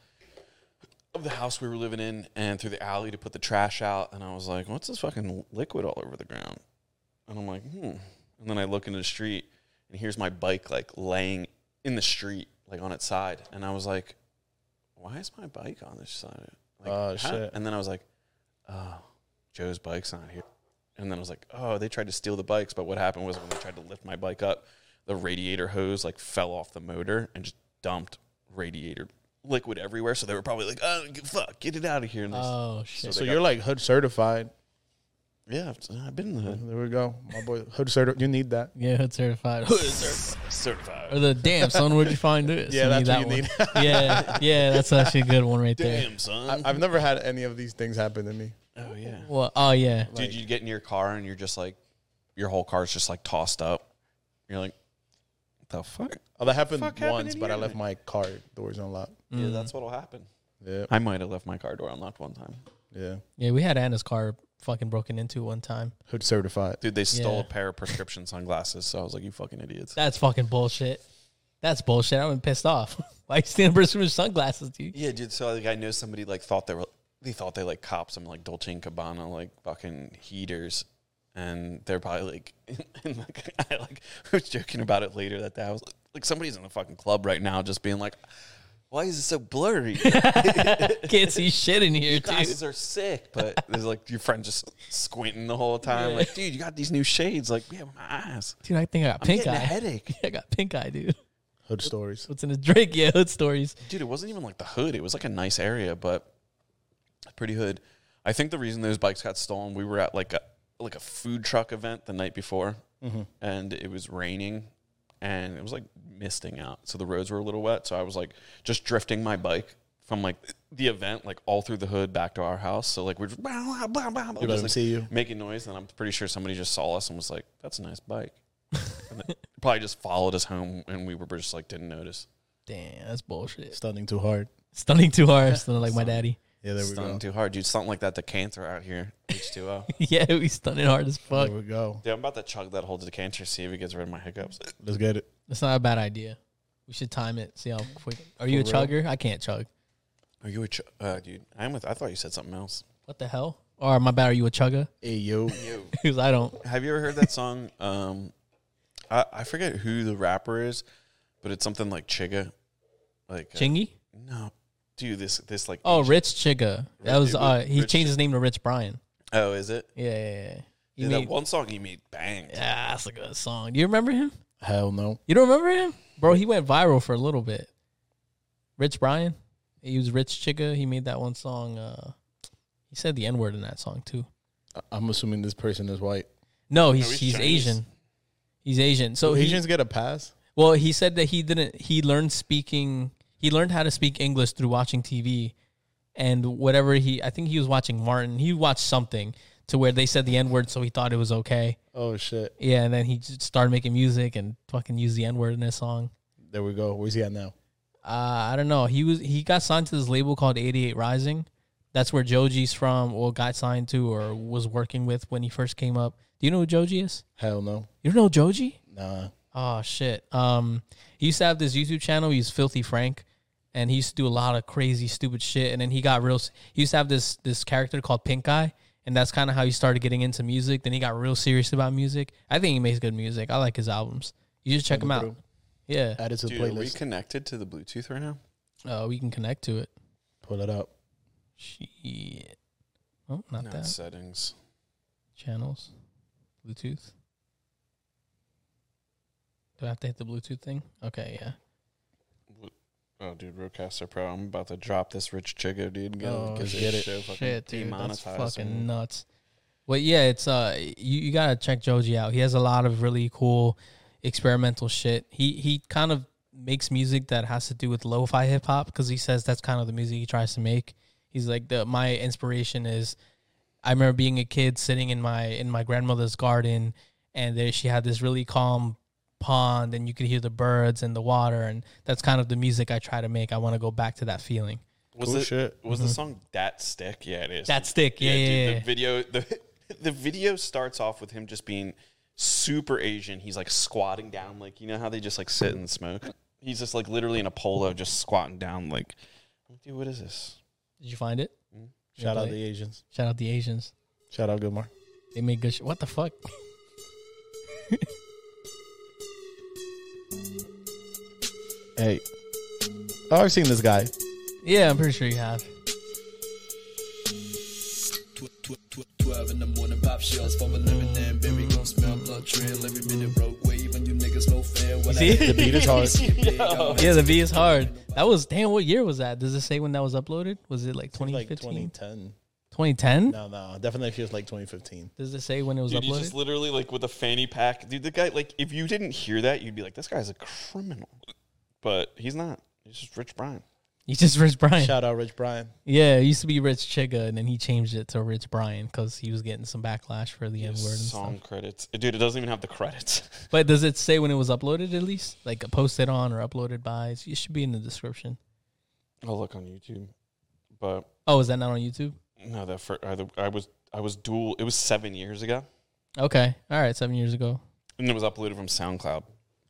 Speaker 1: of the house we were living in and through the alley to put the trash out, and I was like, "What's this fucking liquid all over the ground?" And I'm like, "Hmm." And then I look into the street, and here's my bike like laying in the street, like on its side, and I was like, "Why is my bike on this side?" Like,
Speaker 3: Oh,
Speaker 1: how-
Speaker 3: shit.
Speaker 1: And then I was like, "Oh, Joe's bike's not here." And then I was like, oh, they tried to steal the bikes. But what happened was when they tried to lift my bike up, the radiator hose like fell off the motor and just dumped radiator liquid everywhere. So they were probably like, oh, g- fuck, get it out of here. And they,
Speaker 2: oh shit.
Speaker 1: So
Speaker 3: So
Speaker 1: they
Speaker 3: you're like hood certified.
Speaker 1: yeah, I've, I've been in the (laughs) hood.
Speaker 3: There we go. My boy hood certified. You need that.
Speaker 2: Yeah, hood certified.
Speaker 1: Certified.
Speaker 2: or the damn son, where'd you find this?
Speaker 3: Yeah,
Speaker 2: need
Speaker 3: that's what you
Speaker 2: one. (laughs) yeah, yeah, that's actually a good one right there.
Speaker 1: Damn, son.
Speaker 3: I, I've never had any of these things happen to me.
Speaker 1: oh, yeah.
Speaker 2: Well, oh yeah,
Speaker 1: Dude, you get in your car and you're just like, your whole car's just like tossed up. You're like, the fuck?
Speaker 3: Oh, that happened
Speaker 1: Fuck happened
Speaker 3: once,
Speaker 1: to
Speaker 3: but I
Speaker 1: you?
Speaker 3: left my car doors unlocked.
Speaker 1: Mm. Yeah, that's what'll happen.
Speaker 3: Yeah.
Speaker 1: I might have left my car door unlocked one time.
Speaker 3: Yeah,
Speaker 2: Yeah, we had Anna's car fucking broken into one time.
Speaker 3: hood certified.
Speaker 1: Dude, they stole
Speaker 2: Yeah.
Speaker 1: a pair of prescription sunglasses. So I was like, you fucking idiots.
Speaker 2: That's fucking bullshit. That's bullshit. I'm pissed off. (laughs) Why you stealing prescription sunglasses, dude?
Speaker 1: yeah, dude. So like, I know somebody like thought they were, they thought they like cops. I'm like Dolce and Gabbana, like fucking heaters. And they're probably like, (laughs) and like, I like (laughs) was joking about it later that day. I was like, like, somebody's in the fucking club right now, just being like, why is it so (laughs) blurry?
Speaker 2: Can't see shit in here, dude.
Speaker 1: glasses are sick, but there's like your friend just squinting the whole time. Like, dude, you got these new shades. Like, yeah, my eyes.
Speaker 2: Dude, I think I got
Speaker 1: I'm
Speaker 2: pink
Speaker 1: getting a
Speaker 2: eye.
Speaker 1: headache.
Speaker 2: (laughs) I got pink eye, dude.
Speaker 3: Hood stories.
Speaker 1: Oh,
Speaker 2: What's in the drink? (laughs) Yeah, hood stories.
Speaker 1: Dude, it wasn't even like the hood. It was like a nice area, but pretty hood. I think the reason those bikes got stolen, we were at like a like a food truck event the night before,
Speaker 3: Mm-hmm.
Speaker 1: and it was raining, and it was like misting out, so the roads were a little wet. So I was like just drifting my bike from like the event, like all through the hood back to our house. So like we're just, blah, blah, blah, blah,
Speaker 3: You let
Speaker 1: just
Speaker 3: them
Speaker 1: like,
Speaker 3: see you.
Speaker 1: making noise, and I'm pretty sure somebody just saw us and was like, "That's a nice bike." and they (laughs) probably just followed us home, and we were just like didn't notice.
Speaker 2: Damn, that's bullshit.
Speaker 3: Stunning too hard.
Speaker 2: Stunning too hard. Stunning like my
Speaker 1: Stunning.
Speaker 2: daddy. (laughs)
Speaker 3: Yeah, there we
Speaker 1: Stunning
Speaker 3: go.
Speaker 1: too hard, dude. Something like that decanter out here, H2O.
Speaker 2: yeah, we stunning hard as fuck.
Speaker 3: There we go.
Speaker 1: (laughs) dude, I'm about to chug that whole decanter, see if it gets rid of my hiccups.
Speaker 3: Let's get it.
Speaker 2: That's not a bad idea. We should time it. See how quick. Are you a
Speaker 3: For
Speaker 2: chugger? I can't chug.
Speaker 1: Are you a ch- uh, dude? I'm with. I thought you said something else.
Speaker 2: What the hell? Or my bad. Are you a chugger? (laughs)
Speaker 3: Hey yo.
Speaker 2: Because I don't.
Speaker 1: Have you ever heard that song? (laughs) Um, I I forget who the rapper is, but it's something like Chigga, like uh,
Speaker 2: Chingy.
Speaker 1: no, dude. This this like
Speaker 2: Oh, Rich Chigga. That was
Speaker 1: Dude,
Speaker 2: uh, he
Speaker 1: Rich
Speaker 2: changed his name to Rich Bryan.
Speaker 1: oh is it?
Speaker 2: Yeah, yeah, yeah. He
Speaker 1: Dude, that
Speaker 2: made,
Speaker 1: one song he made bang.
Speaker 2: yeah, that's a good song. Do you remember him?
Speaker 3: Hell no.
Speaker 2: You don't remember him, bro? He went viral for a little bit. Rich Bryan. He was Rich Chigga. He made that one song. Uh, he said the N word in that song too.
Speaker 3: I- I'm assuming this person is white.
Speaker 2: No, he's
Speaker 1: he's
Speaker 2: he's
Speaker 1: Chinese.
Speaker 2: Asian. He's Asian. So
Speaker 3: Do
Speaker 2: he,
Speaker 3: Asians get a pass?
Speaker 2: Well, he said that he didn't. He learned speaking. He learned how to speak English through watching TV, and whatever he. I think he was watching Martin. He watched something to where they said the N word, so he thought it was okay.
Speaker 3: Oh shit.
Speaker 2: Yeah, and then he just started making music and fucking used the N word in his song.
Speaker 3: There we go. Where's he at now?
Speaker 2: Uh, I don't know. He was he got signed to this label called 88 Rising. That's where Joji's from, or got signed to, or was working with when he first came up. Do you know who Joji is?
Speaker 3: Hell no.
Speaker 2: You don't know Joji?
Speaker 3: Nah.
Speaker 2: Oh shit. Um he used to have this YouTube channel, he's Filthy Frank, and he used to do a lot of crazy stupid shit and then he got real s- he used to have this this character called Pink Eye and that's kind of how he started getting into music. Then he got real serious about music. I think he makes good music. I like his albums. You should check him out.
Speaker 3: through.
Speaker 2: Yeah.
Speaker 3: Add it to the
Speaker 1: Dude, are we
Speaker 3: playlist.
Speaker 1: connected to the Bluetooth right now?
Speaker 2: Uh, we can connect to it.
Speaker 3: Pull it up.
Speaker 2: Shit. Oh, not
Speaker 1: No,
Speaker 2: that.
Speaker 1: it's settings.
Speaker 2: Channels. Bluetooth. Do I have to hit the Bluetooth thing? Okay, yeah.
Speaker 1: Oh, dude, Rodecaster Pro. I'm about to drop this Rich Chigo, dude. Go
Speaker 2: Oh,
Speaker 1: because
Speaker 3: shit,
Speaker 1: this show fucking
Speaker 2: Shit, dude, that's
Speaker 1: demonetized
Speaker 2: fucking
Speaker 1: me.
Speaker 2: nuts. Well, yeah, it's uh, you, you gotta check Joji out. He has a lot of really cool experimental shit. He he kind of makes music that has to do with lo-fi hip hop because he says that's kind of the music he tries to make. He's like the my inspiration is. I remember being a kid sitting in my in my grandmother's garden, and there she had this really calm pond, and you could hear the birds and the water, and that's kind of the music I try to make. I want to go back to that feeling.
Speaker 1: Was
Speaker 3: Cool
Speaker 1: it-
Speaker 3: shit. Mm-hmm.
Speaker 1: Was the song "Dat Stick"? Yeah, it is.
Speaker 2: That stick, yeah, yeah, yeah.
Speaker 1: The video, the (laughs) the video starts off with him just being super Asian. He's like squatting down, like you know how they just like sit and smoke. He's just like literally in a polo, just squatting down, like, dude, what is this?
Speaker 2: Did you find it?
Speaker 3: Shout out
Speaker 2: play.
Speaker 3: the Asians.
Speaker 2: Shout out the Asians.
Speaker 3: Shout out Gilmore.
Speaker 2: They make good shit. What the fuck?
Speaker 3: Hey. Oh, I've seen this guy.
Speaker 2: (laughs) Yeah, I'm pretty sure you have.
Speaker 5: Tw- tw- tw- 12 in the morning, pop shells from a lemon and berry. Gon' smell blood trail every minute. Road wave, and you niggas no fair. When I
Speaker 3: (laughs) The
Speaker 2: (laughs)
Speaker 3: beat is hard.
Speaker 2: Yeah, the V is hard. That was damn. What year was that? Does it say when that was uploaded? Was it like
Speaker 3: like
Speaker 2: 2015,
Speaker 3: 2010.
Speaker 2: 2010?
Speaker 3: No, no. Definitely feels like 2015.
Speaker 2: Does it say when it was
Speaker 1: Dude, he's
Speaker 2: uploaded?
Speaker 1: just
Speaker 2: (laughs)
Speaker 1: literally like with a fanny pack. Dude, the guy, like, if you didn't hear that, you'd be like, this guy's a criminal. But he's not. He's just Rich Brian.
Speaker 2: He's just Rich Brian.
Speaker 3: Shout out Rich Bryan.
Speaker 2: Yeah, it used to be Rich Chigga, and then he changed it to Rich Brian because he was getting some backlash for the N word and
Speaker 1: Song
Speaker 2: stuff.
Speaker 1: credits. Dude, it doesn't even have the credits. (laughs)
Speaker 2: But does it say when it was uploaded at least? Like posted on or uploaded by? It should be in the description.
Speaker 1: I'll look on YouTube. But
Speaker 2: Oh, is that not on YouTube?
Speaker 1: No, that for I, I was I was dual. It was seven years ago,
Speaker 2: Okay. All right. Seven years ago.
Speaker 1: and it was uploaded from SoundCloud.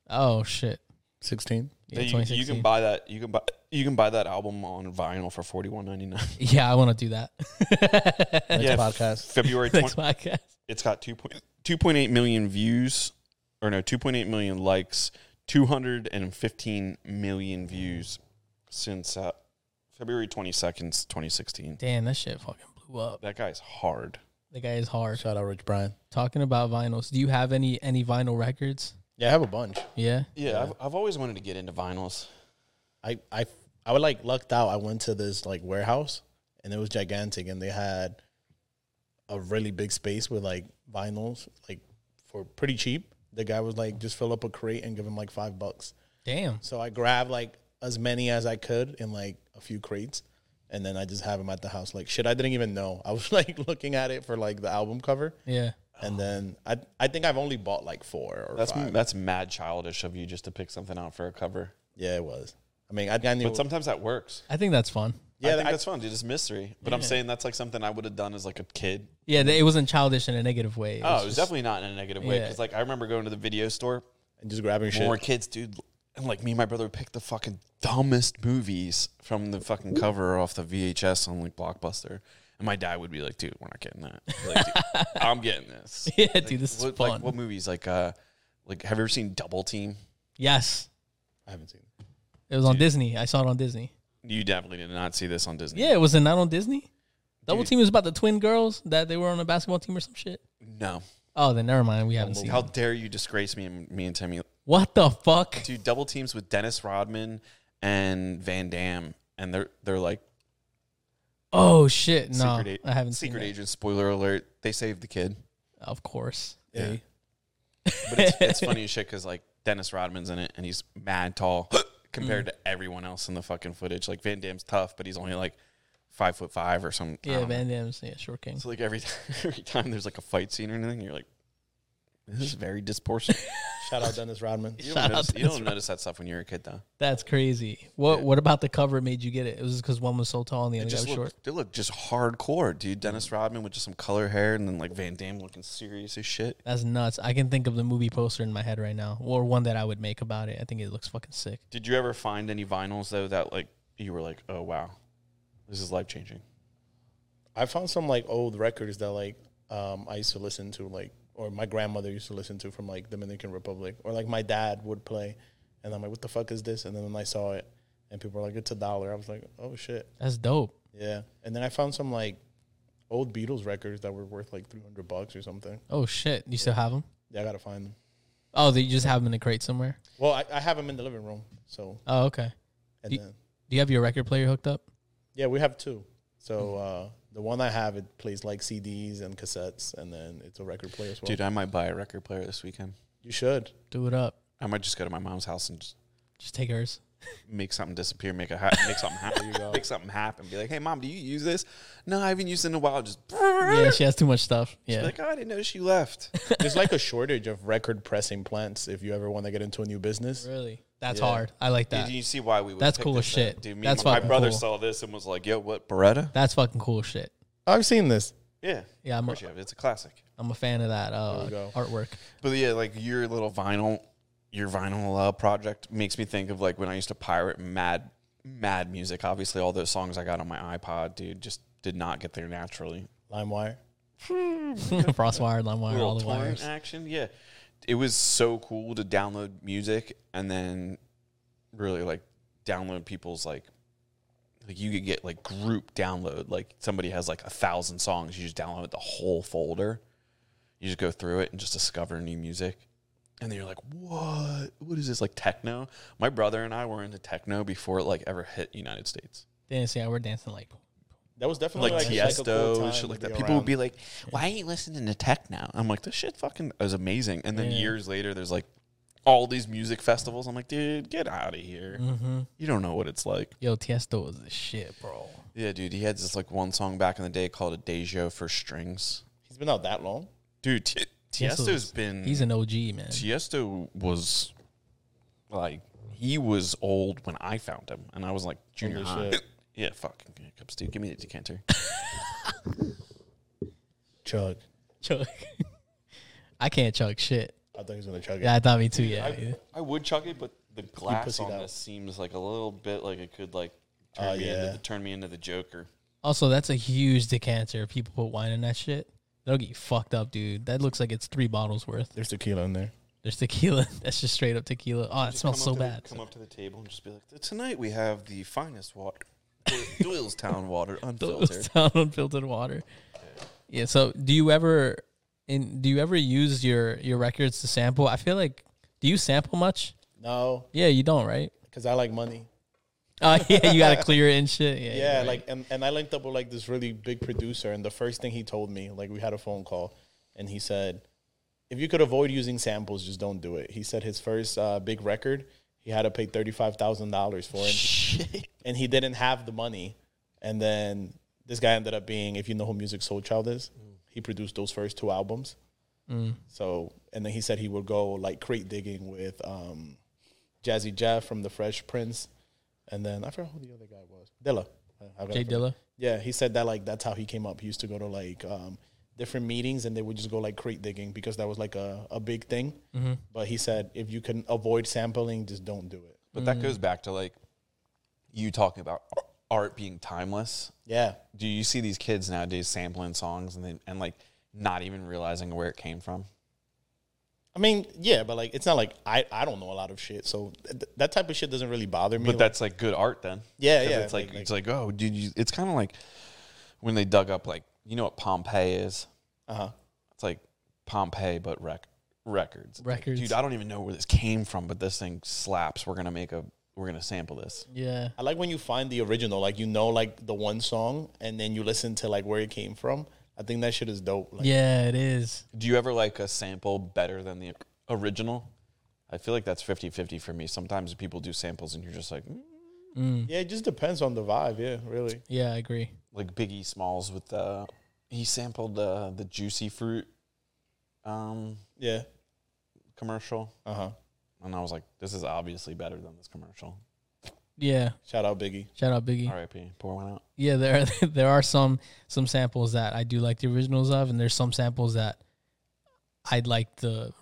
Speaker 2: Oh shit.
Speaker 3: 16.
Speaker 2: Yeah,
Speaker 1: That you- you,
Speaker 2: 2016.
Speaker 1: can buy that. You can buy. You can buy that album on vinyl for forty one ninety nine.
Speaker 2: Yeah, I want to
Speaker 1: (laughs)
Speaker 2: do that.
Speaker 3: Next
Speaker 1: Yeah,
Speaker 2: (laughs)
Speaker 3: podcast.
Speaker 1: (laughs) February. 20,
Speaker 2: Next podcast.
Speaker 1: it's got two point two point eight million views, or no, two point eight million likes, two hundred and fifteen million views since uh, February twenty second, twenty sixteen.
Speaker 2: Damn, that shit fucking blew up.
Speaker 1: That guy's hard.
Speaker 2: The guy is hard.
Speaker 3: Shout out Rich Brian.
Speaker 2: Talking about vinyls, do you have any any vinyl records?
Speaker 3: Yeah, I have a bunch.
Speaker 2: Yeah.
Speaker 1: Yeah, I've, I've always wanted to get into vinyls.
Speaker 3: I, I, I would like lucked out. I went to this like warehouse and it was gigantic and they had a really big space with like vinyls, like for pretty cheap. The guy was like, just fill up a crate and give him like five bucks.
Speaker 2: Damn.
Speaker 3: So I grabbed like as many as I could in like a few crates, and then I just have them at the house. Like shit, I didn't even know. I was (laughs) like looking at it for like the album cover,
Speaker 2: Yeah.
Speaker 3: and then I I think I've only bought like four or
Speaker 1: That's
Speaker 3: five.
Speaker 1: that's mad childish of you just to pick something out for a cover.
Speaker 3: yeah, it was. I mean, I, I knew.
Speaker 1: But sometimes that works.
Speaker 2: I think that's fun.
Speaker 1: Yeah, I
Speaker 3: yeah,
Speaker 1: think
Speaker 3: I-
Speaker 1: that's fun, dude. It's mystery. But I'm saying that's like something I would have done as like a kid.
Speaker 2: Yeah, th- it wasn't childish in a negative way. It
Speaker 1: oh,
Speaker 2: was
Speaker 1: it was
Speaker 2: just-
Speaker 1: definitely not in a negative way.
Speaker 2: Yeah.
Speaker 1: Because like I remember going to the video store
Speaker 3: and just grabbing
Speaker 1: when we were
Speaker 3: shit.
Speaker 1: kids, dude. And like me and my brother would pick the fucking dumbest movies from the fucking cover off the VHS on like Blockbuster. And my dad would be like, dude, we're not getting that. Like,
Speaker 2: (laughs)
Speaker 1: dude, I'm getting this.
Speaker 2: Yeah, dude, this is
Speaker 1: What,
Speaker 2: fun.
Speaker 1: like what movies? Like uh like have you ever seen Double Team?
Speaker 2: yes,
Speaker 3: I haven't seen. it.
Speaker 2: it was on Disney. I saw it on Disney.
Speaker 1: You definitely did not see this on Disney.
Speaker 2: Yeah, it was in not on Disney. Double
Speaker 1: Dude.
Speaker 2: Team was about the twin girls that they were on a basketball team or some shit.
Speaker 1: No.
Speaker 2: Oh, then never mind. We haven't seen.
Speaker 1: How
Speaker 2: it.
Speaker 1: dare you disgrace me and me and Timmy?
Speaker 2: What the fuck?
Speaker 1: Dude, double teams with Dennis Rodman and Van Damme, and they're they're like
Speaker 2: Oh shit! No,
Speaker 1: secret a-
Speaker 2: I haven't seen.
Speaker 1: secret
Speaker 2: that.
Speaker 1: agent. Spoiler alert: they saved the kid.
Speaker 2: Of course.
Speaker 1: Oh,
Speaker 3: Yeah.
Speaker 2: (laughs)
Speaker 1: But it's, it's funny as shit because like Dennis Rodman's in it, and he's mad tall (gasps)
Speaker 2: Mm.
Speaker 1: compared to everyone else in the fucking footage. Like Van Damme's tough, but he's only like five foot five or something.
Speaker 2: Yeah, Van Damme's yeah, Short King.
Speaker 1: So like every (laughs) time, every time there's like a fight scene or anything, you're like, this
Speaker 2: (laughs)
Speaker 1: is very disproportionate.
Speaker 3: Shout out Dennis Rodman.
Speaker 1: you
Speaker 2: Shout
Speaker 1: don't,
Speaker 2: out
Speaker 1: notice, you
Speaker 2: Dennis
Speaker 1: don't notice that stuff when you're a kid though.
Speaker 2: That's crazy. What What about the cover made you get it? It was because one was so tall and the other guy was
Speaker 1: just look,
Speaker 2: short.
Speaker 1: They look just hardcore, dude. Dennis Rodman with just some color hair, and then like Van Damme looking serious as shit.
Speaker 2: That's nuts. I can think of the movie poster in my head right now, or one that I would make about it. I think it looks fucking sick.
Speaker 1: Did you ever find any vinyls though that like you were like, oh wow, this is life changing?
Speaker 3: I found some like old records that like um, I used to listen to, like or my grandmother used to listen to from like Dominican Republic, or like my dad would play, and I'm like, what the fuck is this? And then when I saw it, and people were like, it's a dollar. I was like, oh shit,
Speaker 2: That's dope.
Speaker 3: yeah. And then I found some like old Beatles records that were worth like 300 bucks or something.
Speaker 2: Oh shit! You still have them?
Speaker 3: Yeah, I gotta find them.
Speaker 2: Oh, they you just have them in a crate somewhere.
Speaker 3: Well, I, I have them in the living room, so
Speaker 2: Oh, okay.
Speaker 3: and
Speaker 2: You-
Speaker 3: then
Speaker 2: Do you have your record player hooked up?
Speaker 3: yeah, we have two. So uh, the one I have it plays like CDs and cassettes, and then it's a record player as well.
Speaker 1: Dude, I might buy a record player this weekend.
Speaker 3: you should.
Speaker 2: Do it up.
Speaker 1: I might just go to my mom's house and just
Speaker 2: Just take hers.
Speaker 1: make something disappear, make a ha- make
Speaker 2: (laughs)
Speaker 1: something happen, make something happen. Be like, hey mom, do you use this? No, I haven't used it in a while. Just
Speaker 2: (laughs) Yeah, she has too much stuff.
Speaker 1: Be
Speaker 2: Yeah.
Speaker 1: like, oh, I didn't know she left.
Speaker 3: There's like a shortage of record pressing plants if you ever want to get into a new business.
Speaker 2: Really? That's
Speaker 3: Yeah.
Speaker 2: hard. I like
Speaker 1: Dude,
Speaker 2: (laughs) that.
Speaker 1: you see why we? would
Speaker 2: That's
Speaker 1: pick
Speaker 2: cool
Speaker 1: this
Speaker 2: as
Speaker 1: up.
Speaker 2: shit.
Speaker 1: Dude, me
Speaker 2: That's
Speaker 1: and my, my
Speaker 2: fucking
Speaker 1: brother
Speaker 2: cool.
Speaker 1: saw this and was like, yo, what Beretta?
Speaker 2: That's fucking cool shit.
Speaker 3: I've seen this.
Speaker 1: Yeah,
Speaker 2: Yeah, I'm
Speaker 1: of
Speaker 2: a,
Speaker 1: course you have. It's a classic.
Speaker 2: I'm a fan of that
Speaker 3: There
Speaker 2: uh,
Speaker 3: we go.
Speaker 2: artwork. (laughs)
Speaker 1: But yeah, like your little vinyl, your vinyl uh, project makes me think of like when I used to pirate mad, mad music. Obviously, all those songs I got on my iPod, dude, just did not get there naturally.
Speaker 3: LimeWire.
Speaker 2: Frostwire, LimeWire,
Speaker 1: Little
Speaker 2: all the
Speaker 1: torrent
Speaker 2: wires.
Speaker 1: action, yeah. It was so cool to download music and then really like download people's like. Like you could get like group download. Like somebody has like a thousand songs, you just download the whole folder. You just go through it and just discover new music. and then you're like, "What? What is this like techno?" My brother and I were into techno before it like ever hit United States,
Speaker 2: Didn't see how we're dancing like.
Speaker 3: That was definitely
Speaker 1: like,
Speaker 3: like, just, like, a cool
Speaker 1: Tiesto
Speaker 3: time
Speaker 1: and shit
Speaker 3: to
Speaker 1: like that.
Speaker 3: be
Speaker 1: People would
Speaker 3: around.
Speaker 1: be like, "Why ain't you listening to techno?" I'm like, "This shit fucking is amazing." And then
Speaker 2: Yeah.
Speaker 1: years later, there's like all these music festivals. I'm like, "Dude, get out of here!
Speaker 2: Mm-hmm.
Speaker 1: You don't know what it's like."
Speaker 2: Yo, Tiesto was the shit, bro.
Speaker 1: Yeah, dude, he had this like one song back in the day called "A Dejo for Strings."
Speaker 3: He's been out that long.
Speaker 1: Dude, T-
Speaker 2: Tiesto's-
Speaker 1: Tiesto's been
Speaker 2: He's an OG man. (laughs)
Speaker 1: Tiesto was like he was old when I found him, and I was like junior (laughs)
Speaker 3: Holy
Speaker 1: high.
Speaker 3: shit.
Speaker 1: Yeah, fucking cups, dude. Give me the decanter.
Speaker 3: Chug.
Speaker 2: Chug. I can't chug shit.
Speaker 3: I thought he was gonna chug it.
Speaker 2: Yeah, I thought me too. Yeah. yeah.
Speaker 1: I, I would chuck it, but the glass
Speaker 3: pussied
Speaker 1: on
Speaker 3: out.
Speaker 1: this seems like a little bit like it could like turn
Speaker 3: Oh,
Speaker 1: me into
Speaker 3: yeah.
Speaker 1: the, turn me into the Joker.
Speaker 2: Also, that's a huge decanter. If people put wine in that shit, they'll get you fucked up, dude. That looks like it's three bottles worth.
Speaker 3: There's tequila in there.
Speaker 2: There's tequila. (laughs) That's just straight up tequila. Oh, it
Speaker 1: Just come
Speaker 2: smells so
Speaker 1: up to the-
Speaker 2: bad. (laughs)
Speaker 1: come up to the table and just be like, "Tonight we have the finest water, Doylestown water, unfiltered."
Speaker 2: Down (laughs) unfiltered water. Yeah. So, do you ever in do you ever use your your records to sample? I feel like do you sample much?
Speaker 3: No,
Speaker 2: Yeah, you don't, right?
Speaker 3: because I like money.
Speaker 2: Oh (laughs) yeah, you gotta clear it and shit. Yeah.
Speaker 3: Yeah,
Speaker 2: you're
Speaker 3: like and, and I linked up with like this really big producer, and the first thing he told me, like we had a phone call, and he said, if you could avoid using samples, just don't do it. He said his first uh, big record, he had to pay thirty five thousand dollars for, and, and he didn't have the money. And then this guy ended up being, if you know who Music Soul Child is, he produced those first two albums. So, and then he said he would go like crate digging with um, Jazzy Jeff from The Fresh Prince, and then I forgot who the other guy was, Dilla. I- I
Speaker 2: Jay
Speaker 3: forgot.
Speaker 2: Dilla.
Speaker 3: Yeah, he said that like that's how he came up. He used to go to like um, different meetings and they would just go like crate digging because that was like a, a big thing.
Speaker 2: Mm-hmm.
Speaker 3: But he said if you can avoid sampling, just don't do it.
Speaker 1: But that goes back to like you talking about ar- art being timeless.
Speaker 3: Yeah,
Speaker 1: Do you see these kids nowadays sampling songs and then and like not even realizing where it came from?
Speaker 3: I mean, yeah, but like it's not like I I don't know a lot of shit, so th- th- that type of shit doesn't really bother me.
Speaker 1: But
Speaker 3: Like,
Speaker 1: that's like good art then.
Speaker 3: Yeah,
Speaker 1: 'Cause
Speaker 3: yeah,
Speaker 1: It's like,
Speaker 3: like-
Speaker 1: it's like oh, did you? It's kind of like when they dug up like you know what Pompeii is.
Speaker 3: uh-huh.
Speaker 1: It's like Pompeii, but rec- records. It's like,
Speaker 2: Records.
Speaker 1: dude. I don't even know where this came from, but this thing slaps. We're gonna make a. We're gonna sample this.
Speaker 2: Yeah.
Speaker 3: I like when you find the original, like you know, like the one song, and then you listen to like where it came from. I think that shit is dope. Like,
Speaker 2: Yeah, it is.
Speaker 1: Do you ever like a sample better than the original? I feel like that's 50-50 for me. Sometimes people do samples and you're just like, mm.
Speaker 3: yeah, it just depends on the vibe. Yeah, really.
Speaker 2: Yeah, I agree.
Speaker 1: like Biggie Smalls with the he sampled uh, the juicy fruit um,
Speaker 3: Yeah.
Speaker 1: commercial,
Speaker 3: Uh huh.
Speaker 1: and I was like, this is obviously better than this commercial.
Speaker 2: Yeah.
Speaker 3: Shout out Biggie.
Speaker 2: Shout out Biggie.
Speaker 1: R.I.P. Pour one out.
Speaker 2: Yeah, there are, (laughs) there are some some samples that I do like the originals of, and there's some samples that I'd like the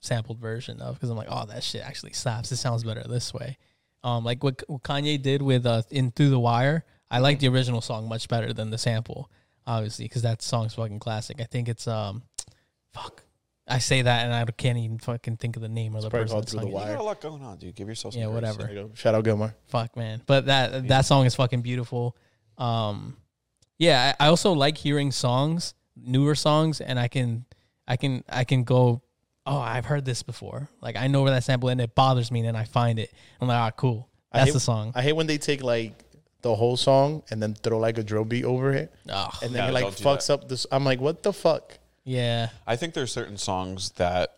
Speaker 2: sampled version of because I'm like, oh, that shit actually slaps. It sounds better this way. Um, like what, what Kanye did with uh, in Through the Wire, I like the original song much better than the sample, obviously, because that song's fucking classic. I think it's um, fuck, I say that and I can't even fucking think of the name of the
Speaker 3: probably
Speaker 2: person.
Speaker 3: called
Speaker 2: that
Speaker 3: Through the
Speaker 2: sung it.
Speaker 1: You
Speaker 3: Wire.
Speaker 1: got a lot going on, dude. Give yourself some
Speaker 2: Yeah,
Speaker 1: grace.
Speaker 2: whatever.
Speaker 3: There you go. Shout out Gilmore.
Speaker 2: fuck man but that that song is fucking beautiful um yeah I, I also like hearing songs newer songs and i can i can i can go oh i've heard this before like i know where that sample and it bothers me and then i find it i'm like ah cool
Speaker 3: I
Speaker 2: that's
Speaker 3: hate-
Speaker 2: the song
Speaker 3: I hate when they take like the whole song and then throw like a drill beat over it,
Speaker 2: Ugh.
Speaker 3: and then
Speaker 1: No,
Speaker 3: it like
Speaker 1: don't do
Speaker 3: fucks up this. I'm like, what the fuck?
Speaker 2: yeah
Speaker 1: I think there's certain songs that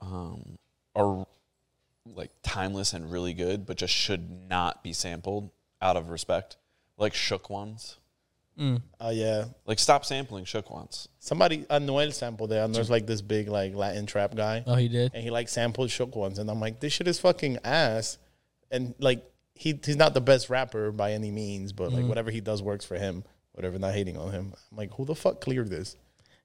Speaker 1: um, are like timeless and really good, but just should not be sampled out of respect. Like shook ones.
Speaker 3: Oh yeah,
Speaker 1: Like stop sampling shook ones.
Speaker 3: somebody uh, Anuel sampled it. Anuel's like this big like Latin trap guy,
Speaker 2: oh he did
Speaker 3: and he like sampled shook ones, and I'm like, this shit is fucking ass, and like he he's not the best rapper by any means, but
Speaker 2: Mm-hmm.
Speaker 3: like whatever he does works for him. Whatever, not hating on him. I'm like, who the fuck cleared this?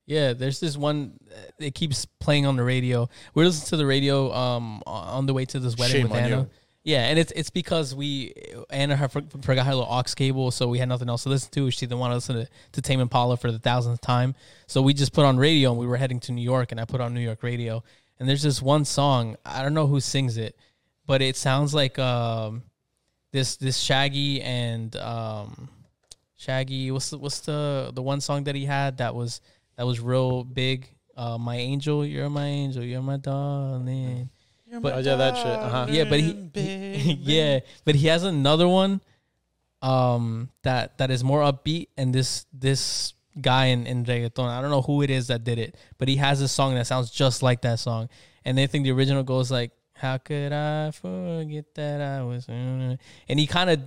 Speaker 2: yeah there's this one uh, it keeps playing on the radio we're listening to the radio um on the way to this wedding
Speaker 3: Shame
Speaker 2: with
Speaker 3: on
Speaker 2: anna
Speaker 3: you.
Speaker 2: Yeah, and it's it's aux we Anna her, forgot her little aux cable, so we had nothing else to listen to. She didn't want to listen to, to Tame Impala for the thousandth time, so we just put on radio, and we were heading to New York, and I put on New York radio, and there's this one song I don't know who sings it, but it sounds like um this this Shaggy and um Shaggy what's the, what's the the one song that he had that was that was real big uh my angel you're my angel you're my darling
Speaker 3: oh yeah, that shit. Uh-huh.
Speaker 2: yeah, but he, he- (laughs) yeah, but he has another one um that that is more upbeat and this this guy in, in reggaeton, I don't know who it is that did it, but he has a song that sounds just like that song. And they think the original goes like, How could I forget that I was and he kind of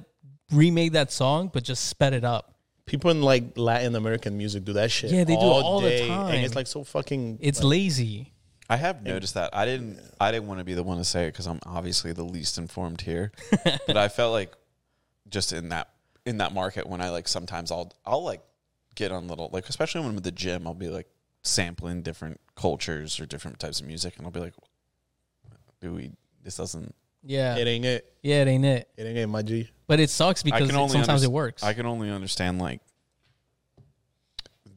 Speaker 2: remade that song but just sped it up.
Speaker 3: People in like Latin American music do that shit.
Speaker 2: Yeah, they do it all the
Speaker 3: and it's
Speaker 2: time.
Speaker 3: like so fucking.
Speaker 2: It's lazy.
Speaker 1: I have noticed that. I didn't I didn't want to be the one to say it because I'm obviously the least informed (laughs) here. but I felt like just in that in that market when I like sometimes I'll I'll like get on little like especially when I'm at the gym, I'll be like sampling different cultures or different types of music, and I'll be like, "Do we? This doesn't."
Speaker 2: Yeah,
Speaker 3: It ain't it.
Speaker 2: yeah, it ain't it.
Speaker 3: It ain't it, my G.
Speaker 2: But it sucks because
Speaker 1: can
Speaker 2: it-
Speaker 1: only
Speaker 2: sometimes it
Speaker 1: underst-
Speaker 2: works.
Speaker 1: I can only understand like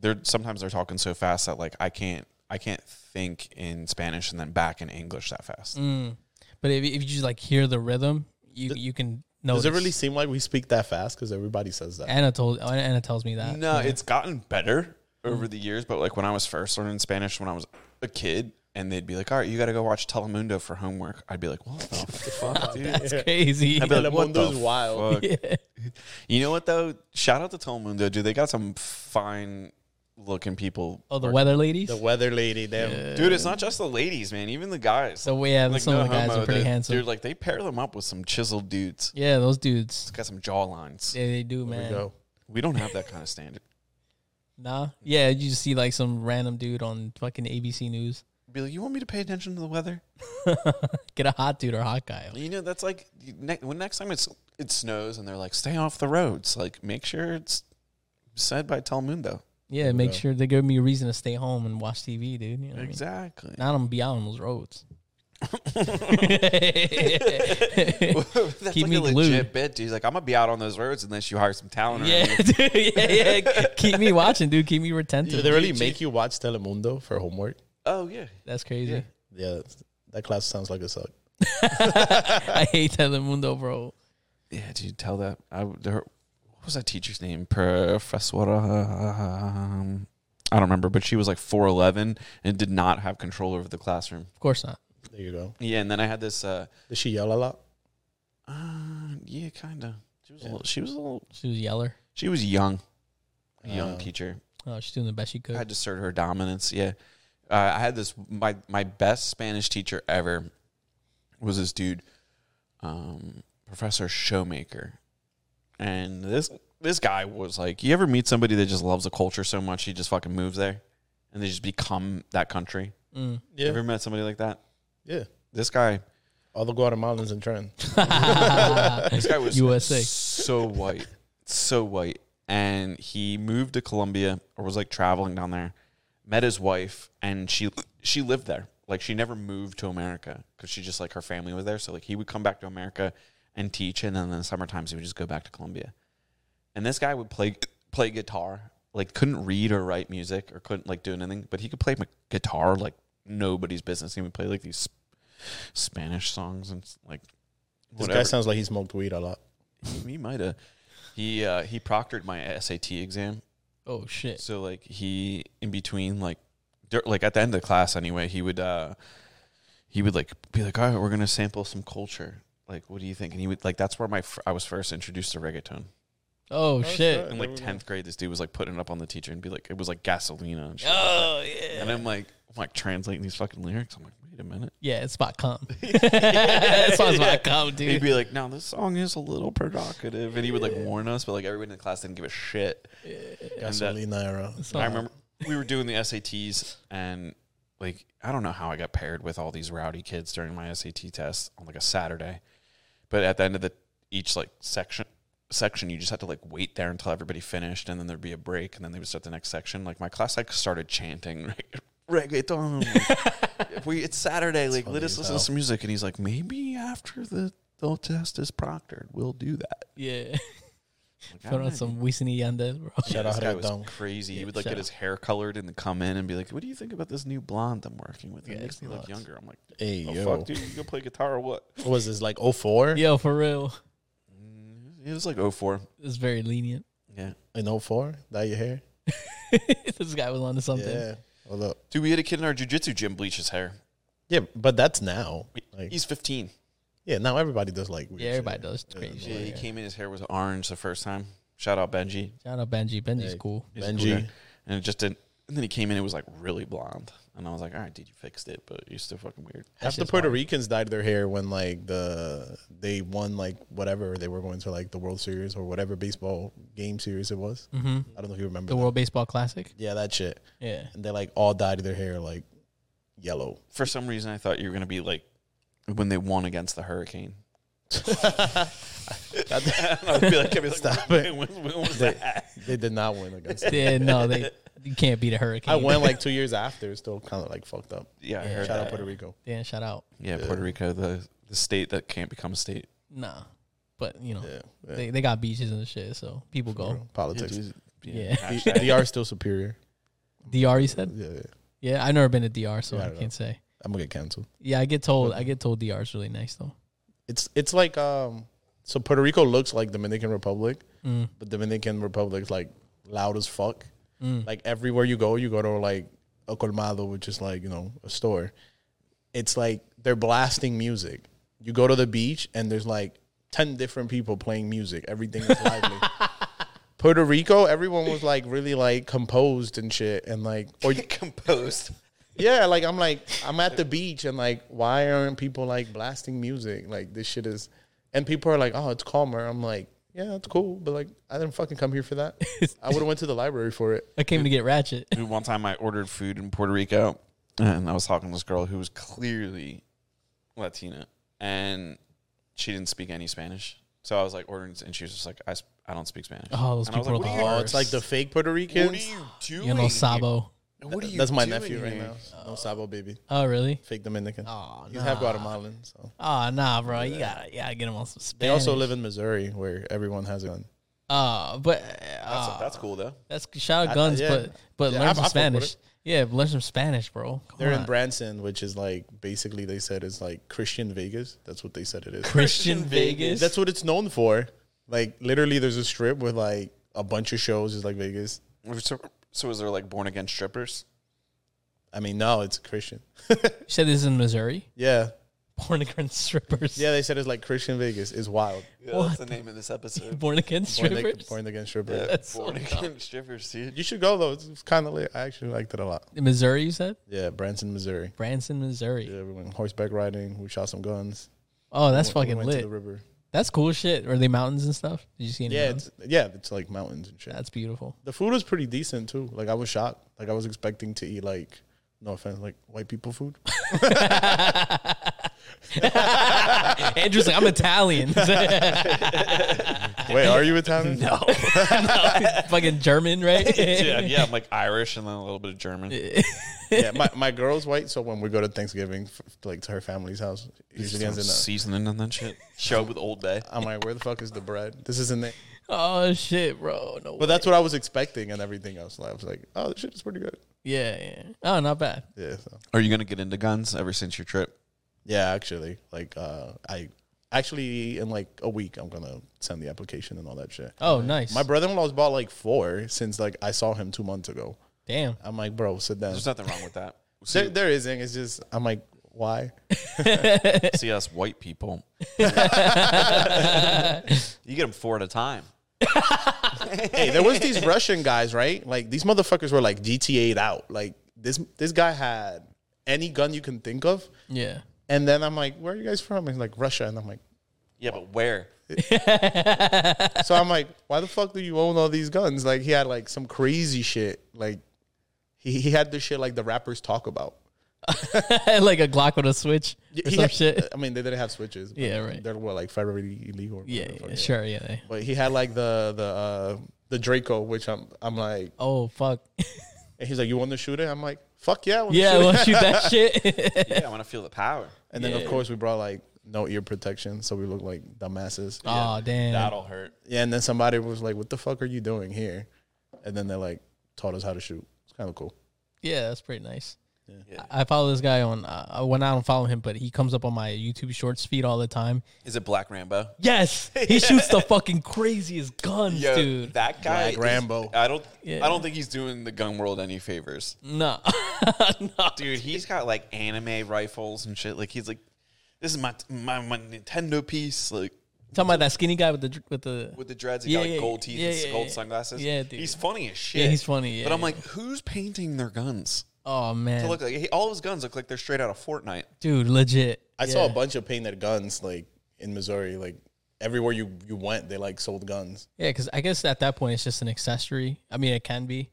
Speaker 1: they're sometimes they're talking so fast that like I can't I can't think in Spanish and then back in English that fast.
Speaker 2: Mm. But if, if you just like hear the rhythm, you you can know.
Speaker 3: Does it really seem like we speak that fast? Because everybody says that.
Speaker 2: Anna told Anna tells me that.
Speaker 1: No,
Speaker 2: Uh, Yeah. Mm.
Speaker 1: it's gotten better over the years, but like when I was first learning Spanish when I was a kid and they'd be like, "All right, you got to go watch Telemundo for homework." I'd be like, "What
Speaker 2: (laughs)
Speaker 1: the fuck, dude?"
Speaker 2: It's crazy.
Speaker 1: I'd be like,
Speaker 3: Telemundo
Speaker 1: "What the
Speaker 3: is wild."
Speaker 1: fuck?" (laughs) You know what though? Shout out to Telemundo, dude. They got some fine looking people.
Speaker 2: (laughs) Oh, the weather ladies.
Speaker 3: (laughs) The weather lady, damn.
Speaker 1: Dude, it's not just the ladies, man. Even the guys.
Speaker 2: so yeah, some of the guys
Speaker 1: homo,
Speaker 2: are pretty
Speaker 1: they-
Speaker 2: handsome.
Speaker 1: Dude, like they pair them up with some chiseled dudes.
Speaker 2: yeah, those dudes.
Speaker 1: It's got some jaw lines.
Speaker 2: Yeah, they do,
Speaker 3: There we
Speaker 2: man.
Speaker 3: go.
Speaker 1: We don't have that kind of standard.
Speaker 2: Nah. Yeah, you just see like some random dude on fucking ABC News. (laughs)
Speaker 1: Be like, you want me to pay attention to the weather?
Speaker 2: Get a hot dude or a hot guy.
Speaker 1: You know, that's like you- ne- when next time it's it snows and they're like, stay off the roads. Like, make sure it's said by Telemundo.
Speaker 2: Yeah, make
Speaker 3: go.
Speaker 2: sure they give me a reason to stay home and watch TV, dude. You
Speaker 1: Mm-hmm.
Speaker 2: know what I mean?
Speaker 1: Exactly. (laughs)
Speaker 2: Now I'm gonna be out on those roads.
Speaker 1: that's
Speaker 2: Keep
Speaker 1: like
Speaker 2: me
Speaker 1: a legit
Speaker 2: glued.
Speaker 1: bitch. He's like, I'm gonna be out on those roads unless you hire some talent.
Speaker 2: Yeah,
Speaker 1: Yeah.
Speaker 2: dude, yeah, yeah. Keep me watching, dude. Keep me retentive.
Speaker 3: Did they really make you watch Telemundo for homework?
Speaker 1: Oh yeah.
Speaker 2: That's crazy.
Speaker 1: Yeah.
Speaker 3: Yeah, that's- that class sounds like it sucked.
Speaker 2: (laughs) I hate Telemundo, bro.
Speaker 1: Yeah. Did you tell that? I would- her, what was that teacher's name? Professor. Um, I don't remember, but she was like 4'11 and did not have control over the classroom.
Speaker 2: Of course not.
Speaker 3: There you go.
Speaker 1: Yeah, and then I had this. Uh,
Speaker 3: Did she yell a lot?
Speaker 1: uh yeah, kind of. She was a
Speaker 3: Yeah.
Speaker 1: little. She was a little.
Speaker 2: She was a yeller.
Speaker 1: She was young, a young
Speaker 3: Uh,
Speaker 1: teacher.
Speaker 2: Oh, she's doing the best she
Speaker 1: I
Speaker 2: could.
Speaker 1: had to assert her dominance. Yeah, uh, I had this my my best Spanish teacher ever was this dude, um, Professor Showmaker, and this this guy was like, you ever meet somebody that just loves a culture so much he just fucking moves there, and they just become that country.
Speaker 2: Mm.
Speaker 3: Yeah.
Speaker 1: Ever met somebody like that?
Speaker 3: Yeah.
Speaker 1: This guy,
Speaker 3: All the Guatemalans in trend.
Speaker 1: this guy was
Speaker 2: USA.
Speaker 1: so white, so white, and he moved to Colombia or was like traveling down there. Met his wife, and she she lived there. Like she never moved to America because she just like her family was there. So like he would come back to America and teach, and then in the summer times he would just go back to Colombia. And this guy would play play guitar, like couldn't read or write music or couldn't like do anything, but he could play m- guitar like nobody's business. He would play like these sp- Spanish songs and like
Speaker 3: This guy sounds like he smoked weed a lot.
Speaker 1: he might have. He uh, he proctored my SAT exam.
Speaker 2: Oh shit.
Speaker 1: So like he in between like dur- like at the end of the class anyway, he would uh he would like be like, "All right, we're going to sample some culture." Like, what do you think? And he would like that's where my fr- I was first introduced to reggaeton.
Speaker 2: Oh, shit.
Speaker 3: shit.
Speaker 1: In like 10th grade, this dude was like putting it up on the teacher and be like it was like Gasolina and shit.
Speaker 2: Oh yeah.
Speaker 1: And I'm like I'm like translating these fucking lyrics. I'm like, "Wait a minute."
Speaker 2: Yeah, it's about (laughs) cum. that song's about cum,
Speaker 1: He'd
Speaker 2: dude.
Speaker 1: be like, "No, this song is a little provocative." And he would like warn us, but like everyone in the class didn't give a shit. And that-
Speaker 3: Gasolina era.
Speaker 2: So-
Speaker 1: I remember we were doing the SATs and like I don't know how I got paired with all these rowdy kids during my SAT test on like a Saturday. But at the end of the each like section section you just had to like wait there until everybody finished and then there'd be a break and then they would start the next section. Like my class like started chanting (laughs) like reggaeton. If we it's Saturday, like let
Speaker 3: funny
Speaker 1: us
Speaker 3: as
Speaker 1: listen
Speaker 3: hell.
Speaker 1: to some music and he's like, Maybe after the the test is proctored, we'll do that.
Speaker 2: Yeah.
Speaker 1: Like,
Speaker 2: Put on
Speaker 1: alright.
Speaker 2: some Wisin y Yandel, bro.
Speaker 3: Shout
Speaker 1: Yeah,
Speaker 3: out
Speaker 1: this guy
Speaker 3: to
Speaker 1: was
Speaker 3: Dong.
Speaker 1: crazy. He
Speaker 2: Yeah,
Speaker 1: would like
Speaker 2: shout
Speaker 1: get
Speaker 2: out.
Speaker 1: his hair colored and come in and be like, "What do you think about this new blonde I'm working with? It
Speaker 2: Yeah,
Speaker 1: makes
Speaker 2: it's
Speaker 1: me look
Speaker 2: nuts.
Speaker 1: younger." I'm like,
Speaker 3: Hey,
Speaker 1: "Oh
Speaker 3: yo.
Speaker 1: fuck, dude, you go play guitar or what?"
Speaker 3: What was this, like 04?
Speaker 2: Yo, for real.
Speaker 1: It Mm, was like 04.
Speaker 2: It's very lenient. (laughs)
Speaker 1: Yeah,
Speaker 3: In 04? Dye your hair?
Speaker 2: this guy was onto something.
Speaker 3: Yeah. Hold up.
Speaker 1: dude, we had a kid in our jujitsu gym bleach his hair.
Speaker 3: Yeah, but that's now. Like,
Speaker 1: He's 15.
Speaker 3: yeah, now everybody does like weird
Speaker 2: Yeah, everybody
Speaker 3: shit.
Speaker 2: does
Speaker 3: Yeah,
Speaker 2: crazy
Speaker 1: Yeah, he
Speaker 2: shit.
Speaker 1: came in. His hair was orange the first time. Shout out Benji.
Speaker 2: Shout out Benji. Benji's
Speaker 3: Hey.
Speaker 2: cool.
Speaker 1: He's a cool
Speaker 3: Benji.
Speaker 1: guy. and it just didn't. And then he came in. It was like really blonde, and I was like, "All right, dude, you fixed it, but you're still fucking weird."
Speaker 3: Half the
Speaker 2: shit's
Speaker 3: Puerto
Speaker 2: hard.
Speaker 3: Ricans dyed their hair when like the they won like whatever they were going to like the World Series or whatever baseball game series it was.
Speaker 2: hmm
Speaker 3: I don't know if you remember.
Speaker 2: The
Speaker 3: that.
Speaker 2: World Baseball Classic.
Speaker 3: Yeah, that shit.
Speaker 2: Yeah.
Speaker 3: And they like all dyed their hair like yellow.
Speaker 1: For some reason, I thought you were gonna be like when they won against the Hurricane. (laughs) I'd be like, I'd be like
Speaker 3: (laughs)
Speaker 1: (laughs)
Speaker 3: Stop
Speaker 1: when, when, when was that?
Speaker 3: They did not win against. It.
Speaker 2: Yeah, no, they you can't beat a hurricane.
Speaker 3: I
Speaker 2: (laughs)
Speaker 3: went like two years after. It's still kind of like fucked up.
Speaker 1: Yeah, I heard
Speaker 3: Shout
Speaker 1: that.
Speaker 3: out Puerto Rico.
Speaker 2: Yeah, shout out.
Speaker 1: Yeah, Puerto Rico, the the state that can't become a state.
Speaker 2: Nah, but you know
Speaker 3: Yeah, yeah.
Speaker 2: they they got beaches and shit, so people go.
Speaker 3: politics.
Speaker 2: (laughs) Yeah.
Speaker 3: D- DR is still superior.
Speaker 2: DR, you said.
Speaker 3: Yeah, yeah.
Speaker 2: Yeah, I've never been to DR, so
Speaker 3: Yeah, I
Speaker 2: I
Speaker 3: don't
Speaker 2: can't say.
Speaker 3: I'm gonna get canceled.
Speaker 2: Yeah, I get told. I get told DR is really nice though.
Speaker 3: It's it's like um. So Puerto Rico looks like Dominican Republic,
Speaker 2: Mm.
Speaker 3: but Dominican Republic's like loud as fuck.
Speaker 2: Mm.
Speaker 3: Like everywhere you go, you go to like a colmado, which is like you know a store. It's like they're blasting music. You go to the beach and there's like ten different people playing music. Everything is lively. Puerto Rico, everyone was like really like composed and shit, and like or
Speaker 1: composed.
Speaker 3: yeah, like I'm like I'm at the beach and like why aren't people like blasting music? Like this shit is, and people are like, oh, it's calmer. I'm like, yeah, that's cool, but like I didn't fucking come here for that.
Speaker 1: (laughs)
Speaker 3: I would have went to the library for it.
Speaker 2: I came to get
Speaker 3: (laughs)
Speaker 2: ratchet. (laughs)
Speaker 1: Dude, one time I ordered food in Puerto Rico, and I was talking to this girl who was clearly Latina, and she didn't speak any Spanish. So I was like ordering, and she was just like, "I, sp- I don't speak Spanish."
Speaker 2: Oh, those
Speaker 1: And I was
Speaker 2: people
Speaker 1: like,
Speaker 2: are
Speaker 1: what
Speaker 2: the
Speaker 1: are
Speaker 3: Oh,
Speaker 1: you-
Speaker 3: it's like the fake Puerto
Speaker 1: What are
Speaker 3: Ricans.
Speaker 1: you doing?
Speaker 2: You know, Sabo.
Speaker 1: What are you?
Speaker 3: That's my
Speaker 1: doing
Speaker 3: nephew right
Speaker 1: here?
Speaker 3: now. No sabo baby,
Speaker 2: Oh, really?
Speaker 3: fake Dominican.
Speaker 2: Oh,
Speaker 3: He's
Speaker 2: nah.
Speaker 3: half Guatemalan. So
Speaker 2: Oh, nah, bro. You gotta, yeah, get them on some Spanish.
Speaker 3: they also live in Missouri where everyone has a gun.
Speaker 2: Uh, but uh,
Speaker 1: That's,
Speaker 2: that's,
Speaker 1: that's cool though.
Speaker 2: shout out guns,
Speaker 3: yeah.
Speaker 2: but but
Speaker 3: Yeah, I-
Speaker 2: learn
Speaker 3: I
Speaker 2: some
Speaker 3: fuck with
Speaker 2: Spanish. Yeah, learn some Spanish, bro. Come
Speaker 3: They're in
Speaker 2: on.
Speaker 3: Branson, which is like basically they said is like Christian Vegas. That's what they said it is.
Speaker 2: Christian Vegas.
Speaker 3: That's what it's known for. Like literally, there's a strip with like a bunch of shows, just like Vegas.
Speaker 2: Ah.
Speaker 1: So, so is there like born again strippers?
Speaker 3: I mean, no, it's Christian. (laughs)
Speaker 2: you said. This is in Missouri.
Speaker 3: Yeah,
Speaker 2: Born again strippers.
Speaker 3: yeah. They said it's like Christian Vegas. It's wild.
Speaker 1: Yeah,
Speaker 2: What?
Speaker 1: the name of this episode.
Speaker 2: Born again
Speaker 3: Born,
Speaker 2: strippers.
Speaker 3: ag- born again
Speaker 2: (laughs)
Speaker 3: stripper.
Speaker 2: That's so
Speaker 1: born
Speaker 2: dumb.
Speaker 1: again strippers, dude.
Speaker 3: You should go though. It's, it's kind of lit. I actually liked it a lot.
Speaker 2: In Missouri, you said
Speaker 3: Yeah, Branson, Missouri.
Speaker 2: Branson, Missouri.
Speaker 3: Yeah, we went horseback riding. We shot some guns.
Speaker 2: Oh, that's
Speaker 3: We- we
Speaker 2: fucking
Speaker 3: went
Speaker 2: lit.
Speaker 3: To the river.
Speaker 2: That's cool shit. Are they mountains and stuff? Did you see any
Speaker 3: Yeah,
Speaker 2: mountains?
Speaker 3: it's, yeah. It's like mountains and shit.
Speaker 2: That's beautiful.
Speaker 3: the food was pretty decent too. Like I was shocked. Like I was expecting to eat like no offense, like white people food.
Speaker 2: Andrew's like, I'm
Speaker 3: (laughs)
Speaker 2: Italian. (laughs)
Speaker 3: Wait, are you Italian?
Speaker 2: no. No, fucking German, right?
Speaker 1: (laughs) yeah, yeah. I'm like Irish and then a little bit of German.
Speaker 3: (laughs) yeah, my, my girl's white, so when we go to Thanksgiving, f- like to her family's house, usually ends in a,
Speaker 1: seasoning and that shit. Show up with Old Bay.
Speaker 3: I'm like, where the fuck is the bread? This isn't it.
Speaker 2: Oh shit, bro. No.
Speaker 3: But that's what I was expecting and everything else. Like, I was like, oh, this shit is pretty good.
Speaker 2: yeah, yeah. Oh, not bad.
Speaker 3: Yeah, so.
Speaker 1: Are you gonna get into guns ever since your trip?
Speaker 3: yeah, actually, like, uh, I actually in like a week, I'm gonna send the application and all that shit.
Speaker 2: Oh, nice.
Speaker 3: My brother-in-law's bought like four since like I saw him two months ago.
Speaker 2: Damn.
Speaker 3: I'm like, bro, sit down.
Speaker 1: There's nothing wrong with that. See,
Speaker 3: There, there isn't. It's just I'm like, why?
Speaker 1: see us white
Speaker 2: (laughs)
Speaker 1: people. you get them four at a time.
Speaker 3: hey, there
Speaker 2: (laughs)
Speaker 3: was these Russian guys, right? Like these motherfuckers were like GTA'd out. Like this this guy had any gun you can think of.
Speaker 2: Yeah. (laughs)
Speaker 3: And then I'm like, where are you guys from? And he's like Russia. And I'm like,
Speaker 1: Yeah, but where?
Speaker 3: so I'm like, why the fuck do you own all these guns? Like he had like some crazy shit. Like he, he had the shit like the rappers talk about.
Speaker 2: like a Glock with a switch or
Speaker 3: He
Speaker 2: some
Speaker 3: had-
Speaker 2: shit.
Speaker 3: (laughs) I mean, they didn't have switches. but
Speaker 2: Yeah, right.
Speaker 3: They were like federally illegal. or
Speaker 2: Yeah,
Speaker 3: whatever.
Speaker 2: yeah, sure. Yeah. they-
Speaker 3: But he had like the the uh, the Draco, which I'm I'm like,
Speaker 2: Oh
Speaker 3: (laughs)
Speaker 2: fuck.
Speaker 3: and he's like, you want to shoot it? I'm like, fuck yeah. I wanna
Speaker 2: Yeah,
Speaker 3: shoot it."
Speaker 2: we'll shoot that
Speaker 3: (laughs)
Speaker 2: shit. (laughs)
Speaker 1: Yeah, I want to feel the power.
Speaker 3: And then of course we brought like no ear protection, so we look like dumbasses.
Speaker 2: oh
Speaker 1: (laughs)
Speaker 2: damn.
Speaker 1: That'll hurt.
Speaker 3: Yeah, and then somebody was like, "What the fuck are you doing here?" And then they like taught us how to shoot. It's kind of cool.
Speaker 2: Yeah, that's pretty nice.
Speaker 1: Yeah.
Speaker 2: I I follow this guy on. Uh, I- when I don't follow him, but he comes up on my YouTube Shorts feed all the time.
Speaker 1: Is it Black Rambo?
Speaker 2: Yes,
Speaker 1: (laughs)
Speaker 2: he shoots the fucking craziest guns,
Speaker 1: Yo,
Speaker 2: dude.
Speaker 1: that guy
Speaker 3: Black
Speaker 1: is-
Speaker 3: Rambo.
Speaker 1: I don't.
Speaker 2: Yeah.
Speaker 1: I don't think he's doing the gun world any favors,
Speaker 2: no, no,
Speaker 1: dude. He's got like anime rifles and shit. Like he's like, this is my my, my Nintendo piece. Like
Speaker 2: (laughs) Talking about that skinny guy with the with the
Speaker 1: with the dreads, he
Speaker 2: Yeah,
Speaker 1: got like
Speaker 2: yeah,
Speaker 1: gold
Speaker 2: yeah,
Speaker 1: teeth
Speaker 2: yeah,
Speaker 1: and
Speaker 2: yeah,
Speaker 1: gold
Speaker 2: yeah.
Speaker 1: sunglasses.
Speaker 2: Yeah, dude.
Speaker 1: he's funny as shit.
Speaker 2: Yeah, he's funny, yeah,
Speaker 1: but I'm
Speaker 2: yeah.
Speaker 1: like, who's painting their guns?
Speaker 2: oh man,
Speaker 1: They look like he, all his guns look like they're straight out of Fortnite.
Speaker 2: dude, legit.
Speaker 3: I saw a
Speaker 2: Yeah.
Speaker 3: bunch of painted guns like in Missouri, like everywhere you you went, they like sold guns.
Speaker 2: Yeah, because I guess at that point it's just an accessory. I mean, it can be.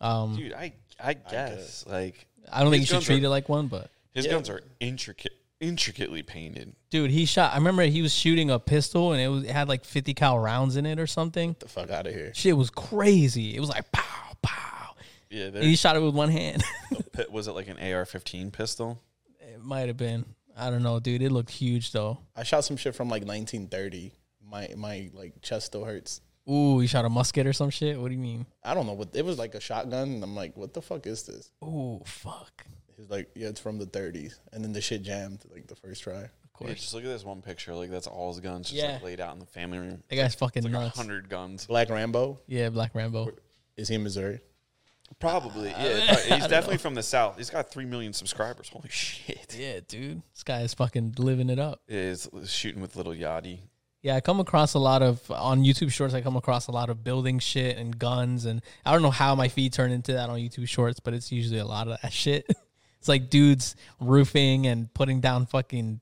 Speaker 2: Um,
Speaker 1: Dude, I I guess like
Speaker 2: I don't
Speaker 1: His
Speaker 2: think you should
Speaker 1: guns are-
Speaker 2: treat it like one, but
Speaker 1: his guns are intricate. intricately painted.
Speaker 2: Dude, he shot. I remember he was shooting a pistol and it, was, it had like 50 cal rounds in it or something.
Speaker 3: the fuck out of here.
Speaker 2: Shit was crazy. It was like pow, pow.
Speaker 1: Yeah,
Speaker 2: And he shot it with one hand. (laughs)
Speaker 1: pi- was it like an AR-15 pistol?
Speaker 2: it might have been. I don't know, dude. It looked huge though.
Speaker 3: I shot some shit from like 1930. My my like chest still hurts.
Speaker 2: Ooh, he shot a musket or some shit. What do you mean?
Speaker 3: I don't know what it was like a shotgun, and I'm like, what the fuck is this?
Speaker 2: Ooh, fuck.
Speaker 3: He's like, yeah, it's from the 30s, and then the shit jammed like the first try.
Speaker 2: Of
Speaker 1: Yeah,
Speaker 2: course.
Speaker 1: just look at this one picture. Like that's all his guns, just
Speaker 2: Yeah. Uh,
Speaker 1: like laid out in the family room.
Speaker 2: That guy's fucking
Speaker 1: It's like a
Speaker 2: nuts.
Speaker 1: hundred guns.
Speaker 3: Black Rambo
Speaker 2: Yeah, Black Rambo.
Speaker 3: is he in Missouri?
Speaker 2: (laughs)
Speaker 1: Probably, yeah. probably. He's definitely from the south. He's got three million subscribers. Holy shit!
Speaker 2: Yeah, dude. This guy is fucking living it up.
Speaker 1: Is shooting with little Yachty.
Speaker 2: Yeah, I come across a lot of on YouTube Shorts. I come across a lot of building shit and guns, and I don't know how my feed turned into that on YouTube Shorts, but it's usually a lot of that (laughs) shit. it's like dudes roofing and putting down fucking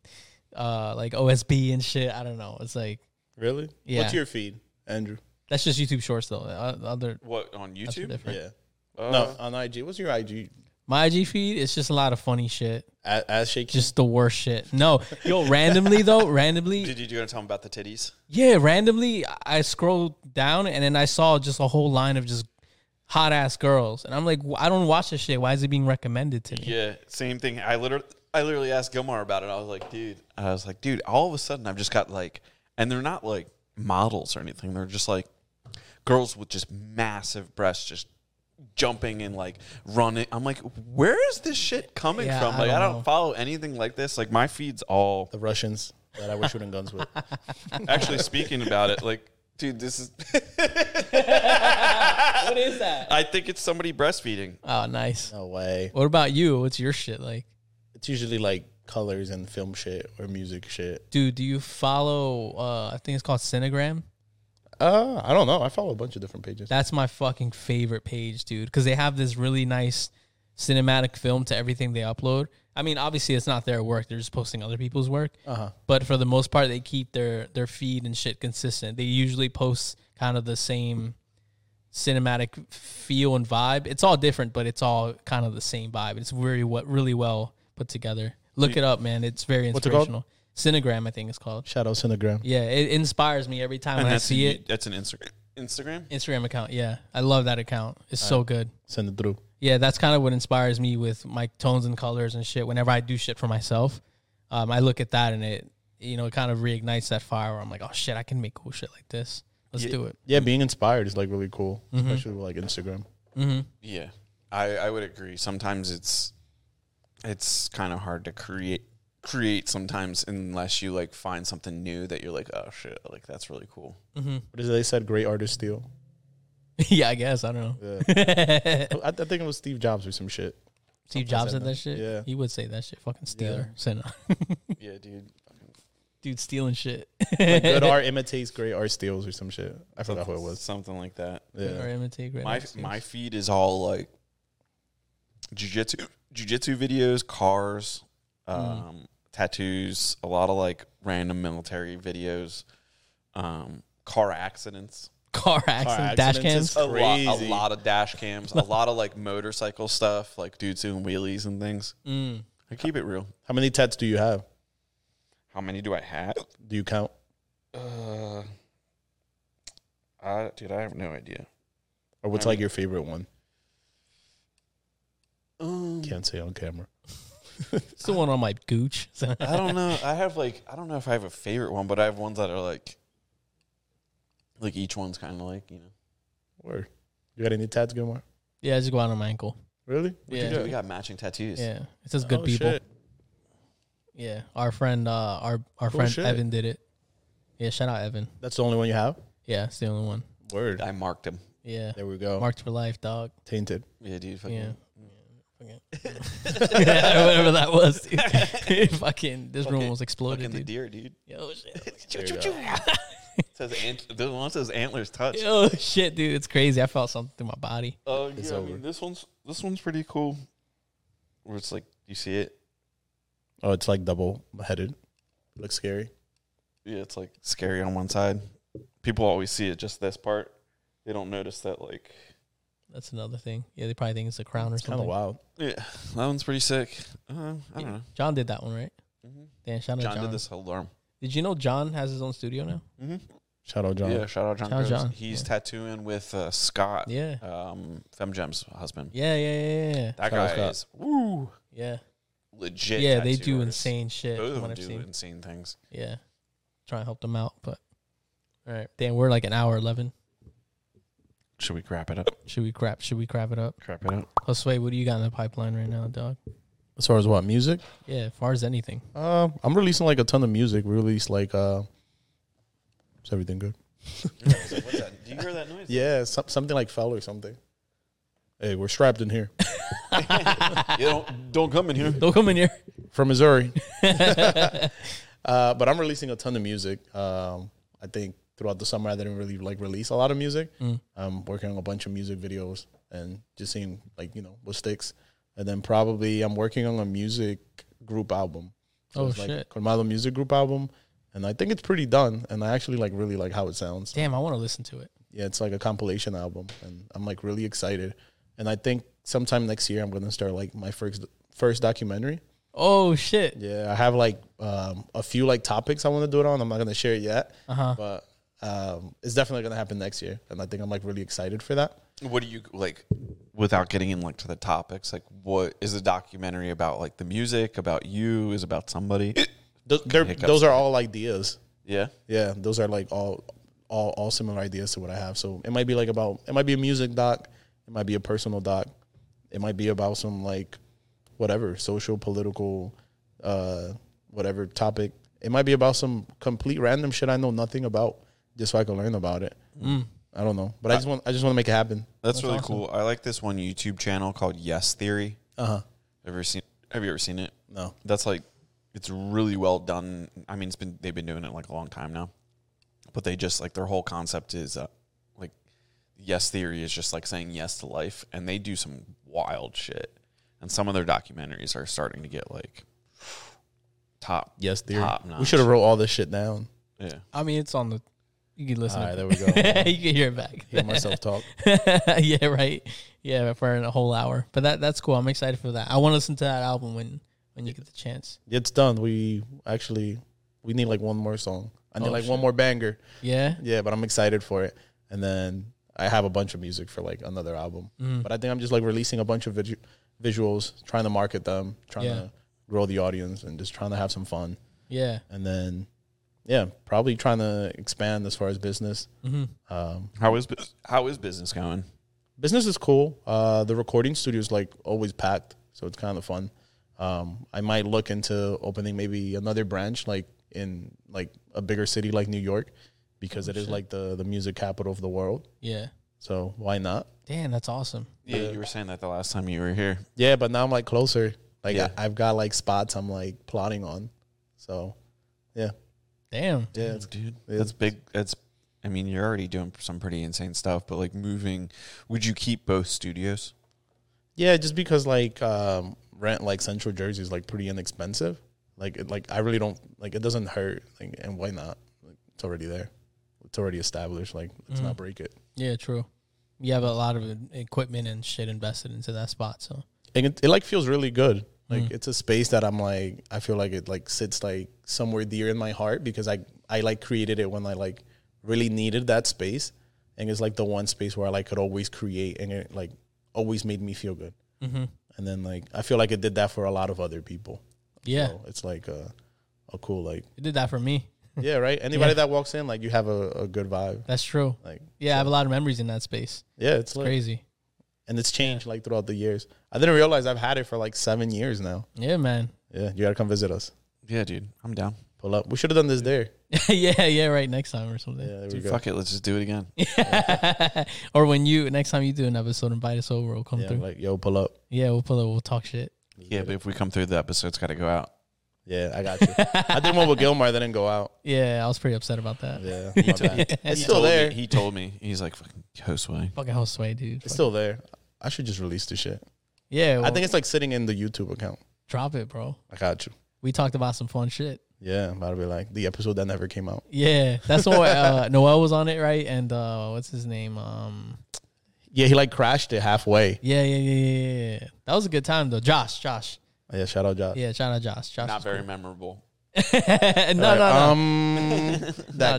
Speaker 2: uh like OSB and shit. I don't know. It's like
Speaker 3: Really?
Speaker 2: Yeah.
Speaker 3: What's your feed, Andrew?
Speaker 2: that's just YouTube Shorts though. Uh, Other
Speaker 1: What on
Speaker 2: that's
Speaker 1: YouTube?
Speaker 2: different.
Speaker 3: Yeah.
Speaker 1: Uh,
Speaker 3: no, on IG. What's your IG?
Speaker 2: My IG feed is just a lot of funny shit.
Speaker 3: As, as shaky.
Speaker 2: Just the worst shit. No, yo, randomly though, randomly
Speaker 1: Did you, you gonna tell him about the titties?
Speaker 2: Yeah, randomly I- I scrolled down and then I saw just a whole line of just hot ass girls, and I'm like, "Wh- I don't watch this shit. Why is it being recommended to me?
Speaker 1: Yeah, same thing. I literally, I literally asked Gilmar about it. I was like, dude, I was like, dude. All of a sudden, I've just got like, and they're not like models or anything. They're just like girls with just massive breasts, just jumping and like running. I'm like, where is this shit coming
Speaker 2: Yeah,
Speaker 1: from?
Speaker 2: I
Speaker 1: Like, I
Speaker 2: don't
Speaker 1: don't,
Speaker 2: know.
Speaker 1: follow anything like this. Like, my feed's all.
Speaker 3: the Russians that I was shooting guns with.
Speaker 1: Actually, speaking about it, like, dude, this is. (laughs)
Speaker 2: What is that?
Speaker 1: I think it's somebody breastfeeding.
Speaker 2: Oh, nice.
Speaker 3: No way.
Speaker 2: What about you? What's your shit like,
Speaker 3: It's usually like colors and film shit or music shit.
Speaker 2: dude? Do you follow? uh I think it's called Cinegram.
Speaker 3: Uh, I don't know. I follow a bunch of different pages.
Speaker 2: That's my fucking favorite page, dude, because they have this really nice cinematic film to everything they upload. I mean, obviously it's not their work; they're just posting other people's work.
Speaker 3: Uh-huh.
Speaker 2: But for the most part, they keep their their feed and shit consistent. They usually post kind of the same cinematic feel and vibe. It's all different, but it's all kind of the same vibe. It's very what really well put together. Look it up, man. It's very
Speaker 3: What's it called?
Speaker 2: inspirational. Cinegram, I think it's called.
Speaker 3: Shout out Cinegram.
Speaker 2: Yeah, it inspires me every time
Speaker 1: And
Speaker 2: when I
Speaker 1: that's
Speaker 2: see
Speaker 1: a-
Speaker 2: it.
Speaker 1: That's an Instagram. Instagram.
Speaker 2: Instagram account. Yeah, I love that account. It's so good.
Speaker 3: Send it through.
Speaker 2: Yeah, that's kind of what inspires me with my tones and colors and shit. Whenever I do shit for myself, um, I look at that and it, you know, it kind of reignites that fire where I'm like, oh shit, I can make cool shit like this. Let's do it.
Speaker 3: Yeah, being inspired is like really cool, especially with like Instagram.
Speaker 2: Mm-hmm.
Speaker 1: Yeah, I, I would agree. Sometimes it's it's kind of hard to create create sometimes unless you like find something new that you're like, oh shit, like that's really
Speaker 3: (laughs)
Speaker 1: cool.
Speaker 3: What is it? They said great artists steal.
Speaker 2: Mm-hmm. (laughs) yeah, I guess I don't know.
Speaker 3: (laughs) Oh, I, I think it was Steve Jobs or some (laughs) shit.
Speaker 2: (laughs) Steve Jobs said
Speaker 3: said
Speaker 2: that shit.
Speaker 3: Yeah.
Speaker 2: he would say that shit. Fucking stealer, Sinner.
Speaker 1: yeah, dude. Fucking
Speaker 2: (laughs) dude, stealing shit.
Speaker 3: Like, good art imitates, great art steals or some shit. I forgot who it was.
Speaker 1: Something like that.
Speaker 2: Or
Speaker 3: Yeah.
Speaker 2: imitate great
Speaker 1: my
Speaker 2: artists.
Speaker 1: my feed is all like jujitsu jujitsu videos, cars,
Speaker 3: Mm.
Speaker 1: um, tattoos, a lot of like random military videos, um, car accidents.
Speaker 2: (laughs) car accident dash
Speaker 3: accidents
Speaker 1: (laughs)
Speaker 2: cams.
Speaker 3: is-
Speaker 1: a lot, a
Speaker 3: Crazy.
Speaker 1: lot of dash cams, a lot of like motorcycle stuff, like dudes doing wheelies and things.
Speaker 2: Mm.
Speaker 1: I keep it real.
Speaker 3: How many tats do you have?
Speaker 1: How many do I have?
Speaker 3: Do you count?
Speaker 1: Uh, I, dude, I have no idea.
Speaker 3: Or what's
Speaker 1: I
Speaker 3: like your favorite one?
Speaker 1: Um,
Speaker 3: Can't say on camera.
Speaker 2: It's the one on my gooch. (laughs)
Speaker 1: I don't know. I have like I don't know if I have a favorite one, but I have ones that are like, like each one's kind of like you know.
Speaker 3: Word. You got any tats, Gilmore?
Speaker 2: yeah, I just go out on my ankle.
Speaker 3: Really?
Speaker 1: Dude,
Speaker 2: Yeah,
Speaker 1: we got matching tattoos.
Speaker 2: yeah. It says good
Speaker 3: Oh,
Speaker 2: people.
Speaker 3: shit.
Speaker 2: Yeah, our friend, uh, our our
Speaker 3: Cool
Speaker 2: friend
Speaker 3: shit.
Speaker 2: Evan did it. Yeah, shout out Evan.
Speaker 3: That's the only one you have?
Speaker 2: Yeah, it's the only one.
Speaker 3: Word.
Speaker 1: I marked them.
Speaker 2: Yeah,
Speaker 3: There we go.
Speaker 2: marked for life, dog.
Speaker 3: Tainted.
Speaker 1: Yeah, dude. Fucking, (laughs)
Speaker 2: Yeah. (laughs) yeah, whatever that was.
Speaker 1: (laughs)
Speaker 2: Dude. fucking, this room
Speaker 1: Fucking-
Speaker 2: was
Speaker 1: Fucking
Speaker 2: exploded,
Speaker 1: the
Speaker 2: dude.
Speaker 1: deer,
Speaker 2: (laughs)
Speaker 1: dude.
Speaker 2: Yo shit.
Speaker 3: There you go.
Speaker 2: (laughs)
Speaker 1: Says ant- the one says antlers touch.
Speaker 2: Yo shit, dude. It's crazy. I felt something through my body.
Speaker 1: Oh yeah, I
Speaker 3: over.
Speaker 1: mean this one's this one's pretty cool. Where it's like you see it.
Speaker 3: Oh, it's like double headed. Looks scary.
Speaker 1: Yeah, it's like scary on one side. People always see it just this part. They don't notice that like
Speaker 2: That's another thing. Yeah, they probably think it's a crown or
Speaker 3: Kind of
Speaker 2: something.
Speaker 3: wild.
Speaker 1: Yeah. That one's pretty sick. Uh, I don't know.
Speaker 2: John did that one, right? Damn, shout out
Speaker 1: Mm-hmm. John,
Speaker 2: John.
Speaker 1: did this alarm.
Speaker 2: Did you know John has his own studio now?
Speaker 1: Mm-hmm.
Speaker 3: Shout out John.
Speaker 1: Yeah, shout out John.
Speaker 2: Shout out
Speaker 1: Groves.
Speaker 2: John,
Speaker 1: He's tattooing with uh, Scott,
Speaker 2: Yeah.
Speaker 1: um, Femgem's husband.
Speaker 2: Yeah, yeah, yeah, yeah.
Speaker 1: That
Speaker 3: Shout out
Speaker 1: guy
Speaker 3: Scott.
Speaker 1: is woo
Speaker 2: Yeah.
Speaker 1: legit.
Speaker 2: yeah, they do
Speaker 1: tattooers.
Speaker 2: insane shit.
Speaker 1: Both
Speaker 2: from
Speaker 1: of
Speaker 2: what
Speaker 1: them
Speaker 2: I've
Speaker 1: do
Speaker 2: seen.
Speaker 1: insane things.
Speaker 2: Yeah. Try and help them out, but all right. Damn, we're like an hour eleven.
Speaker 1: Should we wrap it up?
Speaker 2: Should we crap should we crap it up?
Speaker 1: Wrap it up.
Speaker 2: Josue, what do you got in the pipeline right now, dog?
Speaker 3: As far as what music?
Speaker 2: Yeah, as far as anything. (laughs)
Speaker 3: Um, I'm releasing like a ton of music. We released like uh, is
Speaker 1: (laughs)
Speaker 3: everything good?
Speaker 1: What's that? Do you hear that
Speaker 2: (laughs)
Speaker 1: noise?
Speaker 3: (laughs) Yeah, some, something like fell or something. Hey, we're strapped in here
Speaker 1: You don't don't come in here.
Speaker 2: Don't come in here. (laughs)
Speaker 3: from Missouri. (laughs) uh, but I'm releasing a ton of music. Um, I think throughout the summer I didn't really like release a lot of music.
Speaker 2: Mm.
Speaker 3: I'm working on a bunch of music videos and just seeing like you know what sticks. And then probably I'm working on a music group album.
Speaker 2: Oh,
Speaker 3: it's,
Speaker 2: shit.
Speaker 3: Like Colmado music group album, and I think it's pretty done. And I actually like really like how it sounds.
Speaker 2: Damn, I want to listen to it.
Speaker 3: yeah, it's like a compilation album, and I'm like really excited. And I think sometime next year I'm gonna start like my first first documentary.
Speaker 2: Oh shit.
Speaker 3: Yeah, I have like um, a few like topics I want to do it on. I'm not gonna share it yet,
Speaker 2: Uh-huh.
Speaker 3: but um, it's definitely gonna happen next year, and I think I'm like really excited for that.
Speaker 1: What do you like? Without getting in like to the topics, like what is the documentary about? Like the music about you is it about somebody.
Speaker 3: Those, they're-
Speaker 1: hiccups.
Speaker 3: those are all ideas.
Speaker 1: yeah.
Speaker 3: Yeah, those are like all all all similar ideas to what I have. So it might be like about it might be a music doc, it might be a personal doc, it might be about some like whatever social political uh whatever topic. It might be about some complete random shit I know nothing about, just so I can learn about it. I don't know, but I just want I just want to make it happen.
Speaker 1: That's, really cool. I like this one YouTube channel called Yes Theory.
Speaker 3: Uh huh.
Speaker 1: Ever seen? Have you ever seen it?
Speaker 3: No.
Speaker 1: That's like, it's really well done. I mean, it's been they've been doing it like a long time now, but they just like their whole concept is uh, like Yes Theory is just like saying yes to life, and they do some wild shit. And some of their documentaries are starting to get like top.
Speaker 3: Yes, theory.
Speaker 1: Top
Speaker 3: we
Speaker 1: notch.
Speaker 3: should have wrote all this shit down.
Speaker 1: Yeah.
Speaker 2: I mean, it's on the. You can listen.
Speaker 3: All right,
Speaker 2: to
Speaker 3: there we go.
Speaker 2: (laughs) you can hear it back.
Speaker 3: Hear myself talk.
Speaker 2: yeah, right. Yeah, for a whole hour. But that that's cool. I'm excited for that. I want to listen to that album when when you get the chance.
Speaker 3: It's done. We actually we need like one more song. I need
Speaker 2: Oh,
Speaker 3: like
Speaker 2: shit.
Speaker 3: one more banger.
Speaker 2: Yeah.
Speaker 3: Yeah, but I'm excited for it. And then I have a bunch of music for like another album. But I think I'm just like releasing a bunch of visu- visuals, trying to market them, trying
Speaker 2: Yeah.
Speaker 3: to grow the audience, and just trying to have some fun.
Speaker 2: Yeah.
Speaker 3: And then, yeah, probably trying to expand as far as business. Um,
Speaker 1: How is bus- how is business going?
Speaker 3: business is cool. Uh, the recording studio is like always packed, so it's kind of fun. Um, I might look into opening maybe another branch, like in like a bigger city like New York, because it is like the the music capital of the world.
Speaker 2: Yeah.
Speaker 3: So why not?
Speaker 2: Damn, that's awesome.
Speaker 1: Yeah, Uh, you were saying that the last time you were here.
Speaker 3: Yeah, but now I'm like closer. Like
Speaker 1: Yeah.
Speaker 3: I, I've got like spots I'm like plotting on. So yeah,
Speaker 2: Damn.
Speaker 3: yeah, it's,
Speaker 1: dude.
Speaker 3: yeah.
Speaker 1: That's big. That's. I mean, you're already doing some pretty insane stuff, but like moving, would you keep both studios?
Speaker 3: yeah. Just because like um, rent like Central Jersey is like pretty inexpensive. Like it, like I really don't like it doesn't hurt. Like and why not? Like, it's already there. It's already established. Like let's
Speaker 1: Mm.
Speaker 3: not break it.
Speaker 2: Yeah, true. You have a lot of e-, equipment and shit invested into that spot. So
Speaker 3: And it, it like feels really good. Like
Speaker 2: Mm.
Speaker 3: it's a space that I'm like I feel like it like sits like somewhere dear in my heart because I I like created it when I like really needed that space and it's like the one space where I like could always create and it like always made me feel good. And then like I feel like it did that for a lot of other people.
Speaker 2: yeah,
Speaker 3: So it's like a a cool like
Speaker 2: it did that for me.
Speaker 3: yeah right. Anybody
Speaker 2: Hmm. Yeah.
Speaker 3: that walks in like you have a, a good vibe.
Speaker 2: That's true.
Speaker 3: Like
Speaker 2: Yeah, I have a lot of memories in that space.
Speaker 3: yeah, it's like
Speaker 2: Crazy.
Speaker 3: and it's changed like throughout the years. I didn't realize I've had it for like seven years now.
Speaker 2: Yeah, man. (laughs)
Speaker 3: Yeah, you gotta come visit us.
Speaker 1: Yeah, dude, I'm down.
Speaker 3: Pull up. We should have done this there.
Speaker 2: yeah, yeah. Right next time or something.
Speaker 3: Yeah, there we
Speaker 1: Dude,
Speaker 3: go.
Speaker 1: fuck it, let's just do it again.
Speaker 2: (laughs) or when you next time you do an episode, invite us over. We'll come
Speaker 3: Yeah,
Speaker 2: through.
Speaker 3: like yo, pull up.
Speaker 2: yeah, we'll pull up. We'll talk shit.
Speaker 1: Yeah, but if we come through the episode, it's got to go out.
Speaker 3: Yeah, I got you. I did one with Gilmar that didn't go out.
Speaker 2: Yeah, I was pretty upset about that. (laughs)
Speaker 3: Yeah, my bad. it's
Speaker 1: He
Speaker 3: still
Speaker 1: told me-
Speaker 3: there.
Speaker 1: he told me he's like fucking Josue.
Speaker 2: Fucking house sway, dude.
Speaker 3: It's still there. I should just release the shit.
Speaker 2: yeah,
Speaker 3: I think it's like sitting in the YouTube account.
Speaker 2: drop it, bro.
Speaker 3: I got you.
Speaker 2: We talked about some fun shit.
Speaker 3: Yeah, I'm about to be like the episode that never came out.
Speaker 2: Yeah, that's the one where uh, (laughs) Noel was on it, right? And uh, what's his name? Um,
Speaker 3: Yeah, he like crashed it halfway.
Speaker 2: yeah, yeah, yeah, yeah, yeah, yeah. That was a good time though. Josh, Josh,
Speaker 3: Oh, yeah, shout out Josh.
Speaker 2: Yeah, shout out Josh. Josh
Speaker 1: Not
Speaker 2: is
Speaker 1: very memorable.
Speaker 2: cool. (laughs) no, no, no.
Speaker 3: Um, that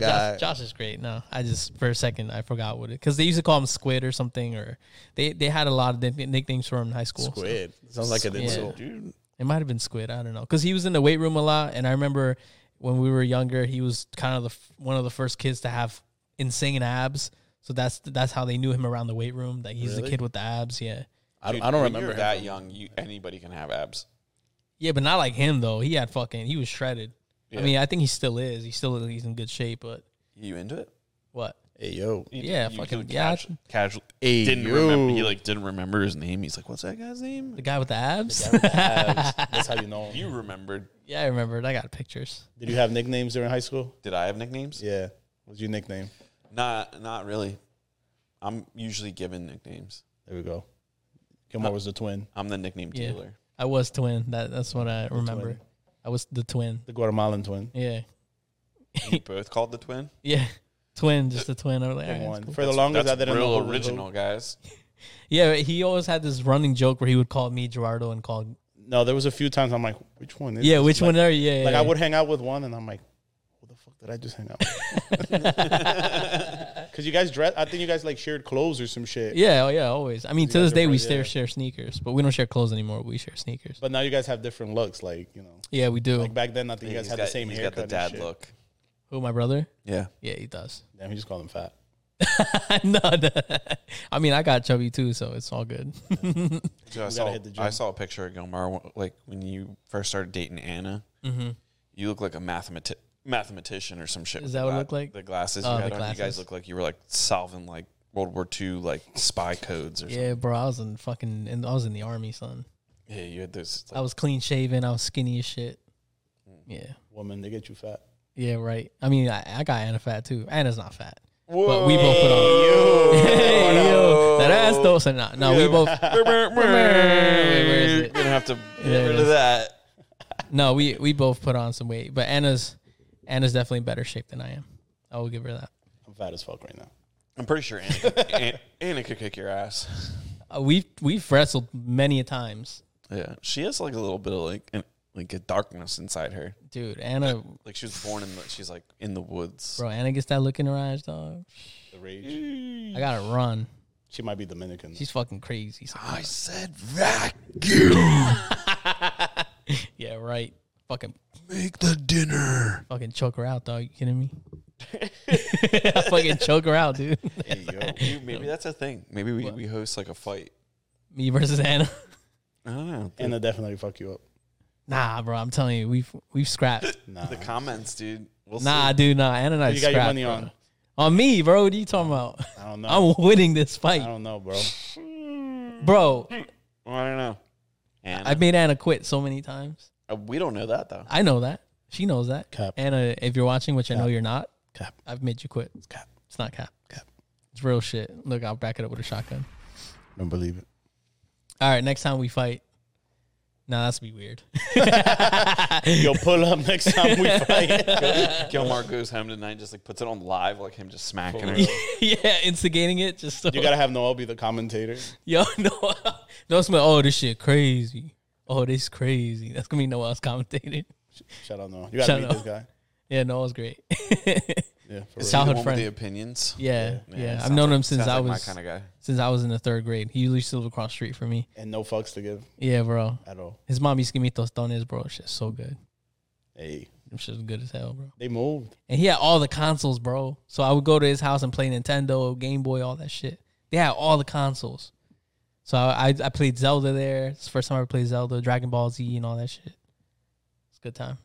Speaker 2: No,
Speaker 3: guy.
Speaker 2: Josh, Josh is great. No, I just for a second I forgot what it because they used to call him Squid or something, or they they had a lot of nick- nicknames for him in high school. so
Speaker 3: Squid. Sounds like an
Speaker 2: Yeah.
Speaker 3: insult.
Speaker 1: Dude.
Speaker 2: it might have been Squid. I don't know because he was in the weight room a lot, and I remember when we were younger, he was kind of the f- one of the first kids to have insane abs. So that's that's how they knew him around the weight room. That he's the
Speaker 3: Really?
Speaker 2: kid with the abs. Yeah,
Speaker 3: I,
Speaker 1: Dude,
Speaker 3: I don't
Speaker 1: when
Speaker 3: remember
Speaker 1: You're
Speaker 3: him.
Speaker 1: that young. You, anybody can have abs.
Speaker 2: yeah, but not like him though. He had fucking he was shredded. I
Speaker 1: Yeah.
Speaker 2: mean, I think he still is. He still he's in good shape, but
Speaker 1: You into it?
Speaker 2: what?
Speaker 3: Hey yo,
Speaker 1: You-
Speaker 2: Yeah,
Speaker 1: you
Speaker 2: fucking-
Speaker 1: do
Speaker 2: yeah, I-
Speaker 1: Casual, casual.
Speaker 3: hey
Speaker 1: Didn't
Speaker 3: yo.
Speaker 1: remember. He like didn't remember his name. He's like, what's that guy's name?
Speaker 2: The guy with the abs?
Speaker 3: (laughs) That's how you know. him.
Speaker 1: You remembered.
Speaker 2: (laughs) yeah, I remembered. I got pictures.
Speaker 3: Did you have nicknames during high school?
Speaker 1: Did I have nicknames?
Speaker 3: Yeah. What's your nickname?
Speaker 1: Not, not really. I'm usually given nicknames.
Speaker 3: There we go. Gilmore
Speaker 2: Uh,
Speaker 3: was the twin,
Speaker 1: I'm the nickname
Speaker 2: Yeah.
Speaker 3: (laughs)
Speaker 1: dealer.
Speaker 2: I was twin. That that's what I remember.
Speaker 3: twin.
Speaker 2: I was the twin.
Speaker 3: the Guatemalan twin.
Speaker 2: Yeah,
Speaker 1: You both called the twin.
Speaker 2: (laughs) yeah, twin, just a twin. I was like, "Alright,
Speaker 3: One.
Speaker 2: that's cool."
Speaker 3: For the longest, I
Speaker 1: That's
Speaker 3: didn't know.
Speaker 1: real
Speaker 3: who-
Speaker 1: original, guys.
Speaker 2: Yeah, he always had this running joke where he would call me Gerardo and call.
Speaker 3: No, there was a few times I'm like, which one is?
Speaker 2: Yeah,
Speaker 3: this?
Speaker 2: which
Speaker 3: Like-
Speaker 2: one are you? Yeah,
Speaker 3: Like
Speaker 2: yeah.
Speaker 3: I would hang out with one, and I'm like, what the fuck did I just hang out?
Speaker 1: (laughs)
Speaker 3: Because you guys dress. I think you guys like shared clothes or some shit.
Speaker 2: Yeah, oh, yeah, always. I mean, to
Speaker 3: guys
Speaker 2: this
Speaker 3: are
Speaker 2: day, we
Speaker 3: bro-
Speaker 2: still
Speaker 3: yeah.
Speaker 2: share sneakers, but we don't share clothes anymore. We share sneakers.
Speaker 3: But now you guys have different looks. Like you know,
Speaker 2: Yeah, we do.
Speaker 3: like back then, I think you guys
Speaker 1: He's
Speaker 3: had
Speaker 1: got-
Speaker 3: the same
Speaker 1: he's
Speaker 3: haircut.
Speaker 1: got the dad
Speaker 3: and shit.
Speaker 1: look.
Speaker 2: Who, my brother?
Speaker 1: Yeah.
Speaker 2: Yeah, he does.
Speaker 3: Damn, he just called him fat.
Speaker 2: (laughs) no, no. I mean, I got chubby too, so it's all good. (laughs)
Speaker 1: Dude, I,
Speaker 3: gotta
Speaker 1: saw,
Speaker 3: hit the gym.
Speaker 1: I saw a picture of Gilmar wh- like when you first started dating Anna. You look like a mathemati- mathematician or some shit.
Speaker 2: Is
Speaker 1: with
Speaker 2: that
Speaker 1: the
Speaker 2: what it
Speaker 1: gla-
Speaker 2: looked like?
Speaker 1: The glasses.
Speaker 2: Oh,
Speaker 1: you,
Speaker 2: the
Speaker 1: had on. you
Speaker 2: glasses.
Speaker 1: guys look like you were like solving like World War II like spy codes or
Speaker 2: yeah, bro, I was in fucking, and I was in the army, son.
Speaker 1: something. Yeah, you had those.
Speaker 2: I
Speaker 1: Like,
Speaker 2: was clean shaven. I was skinny as shit. Yeah.
Speaker 3: Woman, they get you fat.
Speaker 2: Yeah, right. I mean, I, I got Anna fat too. Anna's not fat, but we both put on. Hey, yo, that ass though. So nah, no, we both.
Speaker 1: (laughs)
Speaker 2: (laughs) where is
Speaker 1: We're (laughs)
Speaker 2: it?
Speaker 1: gonna have to
Speaker 2: There
Speaker 1: get
Speaker 2: it
Speaker 1: rid
Speaker 2: is.
Speaker 1: of that.
Speaker 2: No, we we both put on some weight, but Anna's Anna's definitely in better shape than I am. I will give her that.
Speaker 3: I'm fat as fuck right now.
Speaker 1: I'm pretty sure Anna, Anna, (laughs) Anna could kick your ass.
Speaker 2: Uh, we've we've wrestled many a times,
Speaker 1: Yeah, she has like a little bit of like an, like a darkness inside her.
Speaker 2: dude. Anna,
Speaker 1: Like she was born in the she's like in the woods.
Speaker 2: bro, Anna gets that look in her eyes, dog.
Speaker 3: The rage.
Speaker 2: I gotta
Speaker 3: Hmm.
Speaker 2: run.
Speaker 3: She might be Dominican.
Speaker 2: She's fucking crazy.
Speaker 1: I said vacuum.
Speaker 2: Yeah, right. Fucking
Speaker 1: Make the dinner.
Speaker 2: fucking choke her out, dog. You kidding me? (laughs) I
Speaker 3: (laughs)
Speaker 2: fucking choke her out, dude. (laughs)
Speaker 3: Hey, yo.
Speaker 1: Dude, maybe that's a thing. Maybe we, we host like a fight.
Speaker 2: me versus Anna. (laughs)
Speaker 1: I don't know.
Speaker 3: And they definitely fuck you up.
Speaker 2: Nah, bro, I'm telling you, we've we've
Speaker 3: (laughs)
Speaker 2: scrapped.
Speaker 3: Nah.
Speaker 1: The comments, dude. We'll
Speaker 2: Nah, dude, nah. Anna and I
Speaker 3: you got your
Speaker 2: scrapped,
Speaker 3: money
Speaker 2: bro.
Speaker 3: on.
Speaker 2: On me, bro. What are you talking about? (laughs)
Speaker 3: I don't know.
Speaker 2: I'm winning this
Speaker 3: I
Speaker 2: fight,
Speaker 3: don't know, bro.
Speaker 2: bro.
Speaker 1: See. I don't know. Anna.
Speaker 2: I've made Anna quit so many times.
Speaker 1: Uh, we don't know that though.
Speaker 2: I know that. She knows that.
Speaker 3: Cap.
Speaker 2: Anna, if you're watching, which I know you're not,
Speaker 3: Cap.
Speaker 2: I've made you quit. It's
Speaker 3: cap.
Speaker 2: It's not cap.
Speaker 3: Cap.
Speaker 2: It's real shit. Look, I'll back it up with a shotgun.
Speaker 3: Don't believe it.
Speaker 2: All right, next time we fight. Nah, that's be weird. (laughs)
Speaker 3: Yo, pull up next time we fight.
Speaker 1: Gilmar goes home tonight, just like puts it on live, like him just smacking her.
Speaker 2: yeah, instigating it just so
Speaker 3: You gotta have Noel be the commentator.
Speaker 2: (laughs) Yo, no, (laughs) no, it's my, oh, this shit crazy. Oh, this crazy. That's gonna be Noel's commentated.
Speaker 3: Shout out Noel. You gotta
Speaker 2: Shout
Speaker 3: meet
Speaker 2: out.
Speaker 3: this guy.
Speaker 2: Yeah, Noel's great. (laughs)
Speaker 3: Yeah, for
Speaker 2: It's
Speaker 3: real.
Speaker 1: The one
Speaker 2: childhood
Speaker 1: with
Speaker 2: friend.
Speaker 1: the opinions.
Speaker 2: yeah, yeah.
Speaker 1: it
Speaker 2: I've
Speaker 1: sounds
Speaker 2: known
Speaker 1: like-
Speaker 2: him since
Speaker 1: sounds
Speaker 2: I
Speaker 1: like
Speaker 2: was
Speaker 1: my kind of guy.
Speaker 2: since I was in the third grade. He usually still across the street from me.
Speaker 3: And no fucks to give
Speaker 2: Yeah, bro.
Speaker 3: at all.
Speaker 2: His mom used to give me tostones, bro. Shit's so good.
Speaker 3: Hey,
Speaker 2: Them shit's good as hell, bro.
Speaker 3: they moved.
Speaker 2: And he had all the consoles, bro. So I would go to his house and play Nintendo, Game Boy, all that shit. They had all the consoles. So I I, I played Zelda there. It's the first time I ever played Zelda, Dragon Ball Z, and all that shit. It's a good time.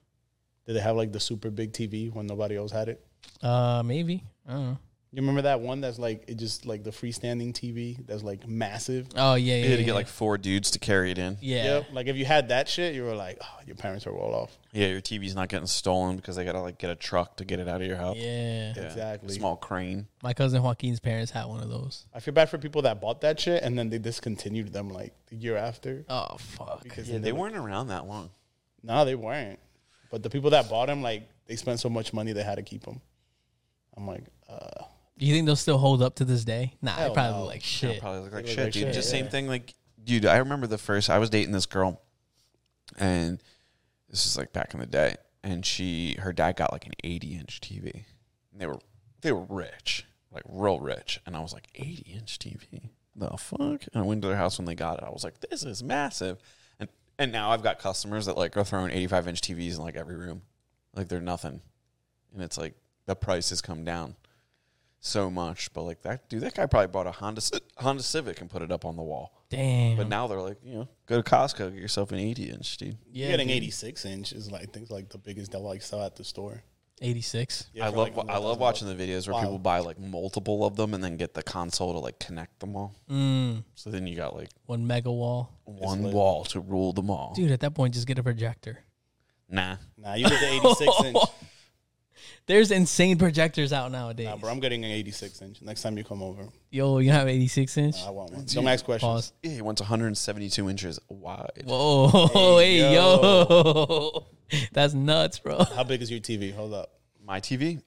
Speaker 3: Did they have like the super big TV when nobody else had it?
Speaker 2: Uh, maybe. I don't know.
Speaker 3: You remember that one that's like it just like the freestanding TV that's like massive.
Speaker 2: Oh yeah, yeah.
Speaker 1: You had to
Speaker 2: yeah,
Speaker 1: get like four dudes to carry it in.
Speaker 2: yeah.
Speaker 3: Yep. Like if you had that shit, you were like, oh, your parents are well off.
Speaker 1: Yeah, your TV's not getting stolen because they gotta like get a truck to get it out of your house.
Speaker 2: yeah.
Speaker 1: Yeah.
Speaker 3: Exactly.
Speaker 1: Small crane.
Speaker 2: My cousin Joaquin's parents had one of those.
Speaker 3: I feel bad for people that bought that shit and then they discontinued them like the year after.
Speaker 2: Oh fuck.
Speaker 3: Because
Speaker 1: Yeah, they weren't around that long.
Speaker 3: No, they weren't. But the people that bought them, like they spent so much money they had to keep them. I'm like, uh,
Speaker 2: Do you think they'll still hold up to this day? Nah, they
Speaker 3: Hell
Speaker 2: probably
Speaker 3: no.
Speaker 2: like
Speaker 1: Yeah,
Speaker 2: shit.
Speaker 1: probably look like
Speaker 3: look
Speaker 1: shit,
Speaker 3: like
Speaker 1: dude.
Speaker 3: shit,
Speaker 1: Just
Speaker 3: yeah.
Speaker 1: same thing, like, dude. I remember the first I was dating this girl, and this is like back in the day. And she, her dad got like an 80 inch TV, and they were they were rich, like real rich. And I was like, 80 inch TV, the fuck? And I went to their house when they got it. I was like, this is massive. And and now I've got customers that like are throwing 85 inch TVs in like every room, like they're nothing. And it's like the price has come down so much, but like that dude, that guy probably bought a Honda Ci- Honda Civic and put it up on the wall.
Speaker 2: Damn.
Speaker 1: But now they're like, you know, go to Costco, get yourself an 80 inch, dude.
Speaker 2: yeah,
Speaker 3: Getting
Speaker 2: dude.
Speaker 3: eighty six inch is like things like the biggest that like sell at the store.
Speaker 2: 86.
Speaker 1: I love I love watching the videos where people buy like multiple of them and then get the console to like connect them all.
Speaker 2: Mm,
Speaker 1: So then you got like
Speaker 2: one mega wall.
Speaker 1: one wall to rule them all.
Speaker 2: Dude, at that point, just get a projector.
Speaker 1: Nah,
Speaker 3: Nah, you get the eighty six inch.
Speaker 2: (laughs) There's insane projectors out nowadays.
Speaker 3: Nah, bro, I'm getting an eighty six inch. Next time you come over,
Speaker 2: Yo, you have 86 inch?
Speaker 3: I want one. Don't ask questions.
Speaker 2: Pause.
Speaker 1: yeah, he wants 172 inches wide.
Speaker 2: Whoa, hey,
Speaker 3: Hey,
Speaker 2: yo. (laughs) That's nuts, bro.
Speaker 3: How big is your TV? Hold up.
Speaker 1: My TV,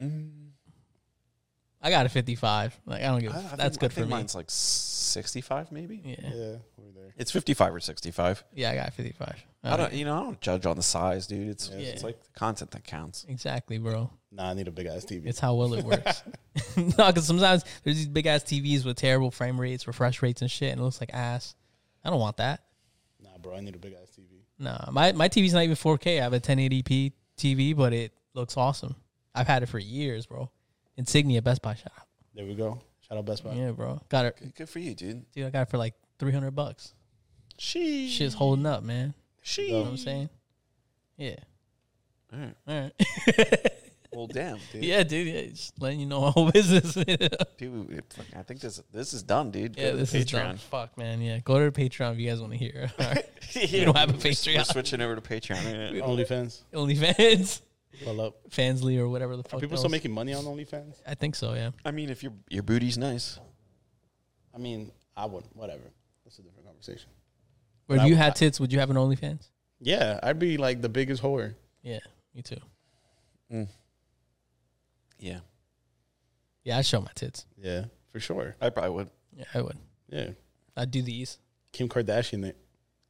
Speaker 2: I got a 55. Like, I don't give
Speaker 1: I-
Speaker 2: a
Speaker 1: I
Speaker 2: f-
Speaker 1: think-
Speaker 2: That's
Speaker 1: I
Speaker 2: good
Speaker 1: think
Speaker 2: for me.
Speaker 1: Mine's like 65, maybe.
Speaker 2: Yeah.
Speaker 3: Yeah, we're there.
Speaker 1: It's 55 or 65.
Speaker 2: Yeah, I got 55.
Speaker 1: I don't, you know, I don't judge on the size, dude. It's
Speaker 2: Yeah.
Speaker 1: it's like the content that counts.
Speaker 2: Exactly, bro.
Speaker 3: Nah, I need a big ass TV.
Speaker 2: It's
Speaker 1: (laughs)
Speaker 2: how well it works. (laughs) no, because sometimes there's these big ass TVs with terrible frame rates, refresh rates, and shit, and it looks like ass. I don't want that.
Speaker 3: nah, bro, I need a big ass TV.
Speaker 2: Nah, my my TV's not even 4K. I have a 1080p TV, but it looks awesome. I've had it for years, bro. Insignia Best Buy shop.
Speaker 3: There we go. Shout out Best Buy.
Speaker 2: Yeah, bro. Got it,
Speaker 1: Good for you, dude.
Speaker 2: dude. I got it for like 300 bucks.
Speaker 1: She
Speaker 2: Shit's holding up, man.
Speaker 1: she.
Speaker 2: You know what I'm saying? Yeah.
Speaker 1: All right.
Speaker 2: All right. (laughs)
Speaker 1: Well, damn, dude.
Speaker 2: yeah, dude. Yeah, just letting you know my whole (laughs) business.
Speaker 1: Dude, it- fuck, I think this this is done, dude. Go
Speaker 2: Yeah,
Speaker 1: to
Speaker 2: this is dumb. Fuck, man. Yeah, go to the Patreon if you guys want to
Speaker 3: (laughs)
Speaker 2: hear. All right. (laughs)
Speaker 1: You
Speaker 2: don't have a
Speaker 1: We're
Speaker 2: Patreon.
Speaker 1: switching over to
Speaker 2: (laughs)
Speaker 1: Patreon. Yeah.
Speaker 3: OnlyFans.
Speaker 2: OnlyFans,
Speaker 3: Pull up.
Speaker 2: Fansly, or whatever the fuck.
Speaker 3: Are people
Speaker 2: that
Speaker 3: still
Speaker 2: was.
Speaker 3: making money on OnlyFans?
Speaker 2: I think so. Yeah.
Speaker 1: I mean, if your your booty's nice,
Speaker 3: I mean, I wouldn't. Whatever. That's a different conversation.
Speaker 2: Or
Speaker 3: I-
Speaker 2: if you had tits, would you have an OnlyFans?
Speaker 3: Yeah, I'd be like the biggest whore.
Speaker 2: Yeah, me too.
Speaker 1: yeah,
Speaker 2: Yeah, I'd show my tits.
Speaker 3: Yeah, for sure.
Speaker 1: I probably would
Speaker 2: Yeah, I would.
Speaker 3: Yeah,
Speaker 2: I'd do these.
Speaker 3: Kim Kardashian. It.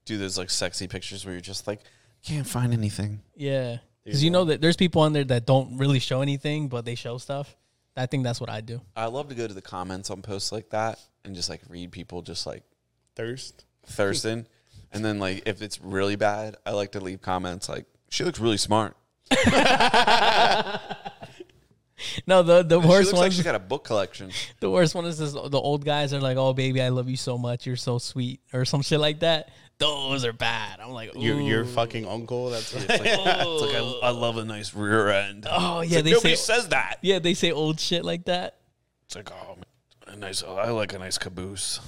Speaker 1: do those like sexy pictures where you're just like can't find anything.
Speaker 2: Yeah,
Speaker 3: Dude,
Speaker 2: because you know that there's people on there that don't really show anything, but they show stuff. I think that's what I do.
Speaker 1: I love to go to the comments on posts like that and just like read people just like
Speaker 3: Thirst.
Speaker 1: thirsting, and then like if it's really bad, I like to leave comments like she looks really smart.
Speaker 2: No, the the
Speaker 1: She
Speaker 2: worst
Speaker 1: looks
Speaker 2: one,
Speaker 1: like she's got a book collection.
Speaker 2: the worst one is this, the old guys are like, "Oh, baby, I love you so much. You're so sweet," or some shit like that. Those are bad. I'm like,
Speaker 3: Your your
Speaker 2: "Ooh."
Speaker 3: fucking uncle.
Speaker 2: (laughs)
Speaker 3: That's (laughs)
Speaker 1: It's like, it's like I, I love a nice rear end.
Speaker 2: Oh
Speaker 1: It's
Speaker 2: yeah,
Speaker 1: like,
Speaker 2: they
Speaker 1: nobody
Speaker 2: say
Speaker 1: says that.
Speaker 2: yeah they say old shit like that.
Speaker 1: It's like, oh, man, a nice. I like a nice caboose.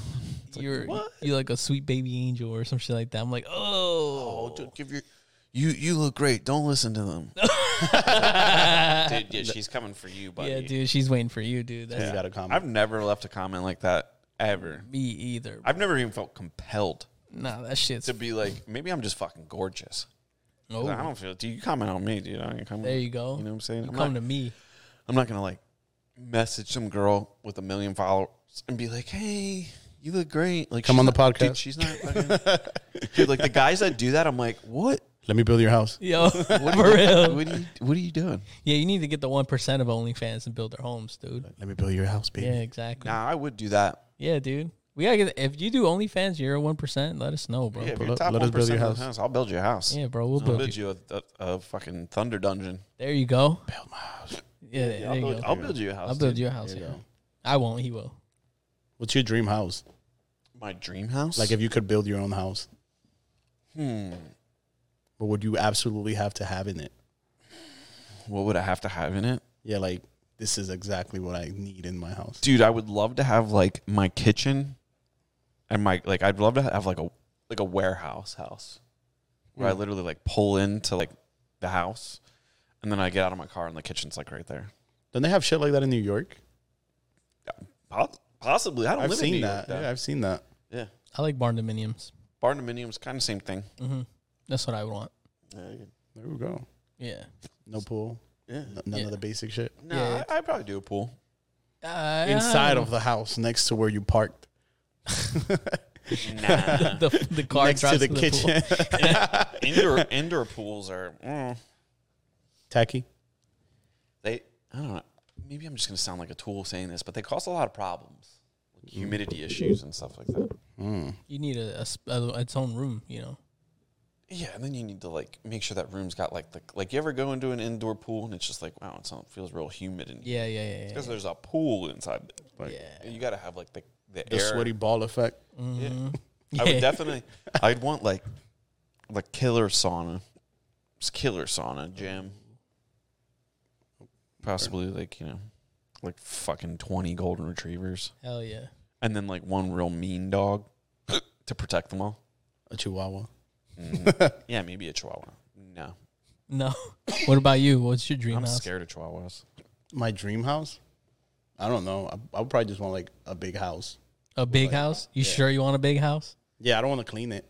Speaker 2: you're you're like a sweet baby angel or some shit like that. I'm like, oh,
Speaker 1: Oh, dude, give your. You you look great. Don't listen to
Speaker 2: (laughs)
Speaker 1: them. dude, yeah, she's coming for you, Oh, buddy.
Speaker 2: yeah, dude, she's waiting for you, dude. That's
Speaker 3: you got a comment.
Speaker 1: I've never left a comment like that ever.
Speaker 2: me either.
Speaker 1: I've never even felt compelled
Speaker 2: nah, that shit's
Speaker 1: to be like, maybe I'm just fucking gorgeous.
Speaker 2: no.
Speaker 1: I don't feel. Do you comment on me, dude? I don't comment.
Speaker 2: Oh. There you go.
Speaker 1: You know what I'm saying?
Speaker 2: You
Speaker 1: I'm
Speaker 2: come
Speaker 1: not, (laughs)
Speaker 2: to me.
Speaker 1: I'm not gonna like message some girl with a million followers and be like, hey. You look great. Like
Speaker 3: Come
Speaker 1: she's
Speaker 3: on the
Speaker 1: not-
Speaker 3: podcast.
Speaker 1: Dude, she's not. Fucking, dude, like the guys that do that, I'm like,
Speaker 2: (laughs)
Speaker 1: what?
Speaker 3: Let me build your house.
Speaker 2: Yo, (laughs)
Speaker 1: What
Speaker 2: for
Speaker 1: are you-
Speaker 2: real.
Speaker 1: What are you, what are you doing?
Speaker 2: Yeah, you need to get the one percent of OnlyFans and build their homes, dude.
Speaker 3: Let me build your house, baby.
Speaker 2: Yeah, exactly.
Speaker 1: Nah, I would do that.
Speaker 2: Yeah, dude. We gotta get if you do OnlyFans, you're a one percent. Let us know, bro.
Speaker 1: Yeah, if
Speaker 3: pull
Speaker 1: you're
Speaker 3: up-
Speaker 1: top
Speaker 3: let us
Speaker 1: 1%
Speaker 3: build your
Speaker 1: of the
Speaker 3: house.
Speaker 1: I'll build your house.
Speaker 2: Yeah, bro. We'll
Speaker 1: I'll
Speaker 2: build.
Speaker 1: build
Speaker 2: you.
Speaker 1: you a, a, a fucking thunder dungeon.
Speaker 2: There you go.
Speaker 3: Build my house.
Speaker 2: Yeah, there
Speaker 1: I'll,
Speaker 2: you
Speaker 1: build,
Speaker 2: go.
Speaker 1: I'll build you a house.
Speaker 2: I'll build
Speaker 1: dude.
Speaker 2: your house.
Speaker 3: There you
Speaker 2: yeah.
Speaker 3: go.
Speaker 2: I won't. He will.
Speaker 3: What's your dream house?
Speaker 1: my dream house.
Speaker 3: Like if you could build your own house,
Speaker 1: hmm,
Speaker 3: what would you absolutely have to have in it?
Speaker 1: what would I have to have in it,
Speaker 3: Yeah, like this is exactly what I need in my house.
Speaker 1: dude? I would love to have like my kitchen, and my like. I'd love to have like a like a warehouse house where
Speaker 2: Hmm.
Speaker 1: I literally like pull into like the house, and then I get out of my car and the kitchen's like right there.
Speaker 3: Don't they have shit like that in New York?
Speaker 1: Poss- Possibly, I don't.
Speaker 3: I've
Speaker 1: live
Speaker 3: seen
Speaker 1: in New York,
Speaker 3: that.
Speaker 1: though.
Speaker 3: Yeah, I've seen that.
Speaker 1: yeah.
Speaker 2: I like barn dominiums.
Speaker 1: Barn dominiums, kind of same thing.
Speaker 2: hmm That's what I would want.
Speaker 3: There we go.
Speaker 2: Yeah.
Speaker 3: No pool.
Speaker 1: Yeah.
Speaker 3: n- none
Speaker 2: Yeah.
Speaker 3: of the basic shit.
Speaker 1: No,
Speaker 2: Yeah.
Speaker 1: I, I'd probably do a pool.
Speaker 2: Uh,
Speaker 3: Inside of the house, next to where you parked.
Speaker 1: Nah.
Speaker 2: (laughs) the, the car
Speaker 3: next to
Speaker 2: drives
Speaker 3: the
Speaker 2: to
Speaker 3: kitchen.
Speaker 1: (laughs)
Speaker 3: (laughs)
Speaker 1: (laughs) indoor indoor pools are mm,
Speaker 3: Tacky.
Speaker 1: they. I don't know. Maybe I'm just gonna sound like a tool saying this, but they cause a lot of problems, like humidity issues and stuff like that.
Speaker 2: Pool. You need a, a sp- a- its own room, you know.
Speaker 1: Yeah, and then you need to like make sure that room's got like the like you ever go into an indoor pool and it's just like wow, it's, it feels real humid and
Speaker 2: Yeah, yeah, yeah. yeah.
Speaker 1: because there's a pool inside. Like
Speaker 2: Yeah.
Speaker 1: you got to have like the the,
Speaker 3: The
Speaker 1: air.
Speaker 3: sweaty ball effect.
Speaker 1: Yeah.
Speaker 2: Mm-hmm. yeah.
Speaker 1: I would definitely.
Speaker 2: (laughs)
Speaker 1: I'd want like like killer sauna, just killer sauna gym. Possibly like you know, like fucking twenty golden retrievers,
Speaker 2: Hell yeah.
Speaker 1: and then like one real mean dog (clears throat) to protect them all.
Speaker 3: A chihuahua.
Speaker 1: Yeah, maybe a chihuahua. No,
Speaker 2: No.
Speaker 1: (laughs)
Speaker 2: what about you? What's your dream
Speaker 1: I'm
Speaker 2: house?
Speaker 1: scared of chihuahuas.
Speaker 3: My dream house? I don't know. I, I would probably just want like a big house.
Speaker 2: A big house? You sure you want a big house?
Speaker 3: Yeah, I don't want to clean it.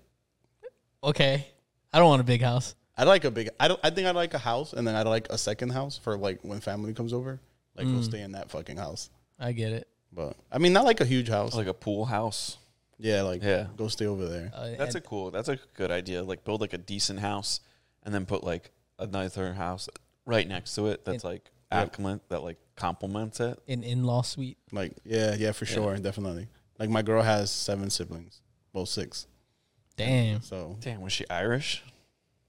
Speaker 2: Okay. I don't want a big house.
Speaker 3: I'd like a big. I don't. I think I'd like a house, and then I'd like a second house for like when family comes over. Like
Speaker 1: Mm.
Speaker 3: we'll stay in that fucking house.
Speaker 2: I get it.
Speaker 3: But I mean, not like a huge house.
Speaker 1: Like a pool house.
Speaker 3: yeah, like
Speaker 1: Yeah.
Speaker 3: go stay over there.
Speaker 2: Uh,
Speaker 1: That's a
Speaker 2: and-
Speaker 1: cool. That's a good idea. Like build like a decent house, and then put like another house right next to it. That's like acclimate that like complements it.
Speaker 2: an in-law suite.
Speaker 3: Like yeah, yeah, for sure, definitely. Like my girl has seven siblings, both six.
Speaker 2: Damn.
Speaker 3: So
Speaker 1: Damn, was she Irish?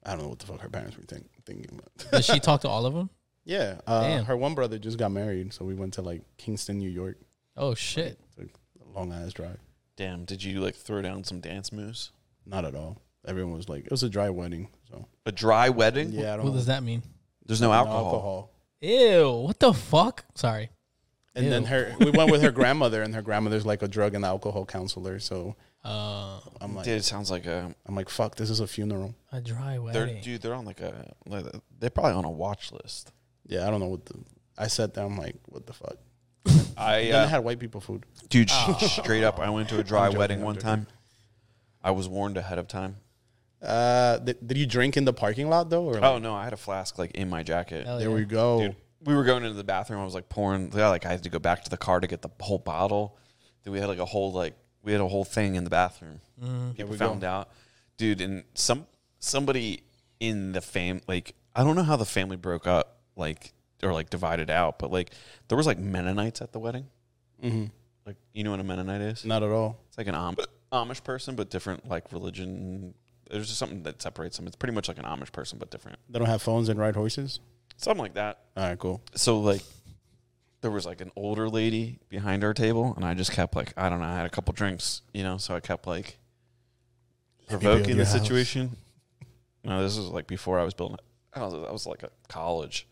Speaker 3: I don't know what the fuck her parents were think, thinking. About.
Speaker 2: Does she talk to all of them?
Speaker 3: yeah, uh,
Speaker 2: Damn.
Speaker 3: her one brother just got married, so we went to like Kingston, New York.
Speaker 2: Oh shit.
Speaker 3: Took a long ass drive.
Speaker 1: Damn, did you like throw down some dance moves?
Speaker 3: Not at all. Everyone was like, it was a dry wedding. So
Speaker 1: A dry wedding?
Speaker 3: yeah, I don't.
Speaker 2: What does that mean?
Speaker 1: There's no
Speaker 3: no
Speaker 1: alcohol.
Speaker 3: alcohol.
Speaker 2: Ew. What the fuck? Sorry.
Speaker 3: And then
Speaker 2: Ew.
Speaker 3: her, we went with her (laughs) grandmother, and her grandmother's like a drug and alcohol counselor. So
Speaker 2: Uh,
Speaker 3: I'm like,
Speaker 1: Dude, it sounds like a
Speaker 3: I'm like, fuck, this is a funeral.
Speaker 2: a dry
Speaker 1: they're
Speaker 2: wedding.
Speaker 1: dude, they're on like a like, they're probably on a watch list.
Speaker 3: Yeah, I don't know what the. I sat there, I'm like, what the fuck?
Speaker 1: I
Speaker 3: Then I
Speaker 1: uh,
Speaker 3: had white people food.
Speaker 1: dude,
Speaker 2: (laughs) Oh.
Speaker 1: straight up, I went to a dry
Speaker 3: joking,
Speaker 1: wedding
Speaker 3: I'm
Speaker 1: one
Speaker 3: joking.
Speaker 1: time. I was warned ahead of time.
Speaker 3: Uh, th- did you drink in the parking lot though? Or like,
Speaker 1: Oh no, I had a flask like in my jacket.
Speaker 2: Hell
Speaker 3: there
Speaker 2: yeah.
Speaker 3: we go.
Speaker 1: Oh, Dude, we were going into the bathroom. I was like pouring. Yeah, like I had to go back to the car to get the whole bottle. Then we had like a whole like we had a whole thing in the bathroom.
Speaker 2: Mm.
Speaker 1: People found out, dude. And some somebody in the fam like I don't know how the family broke up like or like divided out, but like there was like Mennonites at the wedding. Mm-hmm. Like you know what a Mennonite is?
Speaker 3: Not at all.
Speaker 1: It's like an Am- Amish person, but different like religion. There's just something that separates them. It's pretty much like an Amish person, but different.
Speaker 3: They don't have phones and ride horses.
Speaker 1: Something like that
Speaker 3: All right, cool. (laughs)
Speaker 1: so like there was like an older lady behind our table and i just kept like i don't know i had a couple drinks you know so i kept like
Speaker 3: me build
Speaker 1: provoking
Speaker 3: your
Speaker 1: the
Speaker 3: house.
Speaker 1: situation no this was like before i was building i was, I was like at college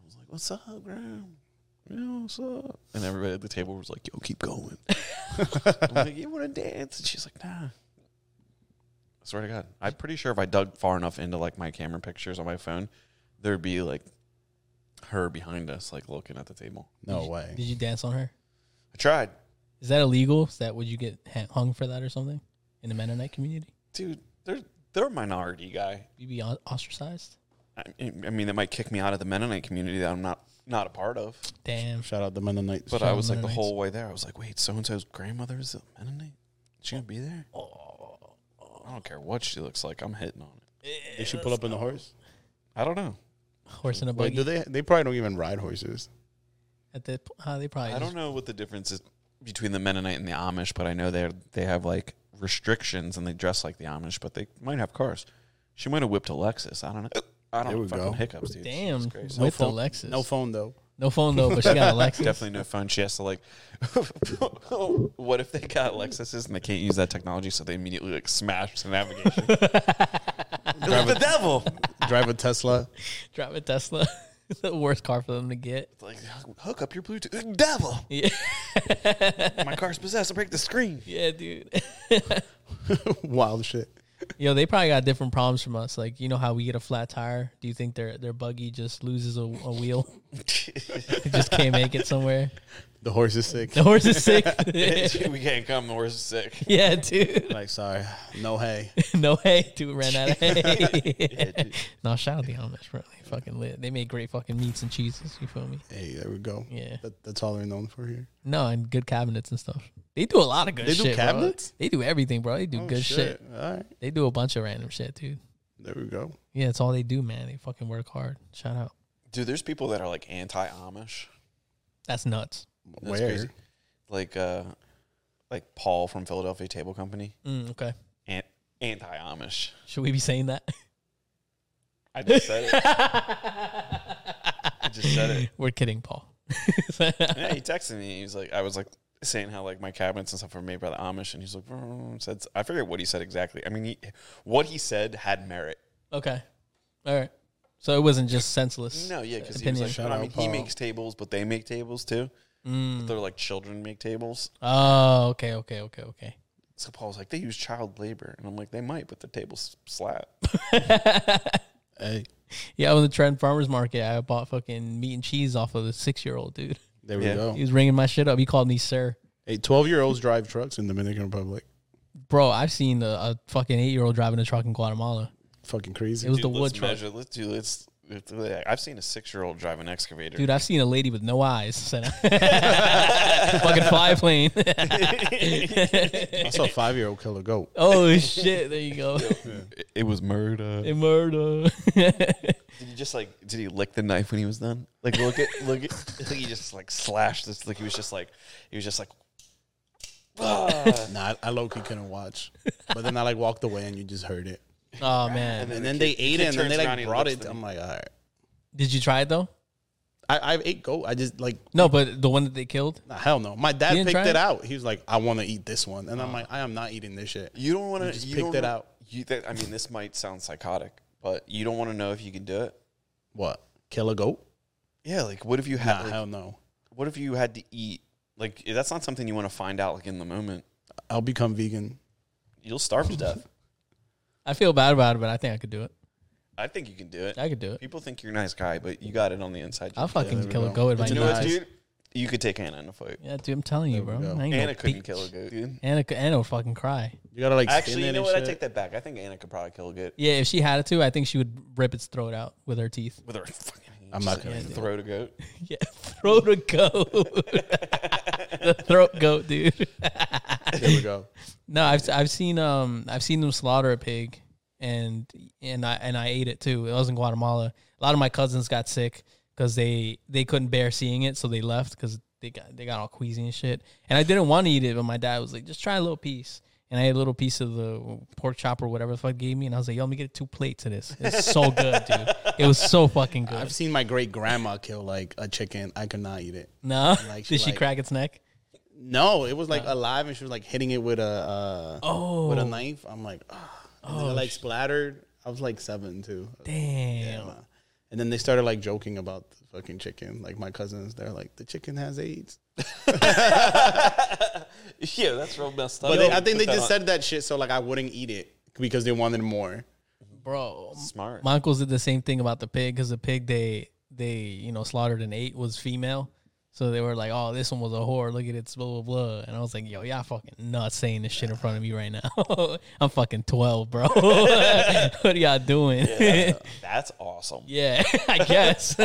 Speaker 1: i was like what's up graham you know what's up and everybody at the table was like yo keep going i'm like you want to dance and she's like nah I swear to God, I'm pretty sure if I dug far enough into like my camera pictures on my phone, there'd be like her behind us, like looking at the table.
Speaker 3: No way.
Speaker 2: Did you dance on her?
Speaker 1: I tried,
Speaker 2: Is that illegal? Is that would you get ha- hung for that or something in the Mennonite community?
Speaker 1: dude. They're they're a minority guy.
Speaker 2: You be o- ostracized?
Speaker 1: I, I mean, they might kick me out of the Mennonite community that I'm not not a part of.
Speaker 2: Damn.
Speaker 3: Shout out the Mennonites.
Speaker 1: But
Speaker 2: Shout
Speaker 1: I
Speaker 2: out
Speaker 1: was like the
Speaker 2: Mennonites.
Speaker 1: whole way there. I was like, wait, so and so's grandmother is a Mennonite. Is she gonna be there? I don't care what she looks like. I'm hitting on it.
Speaker 3: they should pull up in the horse.
Speaker 1: I don't know.
Speaker 2: Horse and a
Speaker 3: Like,
Speaker 2: buggy.
Speaker 3: do they? They probably don't even ride horses.
Speaker 2: At the p- uh, they probably.
Speaker 1: I don't know what the difference is between the Mennonite and the Amish, but I know they they have like restrictions and they dress like the Amish, but they might have cars. She might have whipped a Lexus. I don't know. I don't
Speaker 3: There
Speaker 1: know
Speaker 3: we
Speaker 1: fucking
Speaker 3: go.
Speaker 1: hiccups, dude.
Speaker 2: Damn.
Speaker 1: Jesus Christ.
Speaker 2: with
Speaker 3: phone-
Speaker 2: the Lexus.
Speaker 3: No phone though.
Speaker 2: No phone though, but she got a Lexus.
Speaker 1: Definitely no phone. She has to like. (laughs) what if they got Lexuses and they can't use that technology, so they immediately like smash the navigation? It's (laughs) like the devil.
Speaker 3: Drive
Speaker 2: (laughs)
Speaker 3: a Tesla.
Speaker 2: (laughs) Drive a Tesla. (laughs) the worst car for them to get.
Speaker 1: It's like hook up your Bluetooth. Devil.
Speaker 2: Yeah.
Speaker 1: My car's possessed. I break the (laughs) screen.
Speaker 2: Yeah, dude.
Speaker 3: Wild shit.
Speaker 2: Yo, they probably got different problems from us. Like, you know how we get a flat tire? Do you think their their buggy just loses a, a wheel? it just can't make it somewhere. (laughs)
Speaker 3: The horse is sick.
Speaker 2: The horse is sick. (laughs)
Speaker 1: we can't come. The horse is sick.
Speaker 2: yeah, dude. (laughs)
Speaker 3: (laughs) like, sorry, no hay.
Speaker 2: No hay, dude. Ran out of (laughs) hay. no, shout out the Amish, bro. They fucking lit. They make great fucking meats and cheeses. You feel me?
Speaker 3: Hey, there we go.
Speaker 2: Yeah.
Speaker 3: That, that's all they're known for here.
Speaker 2: No, and good cabinets and stuff. They do a lot of good
Speaker 3: They do
Speaker 2: shit. bro.
Speaker 3: cabinets?
Speaker 2: They do everything, bro. They do
Speaker 3: Oh,
Speaker 2: good shit.
Speaker 3: All right,
Speaker 2: They do a bunch of random shit, dude.
Speaker 3: there we go.
Speaker 2: Yeah, it's all they do, man. They fucking work hard. Shout out.
Speaker 1: Dude, there's people that are like anti Amish.
Speaker 2: That's nuts.
Speaker 1: That's
Speaker 3: Where?
Speaker 1: crazy. Like, uh, like Paul from Philadelphia Table Company,
Speaker 2: Mm, okay.
Speaker 1: An- anti Amish.
Speaker 2: Should we be saying that?
Speaker 1: I just said it. I just said it.
Speaker 2: (laughs) We're kidding, Paul.
Speaker 1: (laughs) Yeah, he texted me. He was like, I was like saying how like my cabinets and stuff are made by the Amish, and he's like, "Mm," said I forget what he said exactly. I mean, he, what he said had merit.
Speaker 2: Okay. All right. So it wasn't just senseless.
Speaker 1: No, yeah, because he was
Speaker 2: Opinion.
Speaker 1: like,
Speaker 3: Shout
Speaker 1: but I
Speaker 3: out,
Speaker 1: mean, he
Speaker 3: Paul.
Speaker 1: makes tables, but they make tables too. But they're like children make tables.
Speaker 2: Oh, okay, okay, okay, okay.
Speaker 1: So Paul's like, they use child labor, and I'm like, they might, but the tables slap.
Speaker 3: Hey,
Speaker 2: Yeah, on the Trent Farmers Market, I bought fucking meat and cheese off of the six-year-old dude.
Speaker 3: there we
Speaker 1: Yeah.
Speaker 3: go.
Speaker 2: He was ringing my shit up. He called me sir.
Speaker 3: Hey, twelve-year-olds drive trucks in Dominican Republic.
Speaker 2: Bro, I've seen a, a fucking eight-year-old driving a truck in Guatemala.
Speaker 3: Fucking crazy.
Speaker 2: It was
Speaker 1: Dude,
Speaker 2: the wood
Speaker 1: let's
Speaker 2: truck.
Speaker 1: measure. Let's do. Let's. let's- I've seen a six-year-old drive an excavator.
Speaker 2: Dude, I've seen a lady with no eyes. (laughs) Said- fucking fly (laughs) plane. (laughs)
Speaker 3: I saw a five-year-old kill a goat.
Speaker 2: oh shit! There you (laughs) go.
Speaker 1: It, it was murder.
Speaker 2: And murder. (laughs)
Speaker 1: Did he just like? Did he lick the knife when he was done? Like look at look at. (laughs) I think he just like slashed this. Like he was just like he was just like. "Ah."
Speaker 3: Nah, I, I low-key couldn't watch. But then I like walked away and you just heard it.
Speaker 2: oh man,
Speaker 3: And then they ate
Speaker 1: kid
Speaker 3: it and then
Speaker 1: turns
Speaker 3: they
Speaker 1: around,
Speaker 3: like
Speaker 1: he
Speaker 3: brought
Speaker 1: licks
Speaker 3: it.
Speaker 1: them.
Speaker 3: I'm like, all right.
Speaker 2: did you try it though?
Speaker 3: I, I've ate goat. I just like,
Speaker 2: No, but the one that they killed.
Speaker 3: nah, hell no. My
Speaker 2: You
Speaker 3: dad
Speaker 2: didn't
Speaker 3: picked
Speaker 2: try
Speaker 3: it
Speaker 2: it? Oh.
Speaker 3: out. He was like, I want to eat this one. And I'm like, I am not eating this shit.
Speaker 1: you don't want to.
Speaker 3: just
Speaker 1: You
Speaker 3: picked
Speaker 1: don't
Speaker 3: it
Speaker 1: wa-
Speaker 3: out.
Speaker 1: You that I mean, this might sound psychotic, but you don't want to know if you can do it.
Speaker 3: What? Kill a goat?
Speaker 1: Yeah, like what if you
Speaker 3: Nah,
Speaker 1: had? like,
Speaker 3: hell no.
Speaker 1: what if you had to eat? Like that's not something you want to find out like in the moment.
Speaker 3: I'll become vegan.
Speaker 1: You'll starve to death.
Speaker 2: I feel bad about it, but I think I could do it.
Speaker 1: I think you can do it.
Speaker 2: I could do it.
Speaker 1: People think you're a nice guy, but you got it on the inside.
Speaker 2: I'll
Speaker 3: Yeah,
Speaker 2: fucking
Speaker 3: there we
Speaker 2: kill a
Speaker 3: go.
Speaker 2: goat with my
Speaker 3: It's
Speaker 1: you know
Speaker 3: a
Speaker 2: knife.
Speaker 1: what,
Speaker 3: nice.
Speaker 1: dude? You could take Hannah in a fight.
Speaker 2: Yeah, dude, I'm telling you, bro.
Speaker 3: There we go.
Speaker 2: I ain't no
Speaker 1: Anna couldn't
Speaker 2: bitch.
Speaker 1: kill a goat, dude.
Speaker 2: Anna, cou- Anna would fucking cry.
Speaker 3: You gotta like skin
Speaker 1: Actually,
Speaker 3: it
Speaker 1: you know
Speaker 3: and
Speaker 1: what? I
Speaker 3: shit.
Speaker 1: take that back. I think Anna could probably kill a goat
Speaker 2: Yeah, if she had it to, I think she would rip its throat out with her teeth. (laughs)
Speaker 1: with her fucking. hand.
Speaker 3: I'm
Speaker 1: Just,
Speaker 3: not
Speaker 1: like,
Speaker 3: gonna do
Speaker 1: throw to goat.
Speaker 2: Yeah, throat a goat. (laughs) the throat goat, dude.
Speaker 3: There we go.
Speaker 2: No, I've I've seen um I've seen them slaughter a pig, and and I and I ate it too. It was in Guatemala. A lot of my cousins got sick because they they couldn't bear seeing it, so they left because they got they got all queasy and shit. And I didn't want to eat it, but my dad was like, "Just try a little piece." And I ate a little piece of the pork chop or whatever the fuck gave me, and I was like, "Yo, let me get two plates of this. It's
Speaker 3: (laughs)
Speaker 2: so good, dude. It was so fucking good."
Speaker 3: (laughs) I've seen my great grandma kill like a chicken. I could not eat it.
Speaker 2: no,
Speaker 3: like, she
Speaker 2: did she
Speaker 3: like-
Speaker 2: crack its neck?
Speaker 3: No, it was like alive, and she was like hitting it with a uh,
Speaker 2: Oh,
Speaker 3: with a knife. I'm like, ah. and then it like splattered. I was like seven too.
Speaker 2: damn.
Speaker 3: Yeah. And then they started like joking about the fucking chicken. Like my cousins, they're like, the chicken has AIDS.
Speaker 1: (laughs) Yeah, that's real messed up.
Speaker 3: But they, I think they just said that shit so like I wouldn't eat it because they wanted more.
Speaker 2: bro. m-
Speaker 1: Smart.
Speaker 2: My uncles did the same thing about the pig because the pig they they you know slaughtered and ate was female, so they were like, "Oh, this one was a whore. Look at its blah blah blah." And I was like, "Yo, y'all fucking nuts saying this shit in front of me right now. (laughs) I'm fucking twelve, bro. (laughs) what are y'all doing?" (laughs) Yeah,
Speaker 1: that's awesome.
Speaker 2: (laughs) I
Speaker 3: (laughs)
Speaker 2: guess.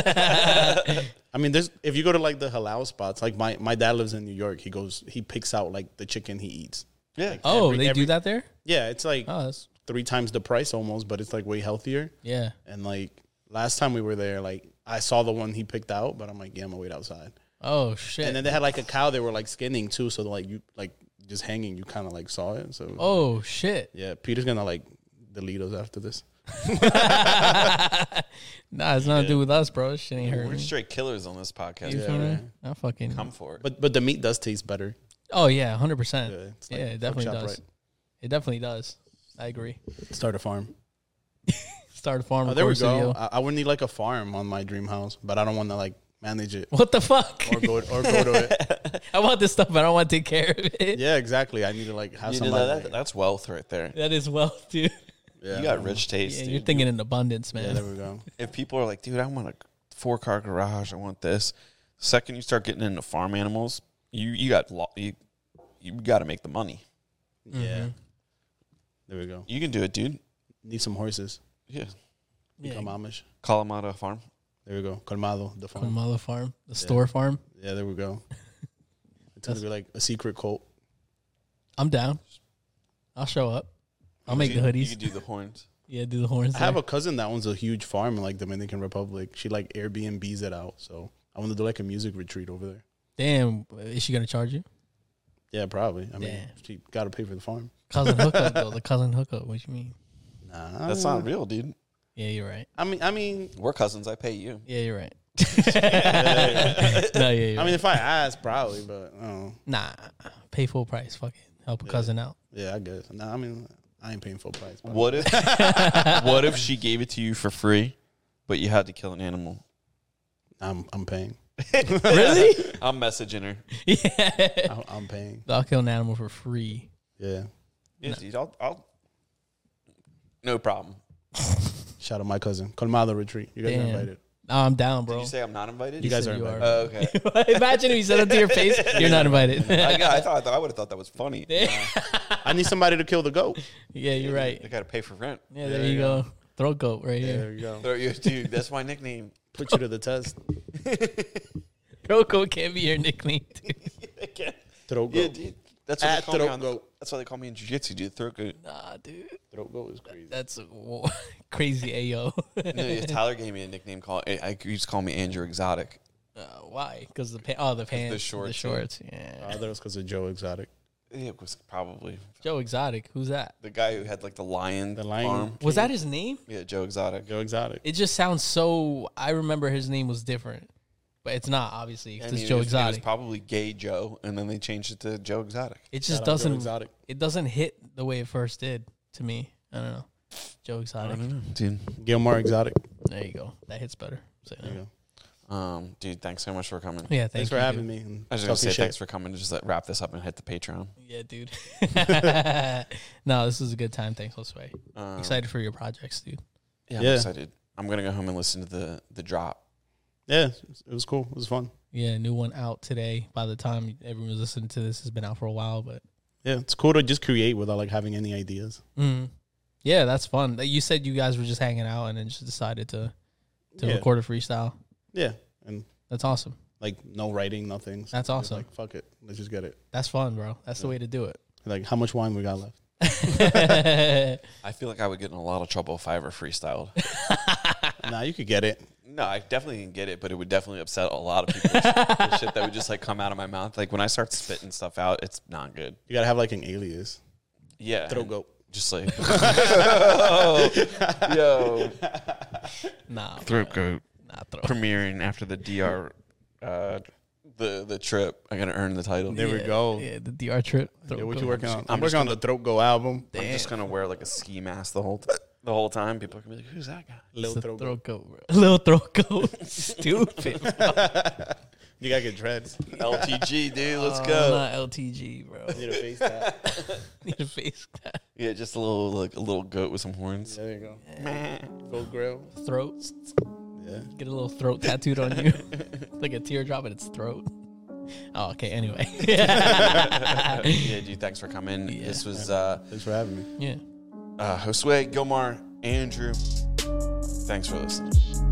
Speaker 3: I mean, there's if you go to like the halal spots, like my my dad lives in New York. He goes, he picks out like the chicken he eats.
Speaker 1: Yeah,
Speaker 2: oh,
Speaker 3: Every-
Speaker 2: they
Speaker 3: every-
Speaker 2: do that there.
Speaker 3: Yeah, it's like
Speaker 2: Oh, that's
Speaker 3: three times the price almost, but it's like way healthier.
Speaker 2: yeah.
Speaker 3: And like last time we were there, like I saw the one he picked out, but I'm like, yeah, I'm gonna wait outside.
Speaker 2: Oh shit.
Speaker 3: And then they had like a cow they were like skinning too, so like you like just hanging, you kind of like saw it. So
Speaker 2: oh shit. (laughs)
Speaker 3: yeah, Peter's gonna like delete us after this.
Speaker 2: Nah, it's nothing to do with us, bro. This shit ain't hurt.
Speaker 1: we're
Speaker 2: me.
Speaker 1: straight killers on this podcast.
Speaker 2: You feel me? I fucking.
Speaker 1: Come for it.
Speaker 3: But but the meat does taste better.
Speaker 2: Oh yeah, hundred percent.
Speaker 3: Yeah,
Speaker 2: Yeah, it
Speaker 3: it's like
Speaker 2: definitely
Speaker 3: pork
Speaker 2: does.
Speaker 3: chop,
Speaker 2: It definitely does. I agree.
Speaker 3: Start a farm.
Speaker 2: Start a farm.
Speaker 3: Oh, there we
Speaker 2: record
Speaker 3: go.
Speaker 2: studio.
Speaker 3: I, I would need like a farm on my dream house, but I don't want to like manage it
Speaker 2: (laughs) What the fuck?
Speaker 3: or go or go to it.
Speaker 2: (laughs) I want this stuff, but I don't want to take care of it.
Speaker 3: Yeah, exactly. I need to like have
Speaker 1: You know,
Speaker 3: somebody.
Speaker 1: that,
Speaker 3: like-
Speaker 1: that's wealth right there.
Speaker 2: That is wealth,
Speaker 3: (laughs)
Speaker 2: dude.
Speaker 3: yeah,
Speaker 1: You got rich taste.
Speaker 2: Yeah,
Speaker 1: dude.
Speaker 2: you're thinking in abundance,
Speaker 3: Yeah,
Speaker 2: man.
Speaker 3: there we go.
Speaker 1: if people are like, dude, I want a four car garage, I want this. Second, you start getting into farm animals, you you got lo- you you got to make the money.
Speaker 2: Mm-hmm.
Speaker 3: Yeah. There we go.
Speaker 1: You can do it, dude.
Speaker 3: Need some horses.
Speaker 1: Yeah,
Speaker 3: Become Amish.
Speaker 1: Kalamata Farm.
Speaker 3: There we go. Colmado, the farm.
Speaker 2: Kamala farm, the store farm.
Speaker 3: Yeah, there we go. It's gonna be like a secret cult.
Speaker 2: I'm down. I'll show up. I'll
Speaker 1: You
Speaker 2: make the
Speaker 1: could- You
Speaker 2: hoodies.
Speaker 1: could do the
Speaker 2: (laughs)
Speaker 1: horns.
Speaker 2: Yeah, do the horns.
Speaker 3: I have
Speaker 2: there.
Speaker 3: a cousin that owns a huge farm in like Dominican Republic. She like Airbnbs it out. So I want to do like a music retreat over there.
Speaker 2: Damn, is she gonna charge you?
Speaker 3: Yeah, probably. I mean,
Speaker 2: Damn.
Speaker 3: she got to pay for the farm.
Speaker 2: Cousin hookup though. The cousin hookup. What you mean?
Speaker 3: Nah,
Speaker 1: That's not real, dude.
Speaker 2: Yeah, you're right.
Speaker 3: I mean, I mean,
Speaker 1: We're cousins. I pay you.
Speaker 2: Yeah, you're
Speaker 3: (laughs)
Speaker 2: right. (laughs) no, yeah, you're
Speaker 3: I
Speaker 2: right.
Speaker 3: mean, if I asked, probably, but I don't know.
Speaker 2: nah. Pay full price. Fuck it. Help a cousin out. (laughs)
Speaker 3: yeah, I guess. Nah, I mean, I ain't paying full price. but-
Speaker 1: What if what if (laughs) she gave it to you for free, but you had to kill an
Speaker 3: (laughs)
Speaker 1: animal?
Speaker 3: I'm
Speaker 1: (laughs)
Speaker 3: I'm paying.
Speaker 2: Really?
Speaker 1: I'm messaging her.
Speaker 2: yeah.
Speaker 3: I, I'm paying.
Speaker 2: I'll kill an animal for free.
Speaker 3: Yeah.
Speaker 1: Yeah, dude, I'll, I'll no problem.
Speaker 3: Shout out my cousin Colmado retreat. You guys
Speaker 2: Damn.
Speaker 3: are invited.
Speaker 2: Oh, I'm down,
Speaker 1: Did
Speaker 2: bro.
Speaker 1: you say I'm not invited?
Speaker 3: You guys
Speaker 2: said
Speaker 3: are
Speaker 2: you
Speaker 3: invited.
Speaker 1: Oh, okay.
Speaker 2: (laughs) Imagine if you said that to your face. You're not invited. (laughs)
Speaker 1: I, yeah, I thought I would have thought that was
Speaker 3: (laughs)
Speaker 1: funny.
Speaker 3: I need somebody to kill the goat.
Speaker 1: (laughs)
Speaker 2: yeah, you're right.
Speaker 1: I gotta pay for rent.
Speaker 2: Yeah, there you go. Throat goat right here.
Speaker 3: There you go.
Speaker 1: Throw you, dude. That's my nickname.
Speaker 3: Put you to the test.
Speaker 2: Throat goat can't be your nickname. (laughs) Dude.
Speaker 3: Throw
Speaker 1: Yeah,
Speaker 3: goat.
Speaker 1: dude. That's what they
Speaker 3: At
Speaker 1: call me
Speaker 3: throat
Speaker 1: on the,
Speaker 3: goat.
Speaker 1: That's why they call me in jiu-jitsu, dude. Throat goat.
Speaker 2: Nah, dude.
Speaker 3: Throw goat is crazy.
Speaker 2: That's a wa- (laughs) crazy (laughs) AO.
Speaker 1: No, yeah, Tyler gave me a nickname called. eh, I, I used to call me Andrew Exotic.
Speaker 2: uh, why? Because the pa- oh the pants, the shorts,
Speaker 1: shorts,
Speaker 2: the shorts. Yeah.
Speaker 3: I thought it was because of Joe Exotic.
Speaker 1: It was probably
Speaker 2: Joe Exotic. Who's that?
Speaker 1: the guy who had like the lion,
Speaker 3: The lion.
Speaker 1: farm.
Speaker 2: Was that his name?
Speaker 1: Yeah, Joe Exotic.
Speaker 3: Joe Exotic.
Speaker 2: It just sounds so. I remember his name was different, but it's not obviously. 'cause
Speaker 1: I mean,
Speaker 2: it's Joe
Speaker 1: it was, It was
Speaker 2: Exotic.
Speaker 1: probably Gay Joe, and then they changed it to Joe Exotic.
Speaker 2: It
Speaker 3: Shout
Speaker 2: just
Speaker 3: out Joe
Speaker 2: doesn't.
Speaker 3: Exotic.
Speaker 2: It doesn't hit the way it first did to me. I don't know. Joe Exotic.
Speaker 1: Dude,
Speaker 3: Gilmar Exotic.
Speaker 2: There you go. That hits better. So,
Speaker 3: There you go.
Speaker 1: um, dude, thanks so much for coming.
Speaker 2: yeah.
Speaker 3: Thanks
Speaker 2: thank
Speaker 3: for
Speaker 2: you,
Speaker 3: having
Speaker 2: dude.
Speaker 3: me. and
Speaker 1: I was just gonna
Speaker 3: talking
Speaker 1: say
Speaker 3: shit.
Speaker 1: thanks for coming. to Just like, wrap this up and hit the Patreon.
Speaker 2: Yeah, dude. (laughs) no, this is a good time. Thanks, Josue.
Speaker 3: Uh-huh.
Speaker 1: Um,
Speaker 2: Excited for your projects, dude.
Speaker 1: Yeah, I'm
Speaker 3: Yeah.
Speaker 1: excited. I'm gonna go home and listen to the the drop.
Speaker 3: Yeah, it was cool. It was fun.
Speaker 2: Yeah, new one out today. By the time everyone's listening to this, has been out for a while, but
Speaker 3: Yeah, it's cool to just create without like having any ideas.
Speaker 2: mm. yeah, that's fun. That- You said you guys were just hanging out and then just decided to to
Speaker 3: Yeah.
Speaker 2: record a freestyle.
Speaker 3: Yeah, and
Speaker 2: That's awesome.
Speaker 3: like no writing, nothing. So
Speaker 2: That's
Speaker 3: just,
Speaker 2: awesome.
Speaker 3: Like fuck it, let's just get it.
Speaker 2: That's fun, bro. That's the way to do
Speaker 3: Like how much wine we got left?
Speaker 2: it.
Speaker 1: I feel like I would get in a lot of trouble if I ever
Speaker 2: (laughs)
Speaker 1: freestyled.
Speaker 3: nah, you could get it.
Speaker 1: no, I definitely didn't get it, but it would definitely upset a lot of people.
Speaker 2: (laughs)
Speaker 1: the shit that would just like come out of my mouth. Like when I start spitting stuff out, it's not good.
Speaker 3: You gotta have like an alias.
Speaker 1: Yeah,
Speaker 3: Throw goat.
Speaker 1: Just like (laughs) yo,
Speaker 2: nah,
Speaker 4: throat goat
Speaker 2: nah, throw.
Speaker 1: (laughs) premiering after the DR, uh, the the trip. I gotta earn the title.
Speaker 3: There we
Speaker 2: (laughs)
Speaker 3: go.
Speaker 2: Yeah, the DR trip. Throw
Speaker 3: Yeah, what
Speaker 2: go.
Speaker 3: you working on? I'm,
Speaker 1: just
Speaker 3: working on the throat go album.
Speaker 1: I'm just gonna wear like a ski mask the whole t- the whole time. People are gonna be like, "Who's that guy?" (laughs)
Speaker 3: Lil
Speaker 2: It's a
Speaker 3: throat.
Speaker 2: throat goat, bro. (laughs) Little throat
Speaker 3: (laughs)
Speaker 2: goat. Stupid. (laughs)
Speaker 3: You gotta get dreads.
Speaker 1: LTG, dude. Let's
Speaker 2: Oh,
Speaker 1: go.
Speaker 2: Not LTG, bro. (laughs)
Speaker 3: Need a face tap.
Speaker 2: Need a face cut.
Speaker 1: Yeah, just a little like a little goat with some horns.
Speaker 3: There you go.
Speaker 1: (laughs)
Speaker 3: Gold grill.
Speaker 2: Throats.
Speaker 3: Yeah.
Speaker 2: Get a little throat tattooed on you, (laughs) like a teardrop in its throat. Oh, okay. Anyway, (laughs)
Speaker 1: yeah, dude. Thanks for coming. This was uh,
Speaker 3: Thanks for having me.
Speaker 2: yeah.
Speaker 1: uh, Josue Gilmar, Andrew. Thanks for listening.